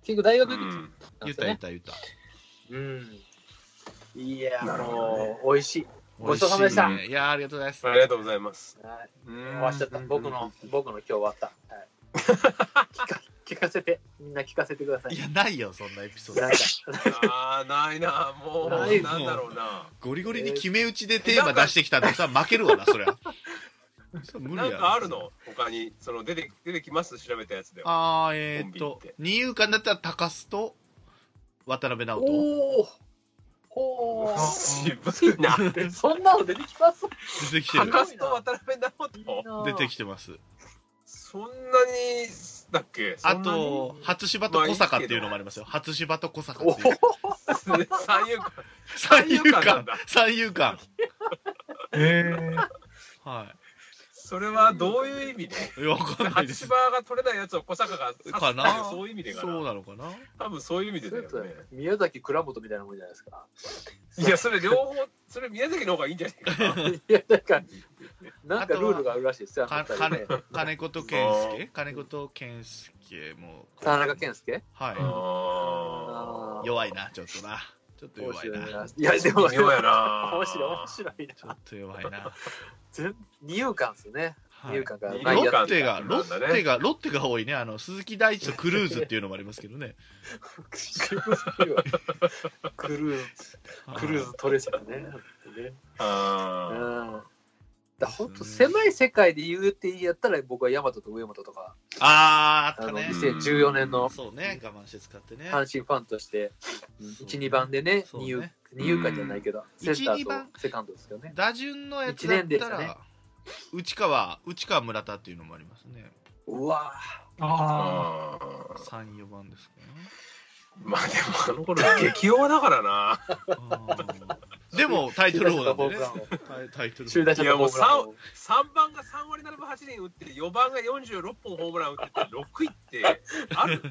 S3: 結局大
S2: う
S3: 学行くって
S2: ん
S3: 言ったん
S4: 言
S3: で
S4: っ
S3: す
S4: た、
S3: よ
S4: 言っ
S3: ね
S4: た、言った。
S3: うんいや
S2: なるほどね
S3: もう美味しいごちそうさまでした
S4: 美味いねいやーありがとうございます
S2: あ。りがとうございます
S3: はい終
S2: 終
S3: わっちゃった僕の僕の今日終わった、はい聞か 聞かせてみんな聞かせてくださ
S4: い
S3: い
S4: や、ないよ、そんなエピソー
S3: な
S4: ド
S3: ん。か
S2: あーないなもうな
S3: ない
S2: んだろうな
S4: ゴリゴリに決め打ちでテーマ出してきたんでさ、負けるわな、そ りゃ。それ無
S2: な
S4: 理
S2: ん
S4: や
S2: かあるの他にその出て出てきます調べたやつでは
S4: あー、えーっ
S2: コン
S4: と
S2: ビって、
S4: 二遊間だったら高須と渡辺直人。
S3: おおほ
S2: 渋いな。
S3: う。そんなの出てきます
S4: 出てきてる。
S2: 高須と渡辺直人。
S4: 出て
S3: き
S4: きてます。
S2: そんなにだっけ
S4: あ、と、初芝と小坂っていうのもありますよ。初芝と小坂っていう。
S2: そんなに 三遊間。
S4: 三遊
S2: 三遊間な
S4: 間
S2: んだ。
S4: 三遊間。
S5: え
S4: は
S2: それはどういう意味で
S4: い。わかんないで
S2: 初
S4: す。
S2: 芝が取れないやつを小坂が刺した
S4: かな
S2: そういう意味でか
S4: そう
S2: な。
S4: なのかな
S2: 多分そういう意味でだよね。
S3: 宮崎倉本みたいなもんじゃないですか。
S2: い や、それ両方、それ宮崎の方がいいんじゃないかな。
S3: いや、なんか、なんかルールがあるらしいですよ。あの
S4: か
S3: 二人ね
S4: 金金子と健介金子と健介も。
S3: 田中健介
S4: は
S2: あ
S3: あ
S4: い。弱いな、ちょっとな。ちょっと
S3: 面
S4: 弱い
S3: 白
S4: な。
S3: いや、でも、
S2: ー。妙やな。
S3: 面白い、面白い
S4: ちょっと弱いな。
S3: な。二遊間ですね。
S4: は
S3: 二
S4: い
S3: 遊。間が
S2: 二遊
S3: 内
S2: 間
S3: 野
S4: ロ
S3: 手
S4: ッテが、
S2: い
S4: ロッテが、ロッテが多いね。あの、鈴木大地とクルーズっていうのもありますけどね。
S3: クルーズ、クルーズ取れちゃうね。う
S2: あ
S3: ん。だ本当狭い世界で言うってやったら僕は大和と上本とか
S4: あー、あ
S3: あ
S4: った
S3: の
S4: ね。
S3: 2014年の
S4: そうね、我慢して使ってね。
S3: 阪神ファンとして12番でね
S4: そう
S3: 二
S4: ね
S3: 遊二遊間じゃないけどセンタ
S4: 1 2
S3: ー
S4: 番
S3: とセカンドですよね
S4: 打順のやつ
S3: 一
S4: だっ
S3: 年でしたた
S4: ら、
S3: ね
S4: 内川内川村田っていうのもありますね
S3: うわ
S5: ー、あ
S2: あー。
S4: 34番ですか
S2: まあでもあの頃は激弱だからな。
S4: ねあーでもタイトル王なん でね
S3: 首打者とホーム
S4: タイタイトル
S3: 中
S4: 王
S3: 打者
S2: いや
S3: の
S2: もう
S3: ホームランを
S2: 3番が3割7分8厘打って、4番が46本ホームラン打ってて、6位って、あ る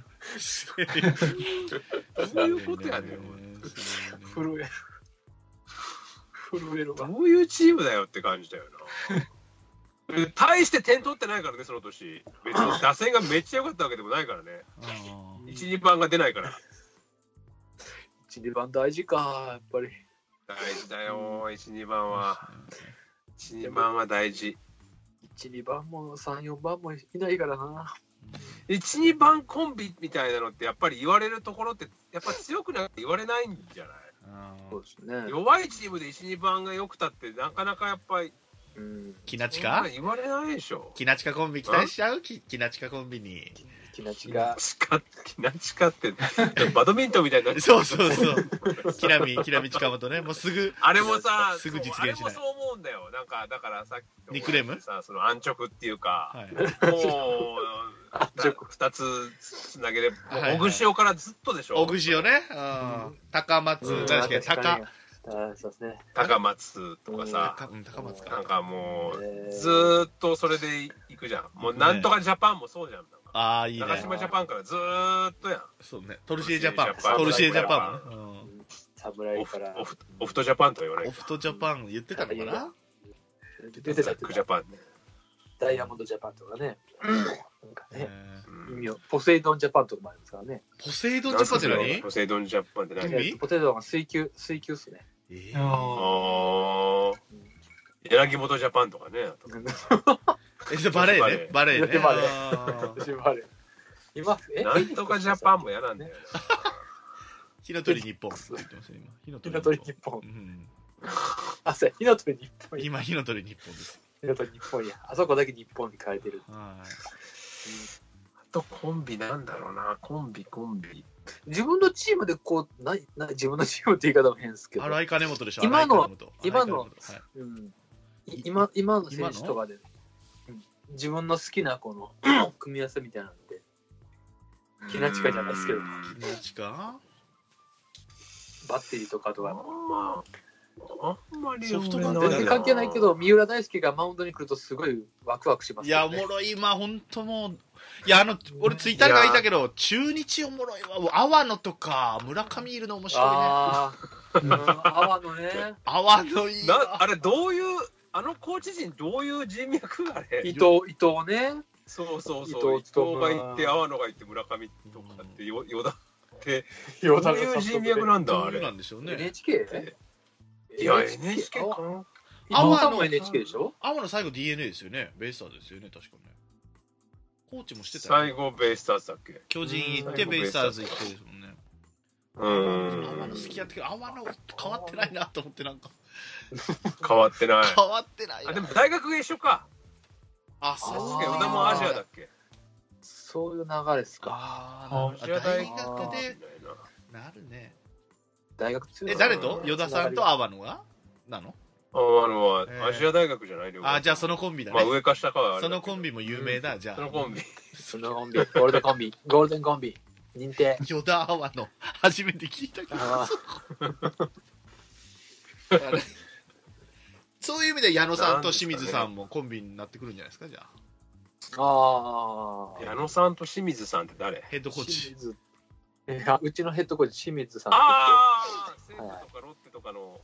S2: そういうことやねん。
S4: ね
S3: 震える震えるわ
S2: どういうチームだよって感じだよ な。大して点取ってないからね、その年。別に打線がめっちゃ良かったわけでもないからね。
S4: あー
S2: 1、2番が出ないから。
S3: 1、2番大事かやっぱり
S2: 大事だよ、1、2番は。1、2番は大事。
S3: 1、2番も3、4番もいないからな
S2: 1、2番コンビみたいなのって、やっぱり言われるところって、やっぱ強くなって言われないんじゃない
S4: あー
S3: そうですね
S2: 弱いチームで1、2番が良くたって、なかなかやっぱり、
S3: うん
S4: キナ
S2: そ
S4: チ
S2: んな
S4: カ
S2: の言われないでしょ。
S4: キナチカコンビ期待しちゃうキキナチカコンビに
S3: 気なち
S2: 気な
S3: が
S2: ちかって、気なちかって、 バドミントンみたいになっちゃう
S4: そうそうそうキラミキラミチカモとねもうすぐ
S2: あれもさ、
S4: すぐ実現し
S2: そう
S4: ない
S2: あれもそう思うんだよ。なんか、だからさっきと
S4: ニックネーム
S2: さ、その安直っていうか、
S4: はい
S2: もう、
S3: 安直
S2: 2つつなげれば、
S4: はいはい
S2: 小串をからずっとでしょ。
S4: 小串をね、うん、高
S2: う
S4: 松
S2: ん
S4: 確かに高
S3: ああそうですね
S2: 高松とかさ、
S4: 高うん高松
S2: な
S4: か
S2: んかもう、
S3: えー
S2: ずーっとそれでいくじゃん。もう、なんとかジャパンもそうじゃん。なんか
S4: ああいいね
S2: 長島ジャパンからずーっとやん。
S4: そうね、トルシエジャパン、ト
S2: ト
S4: ル
S2: ル
S4: シ
S2: シ
S4: エ
S2: エ
S4: ジ
S2: ジ
S4: ャ
S2: ャ
S4: パ
S2: パ
S4: ン、
S2: オ
S3: 侍か
S2: フ
S3: ら
S2: オフオフトジャパンとは言わ
S4: う
S2: なん
S4: オ
S2: い。
S4: フトジャパン言ってたのかな
S3: 出て
S2: ジ
S3: た
S2: ャ
S3: っ
S2: ッ
S3: て
S2: クジャパンね。
S3: ダイヤモンドジャパンとかね、なんかね、
S4: えー
S2: うん
S3: 意味をポセイドンジャパンとかもありますからね、
S4: ポセイドンジャパンって何
S2: ポセイドンジャパンって何
S4: 海
S3: えっとポセイドンは水球、水球っす ね。
S4: え
S5: ーあ
S4: ー
S2: ああ。柳本ジャパンとかね。
S4: え、じゃあバレーね、バレーね。
S3: バレー
S4: あー
S3: 私もあれ、今、え
S2: なんとかジャパンも嫌なんだよな。
S4: 火の鳥日本って言ってますね、今。
S3: 火の鳥 日本
S4: う。ん
S3: あ、そうや、火の鳥日本や。
S4: 今、火の鳥日本です。
S3: 火の鳥日本 や。あそこだけ日本に変えてる。
S4: はい
S2: あとコンビなんだろうな。コンビ、コンビ。
S3: 自分のチームでこう、ないない自分のチームって言い方も変ですけど、
S4: 荒井金本でしょ、
S3: 今の
S4: 荒井金
S3: 今
S4: 本
S3: の
S4: 荒井金本はい
S3: うん、い今今の選手とかで、うん自分の好きなこの組み合わせみたいなんで、気な近いじゃないですけど
S2: うん
S4: キナチカ
S3: バッテリーとかと
S2: あ
S3: か。
S2: んま、あんまり
S4: ソフトバンク
S2: 俺
S3: 全然関係ないけど、三浦大輔がマウンドに来るとすごいワクワクします
S4: いや、
S3: よ
S4: お
S3: ね。
S4: もろい、今、ほんともう、いや、あの、俺、ツイッターで書いたけど、中日おもろいわ、阿波野とか、村上いるの面白いね。
S3: ああ、うん、阿波のね、
S4: 阿波野いいわ。
S2: なあれ、どういう、あのコーチ陣、どういう人脈あれ。
S3: 伊藤、伊藤ね、
S2: そうそうそう。伊
S3: 伊藤
S2: 藤
S3: とか
S2: が行って、阿野が行って、村上とかって、よよだって、
S3: ど
S2: どういう人脈なんだ、
S4: ど
S2: あ
S4: ういうな
S2: れ。
S4: んでしょうね。
S3: NHK?
S2: いや、NHK か
S3: 阿
S2: な。
S3: 波さんも NHK でしょ
S4: 青の最後 DNA ですよね。ベイスターズですよね、確かね。コーチもしてたよね
S2: 最後、ベイスターズだっけ。
S4: 巨人行って、
S2: うん
S4: ベイスターズ行ってですもんね。
S2: う
S4: 青
S2: ん
S4: の。好きやったけど、青の変わってないなと思って、なんか、
S2: 変わってない。
S4: 変わってないな
S2: あ、でも大学が一緒か。
S4: あ、そ
S2: 確
S4: う
S2: かに、
S4: か
S3: あー
S2: 小田もアジアだっけ。
S3: そういう流れですか。
S4: あーなるほど
S2: アジア
S4: 大
S2: 大み
S4: 学で
S2: たいな
S4: なるね。
S3: 大学中
S4: え、誰と与田さんと阿波野がなの
S2: あのは、
S4: えー
S2: アジア大学じゃない両方
S4: あ、じゃあそのコンビだ
S2: まあ
S4: ね。
S2: 上か下かはあれ
S4: そ
S2: だけど
S4: のコンビも有名だ、じゃ
S2: その
S4: あ。
S2: コンビ
S3: そのコンビ、ゴールドコンビ、ゴールデンコンビ、認 定。
S4: 与田阿波野、初めて聞い たけど。
S3: あ
S4: そういう意味で矢野さんと清水さんもコンビになってくるんじゃないですか、じゃ
S3: ー
S4: あ。
S3: あー。
S2: 矢野さんと清水さんって誰
S4: ヘッドコー
S3: 清
S4: チ。
S3: 水いやうちのヘッドコーチ、清水さんっ
S2: ああ西武とかロッテとかの
S3: て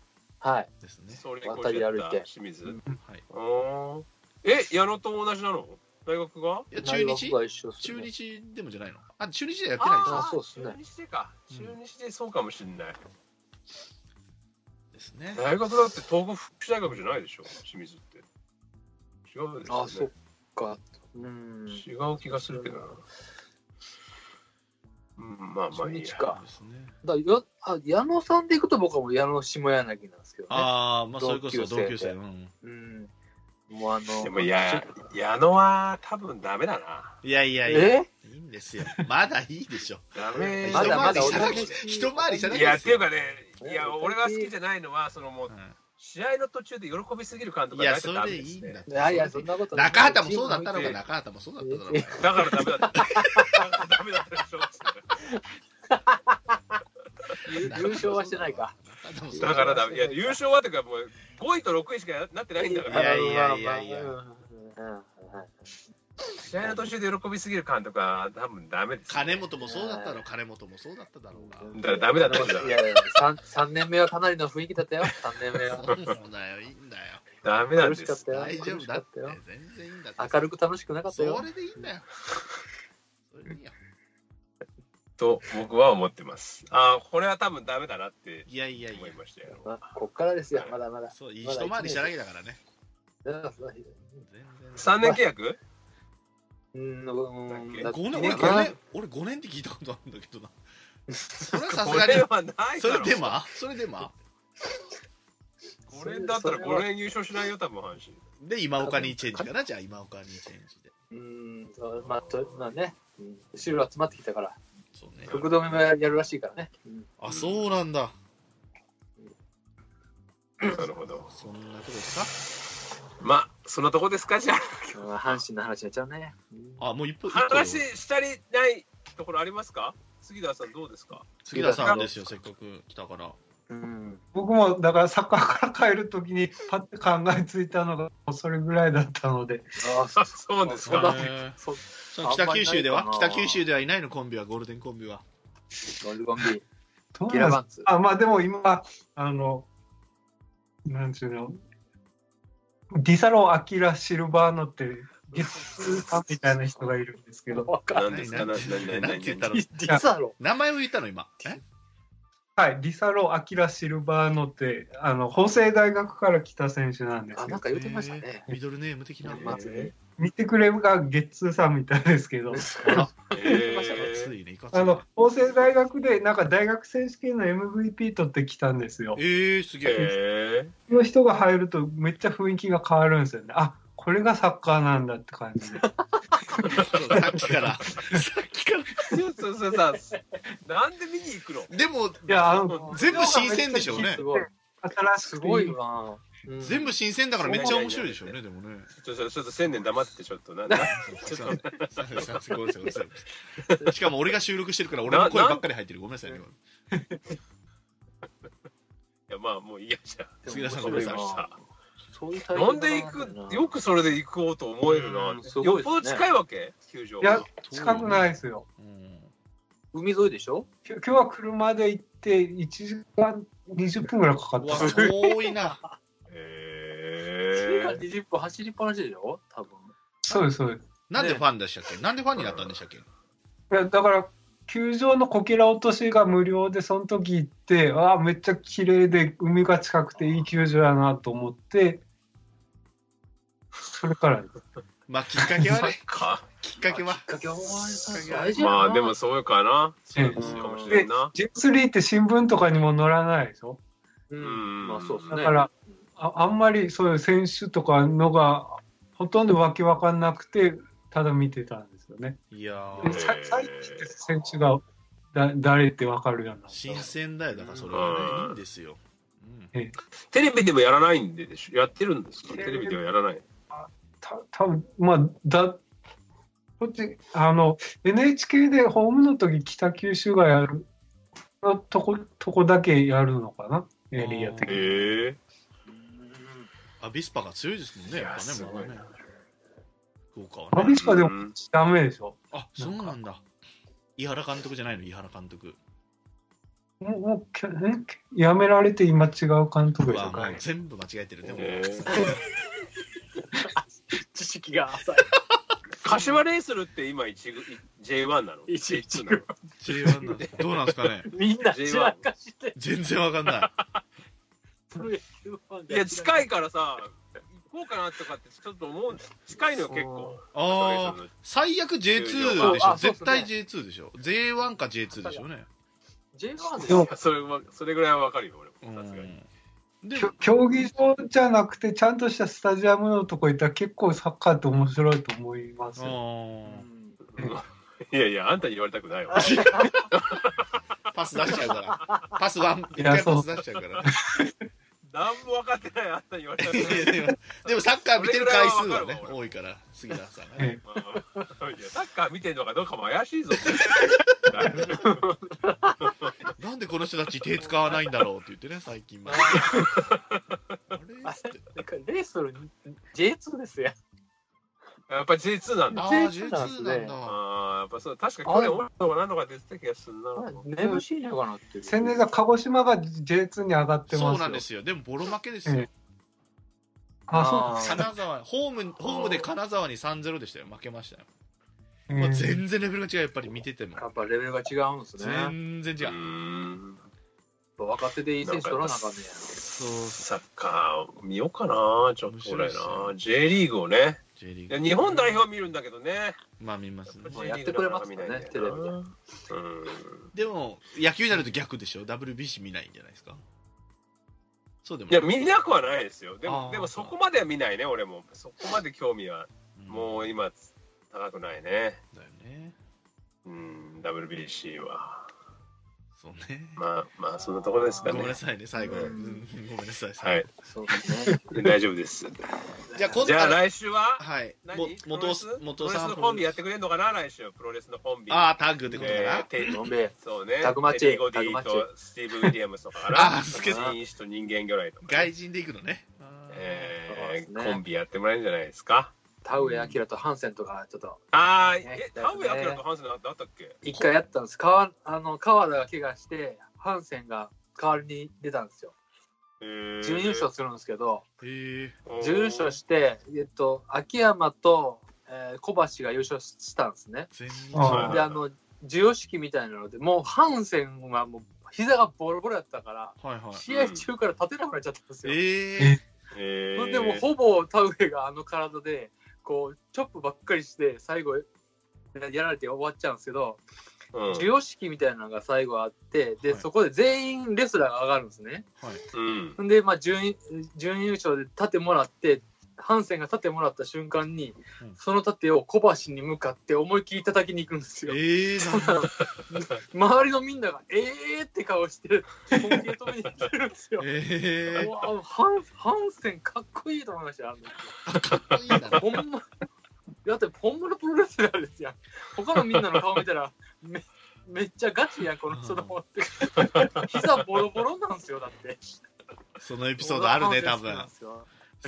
S3: はい。
S4: ですね。
S2: 総理講師だった清水
S5: うん
S4: はい。
S2: あーえ矢野と同じなの大学が
S4: いや、中
S3: 大学
S4: 日
S3: が一緒っすね
S4: 中日でもじゃないのあ、中日でやってない
S3: あそうっすね
S2: 中日でか中日でそうかもしれない、
S4: ですね。
S2: 大学だって東北福祉大学じゃないでしょ清水って違うですよね
S3: あ、そっか。うん。
S2: 違う気がするけどなうんまあまあ
S3: 初
S2: いい
S3: 日
S2: や
S3: か。
S4: ですね。
S3: だよあ矢野さんでいくと僕はもう矢野下柳なんですけどね。
S4: ああ、まあそれこそ同級
S3: 同級
S4: 生。
S3: 生
S4: うん
S3: うん。もうあの。
S2: でもや矢野は多分ダメだない
S4: やいやいや、
S3: え
S4: いいんですよ。まだいいでしょ。
S2: ダメ
S3: まだまだ
S4: 一回
S3: お
S4: り
S3: 試
S4: し
S3: し
S4: 一回りしただ
S2: い
S4: け
S2: や
S4: で
S2: っ
S4: す
S2: ていう
S4: よ。
S2: かねいや俺が好きじゃないのはそのもう
S4: う
S2: 試合の途中で喜びすぎる監
S4: ん
S2: 督が
S4: いや、
S2: 大
S4: そ
S2: 体ダ
S4: れ
S2: メ
S4: で
S2: で
S4: いい
S2: す
S4: ん
S2: ね
S3: い
S4: だ。
S3: やいや、そんなことない
S4: 中畑もそうだったの
S2: チ
S4: か、
S2: ーム
S4: 中畑もそうだったの
S3: え
S4: か。
S2: だからダメだ った。だからダメだったでしょっつっ
S3: 優勝はしてないか。
S4: 中畑も
S2: て
S4: そう
S2: だからダメ。いや優勝はっていうかもう5位と6位しかなってないんだから。
S4: いやいやいやいや
S3: うんうんうん
S2: 試合の途中で喜びすぎる監督は多分ダメです。
S4: 金本もそうだったろう、金本もそうだっただろうが。
S3: うん
S2: だからダメだったんだ
S3: いやいや、三三年目はかなりの雰囲気だったよ。三年目は。
S4: そうだよ、いいんだよ。
S2: ダメなん
S3: 苦
S2: で
S3: しかっ
S2: す
S3: た。よ。
S4: 大丈夫だって
S3: 苦しかっ。
S4: 全然いいんだったて
S3: よ。明るく楽しくなかった
S4: そ
S3: よ。
S4: れでいいんだよ。それでいいよ
S2: と僕は思ってます。ああ、これは多分ダメだなって
S4: いやいやい
S2: 思い
S4: や。
S2: ましたよ。
S3: まあこっからですよ。まだまだ。
S4: そう、いい一回りしただけだからね。全然。
S2: 3年契約
S3: うん、うんだって
S4: 5
S3: ね
S4: 年俺
S3: ま
S4: 5
S3: あ
S4: 年俺5年って聞いたことあるんだけどな。それはさす
S2: こ
S4: がに
S2: れ。はない
S4: そ
S2: だろ
S4: れデマそれデマ
S2: これだったら5年優勝しないよ、多分阪神。
S4: で、今岡にチェンジかなじゃあ今岡にチェンジで。
S3: うん、そうまあ、とまあね、うん後ろ集まってきたから、
S4: そうね。
S3: 福留もやるらしいからね。うん
S4: あ、そうなんだ。
S2: なるほど。
S4: そんなとこです
S2: まあ、そのとこですか、じゃあ。
S3: まあ阪神の話になっちゃうね。うん
S4: かあ、もう一歩。一歩
S2: 話したりないところありますか杉田さん、どうですか
S4: 杉田さんですよ、せっかく来たから。
S3: うん、
S5: 僕もだからサッカーから帰るときにパッて考えついたのがそれぐらいだったので
S3: あ
S2: あ そうです
S3: そうだ
S2: か。
S3: ね
S4: へー
S3: そう、
S4: その北九州で
S3: あん
S4: は
S3: まりないか
S4: 北
S3: な
S4: 九州ではいないのコンビは、ゴールデンコンビは。
S3: ゴルゴンビ
S5: ど
S3: ー、
S5: うなん
S3: ギ
S5: です
S3: ラ
S5: か
S3: バンツ。
S5: あまあでも今あのなんていうのディサロ・アキラ・シルバーノってゲスファンみたいな人がいるんですけど
S3: わかん
S2: 何ですか
S4: な
S2: 何
S4: ん
S2: ですか何何
S4: てなんて
S2: 何
S4: 言ったの
S3: ない。ディサロ。
S4: 名前を言ったの今。え
S5: はい、リサロ・アキラ・シルバーノって、あの、法政大学から来た選手なんです
S3: あ、
S5: け
S3: な
S5: ど
S3: ん、か言ってましたね。
S4: ミドルネーム的な。
S3: まずね。
S5: 見てくれがゲッツーさんみたいですけど、
S2: え
S4: つ
S2: ー
S4: いね、いかつい
S5: あ
S4: ね
S5: の、法政大学で、なんか大学選手権の MVP 取ってきたんですよ。
S4: えー、すげえ。
S2: え
S5: その人が入ると、めっちゃ雰囲気が変わるんですよね。あ、これがサッカーなんだって感 じ
S4: そ
S5: で。
S4: うさっきから。さっきから。
S2: ーちょっとそれさ、なんで見に行くの
S4: でも、
S5: いや、あの、
S4: 全部新鮮でしょうね
S3: す。ごい。
S5: 新しくて
S3: すごいわ。うん
S4: 全部新鮮だからめっちゃ面白いでしょうね、でもね。
S2: ちょっとちょっと千年黙ってちょっと な。な
S4: すいませんすいませんすいませんごめんなさいごめんなさいしかも俺が収録してるから俺の声ばっかり入ってるごめんなさいね
S2: いやまあもういいやじゃあ。
S4: 杉田さんごめんなさい
S2: わかりまし
S3: そういう
S2: た
S3: タイミン
S2: な
S3: グ
S2: ん
S3: だ
S2: で行くよくそれで行こうと思えるな。よ
S4: うん
S2: っ
S3: すごいですね
S2: ぽど近いわけ球場。
S5: いや、近くないですよ。
S4: うん
S3: 海沿いでしょ
S5: きょ今日は車で行って、1時間20分ぐらいかかっ
S4: うわ
S5: た。
S4: 遠いな
S2: え
S3: 1間20分走りっぱなしでしょ多分。
S5: そうです、そうです。
S4: なんでファンでしたっけなんでファンになったんでしたっけ
S5: いやだから球場のこけら落としが無料でその時行ってああめっちゃ綺麗で海が近くていい球場やなと思ってそれからです
S4: まあきっかけはね
S2: か。
S4: きっかけは
S3: きっかけは大事やな
S2: まあでもそういうかな。
S5: う
S2: そうかもしれんな。
S5: J3 って新聞とかにも載らないでしょ
S3: うん。まあそうですね。
S5: だからああんまりそういう選手とかのがほとんどわけわかんなくてただ見てたんですよね
S4: いや
S5: で
S4: ー
S5: さ最近って選手がだ誰ってわかるようになった
S4: 新鮮だよ、だからそれはね、
S2: うん
S4: いいんですよ。うん
S2: テレビでもやらないんででしょやってるんですかテレビではやらない。
S5: た多分まあだこっちあの NHK でホームの時北九州がやるのとことこだけやるのかなエリア的に
S2: へえ。
S4: アビスパが強いですもんね、やっぱね、まだね。福岡は
S5: ア
S4: ね。
S5: ビスパでも
S2: うん
S5: ダメでしょ
S4: あ、そうなんだ。井原監督じゃないの、井原監督。
S5: もうもうけえやめられて今違う監督
S4: う
S5: でし
S4: わ
S5: ょ
S4: もう全部間違えてるね、も
S2: へ
S4: う。
S3: 知識が浅い。
S2: 柏レイソルって今一軍 J1 なの
S3: 一
S2: ?J2 なの
S4: J1 なんだどうなんですかね。
S3: みんな散らかして、
S4: 全然わかんない。
S3: プロ野球ファン
S2: いや、近
S3: い。
S2: いからさ、行こうかなとかってちょっと思う。近いのよ、結構。
S4: ああ、最悪 J2 でし
S3: そう
S4: ょ。
S3: あそうっ
S4: 絶
S3: すね
S4: 対 J2 でしょ。J1 か J2 でしょうね。
S3: J1
S5: でも
S2: それは、それぐらいはわかるよ、
S4: う
S2: 俺も。さすがに。
S4: ん。で、
S5: きょ競技場じゃなくてちゃんとしたスタジアムのとこ行ったら結構サッカーって面白いと思います
S4: あ
S5: よ
S4: ー
S2: いやいや、あんたに言われたくないわ。
S4: パス出しちゃう から。パスワン、一
S5: いや
S4: 回
S5: そう
S4: パス出しちゃうから。
S2: 何も分かってない、あんたに言われたくない
S4: い。やでもでもサッカー見てる回数
S2: そ
S4: は
S2: れぐらいはわか
S4: ね
S2: るわ俺
S4: 多いから杉田さんがね
S5: え
S2: うんいやサッカー見てんのかどうかも怪しいぞ。
S4: なんでこの人たち手使わないんだろうって言ってね 最近まであれっつって
S3: なんかレイソル J2 ですよ。
S2: やっぱり J2 なんだ。
S4: ああ
S3: J2
S4: J2 なんだわ
S2: あーやっぱそう確か去年、オラとか何とか出てた気がするな。
S3: ネブシーニャかなってる。
S5: 先年が鹿児島が J2 に上がってますよ
S4: そうなんですよでもボロ負けですよ
S5: えあ
S3: あー
S4: 金沢ホームホームで金沢に3-0でしたよ負けましたよ
S5: そう
S4: もう
S5: えー
S4: 全然レベルが違うやっぱり見てても
S3: やっぱレベルが違うんですね。やっ
S4: 全然違
S2: う
S4: う
S2: ーん
S3: ぱ若手でいい選手取らなあかんね
S4: そう
S2: サッカー見ようかな、ちょっと俺
S4: 面白いっすよ
S2: な。J リーグをね。
S4: J リ
S2: いや
S4: ー
S2: 日本代表見るんだけどね。
S4: グまあ見ますね
S3: もうやってくれますかねテレビで
S2: うん。
S4: でも野球になると逆でしょ WBC 見ないんじゃないですかそうでも
S2: いや、見なくはないですよ。で
S4: あ
S2: も
S4: ー、
S2: でもそこまでは見ないね、俺も。そこまで興味は、
S4: うん
S2: もう今、高くないね。
S4: だよね
S2: うん、WBC は。
S4: そうね
S2: まあ、まあ、そんなところですか
S4: ごめん
S2: ね
S4: な。さいね、最後。
S2: うん
S4: うんごめんなさい。
S2: はい。
S3: そうですね。
S2: 大丈夫です。
S4: じゃあ、今
S2: じゃあ
S4: 度は、
S2: 来週は、
S4: はい。
S2: 何
S4: も
S2: プロ
S4: 元
S2: レ
S4: さ
S2: ス
S4: ん、
S2: プ
S4: 元
S2: ロレ
S4: さ
S2: ス
S4: ん。
S2: のコンビやってくれるのかな、来週。プロレスのコンビ。
S4: ああ、タッグってことかな
S2: えー、。テイ
S3: 飲め
S2: そうね。
S3: タグマッチ
S2: テイゴディ
S3: タグマッチ
S2: とスティーブ・ウィリアムスとかか
S4: あ
S2: な。
S4: ーすげえ
S2: 人種と人間魚雷とかね、
S4: 外人で行くのね。
S3: そうで
S2: え
S3: すね
S2: ー、コンビやってもらえるんじゃないですか。
S3: 田上明とハンセンとかちょっと
S2: ああ、
S3: ね
S2: え、田上明とハンセンだったっけ
S3: 一回やったんです。川あの川田が怪我してハンセンが代わりに出たんですよ。準優勝するんですけど、
S4: へえ。
S3: 準優勝してえっと秋山と、えー小橋が優勝したんですね。
S4: 全日
S5: あ
S2: ー
S3: であの授与式みたいなのでもうハンセンはもう膝がボロボロやったから
S4: はいはい。
S3: 試合中から立てなくなっちゃったんですよ。
S4: ええ。
S2: え
S3: それでもうほぼ田上があの体でこうチョップばっかりして最後やられて終わっちゃうんですけど
S2: うん
S3: 授与式みたいなのが最後あってで
S4: はい
S3: そこで全員レスラーが上がるんですね。
S2: うん
S3: んでまあ準準優勝で立てもらってハンセンが立てもらった瞬間に
S4: うん
S3: その立てを小橋に向かって思いっきり叩きに行くんですよ。
S4: ええ、なんだ。
S3: 周りのみんなが「えー!」って顔して本気で止めに来てるんですよ。
S4: え え。
S3: うわハンハンセンかっこいいと思いましたよあの時
S4: かっこいいな
S3: ほんま、だってほんまのプロレスラーですやん。他のみんなの顔見たら、めめっちゃガチやん、この人と思って。膝ボロボロなんですよ、だって。
S4: そのエピソードあるね、多分。
S3: ス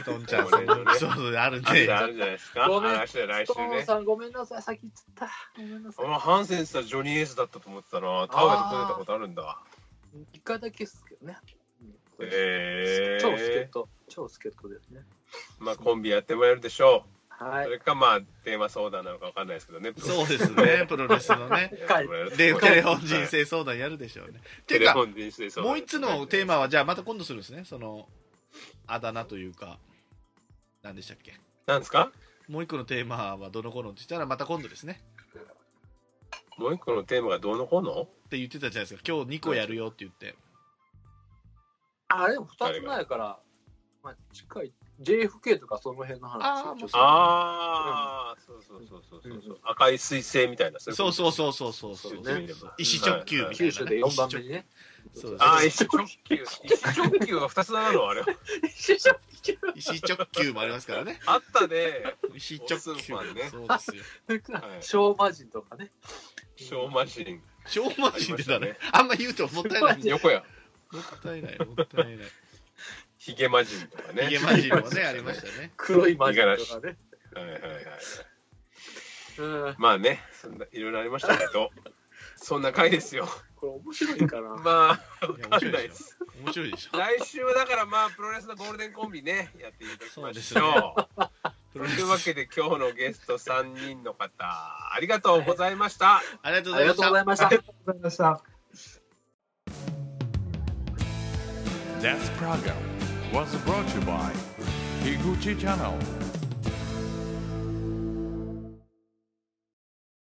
S4: ストンちゃんさんのエピソードである
S2: あるじゃんあ
S4: ね。
S2: るじゃないですか。
S3: ごめん
S2: あ来週だ来週
S3: トーン
S2: ね。
S3: さん、ごめんなさい、先言っちゃった。ごめんなさ
S2: あ
S3: い。
S2: のハンセンさジョニー・エースだったと思ってたな。田上と組んでたことあるんだ。
S3: 一回だけですけどね。
S2: え
S3: 超助っ
S2: え。
S3: 人、超助っ人ですね。
S2: まあコンビやってもらえるでしょう。
S3: は
S2: そ
S3: い。
S2: れかまあテーマ相談なのかわかんないですけどね。
S4: そうです ね、プロレスのね。
S2: やってもらえる
S4: で、テレホン人生相談やるでしょうね。
S2: テ
S4: ていう
S2: レ
S4: か
S2: ホ、ン人生相談
S4: もう一つのテーマはじゃあまた今度するんですねそのあだ名というか何でしたっけ
S2: なんですか
S4: もう一個のテーマはどの頃って言ったらまた今度ですね
S2: もう一個のテーマがどうのこうの
S4: って言ってたじゃないですか今日2個やるよって言って
S3: あれ、二つ前から、まあ、近い、 JFK とかその辺の話
S4: あーもう
S3: ちょっと
S2: ああ、そうそうそうそうそうそう、赤い彗星みたいな。そう
S4: そうそうそうそうそうそう
S2: そう
S4: そ
S2: いう
S4: う
S2: ことですね。
S4: 石直球みたいなね
S3: 九州で4番目に ね。
S4: そう
S2: ああ、一直球、一直球が二つなのあれ。
S4: 石直球もありますからね
S2: あったね。
S4: 石直
S2: オス
S4: 球
S2: マンね
S4: そうですよ
S2: い
S3: 昭和人とかね。
S2: ショーマ シン。
S4: 超マジでだねあんま言うともったいないも
S2: 横や。
S4: ったいないもったいない
S2: ヒゲマジンとかね。
S4: ヒゲマジンもねありましたね
S3: 黒いマジンとかね。
S2: はいはいはい。
S3: うん、
S2: まあね、そんないろいろありましたけ ど、そんな回ですよ。
S3: これ面白いかな。
S2: まあ、
S4: いや
S2: わかんないです。
S4: 面白いでし ょ
S2: 来週はだからまあプロレスのゴールデンコンビねやっていただきましょう。
S4: プロ
S2: と
S4: レ
S2: いう
S4: ス
S2: わけで今日のゲスト3人の方ありがとうございました。
S4: ありがとう
S3: あ
S4: ござ
S3: り
S4: い
S3: が
S4: ま
S3: と
S4: し
S3: うござ
S4: た
S3: いました。
S5: ございました。
S1: This program was brought to you by Higuchi Channel.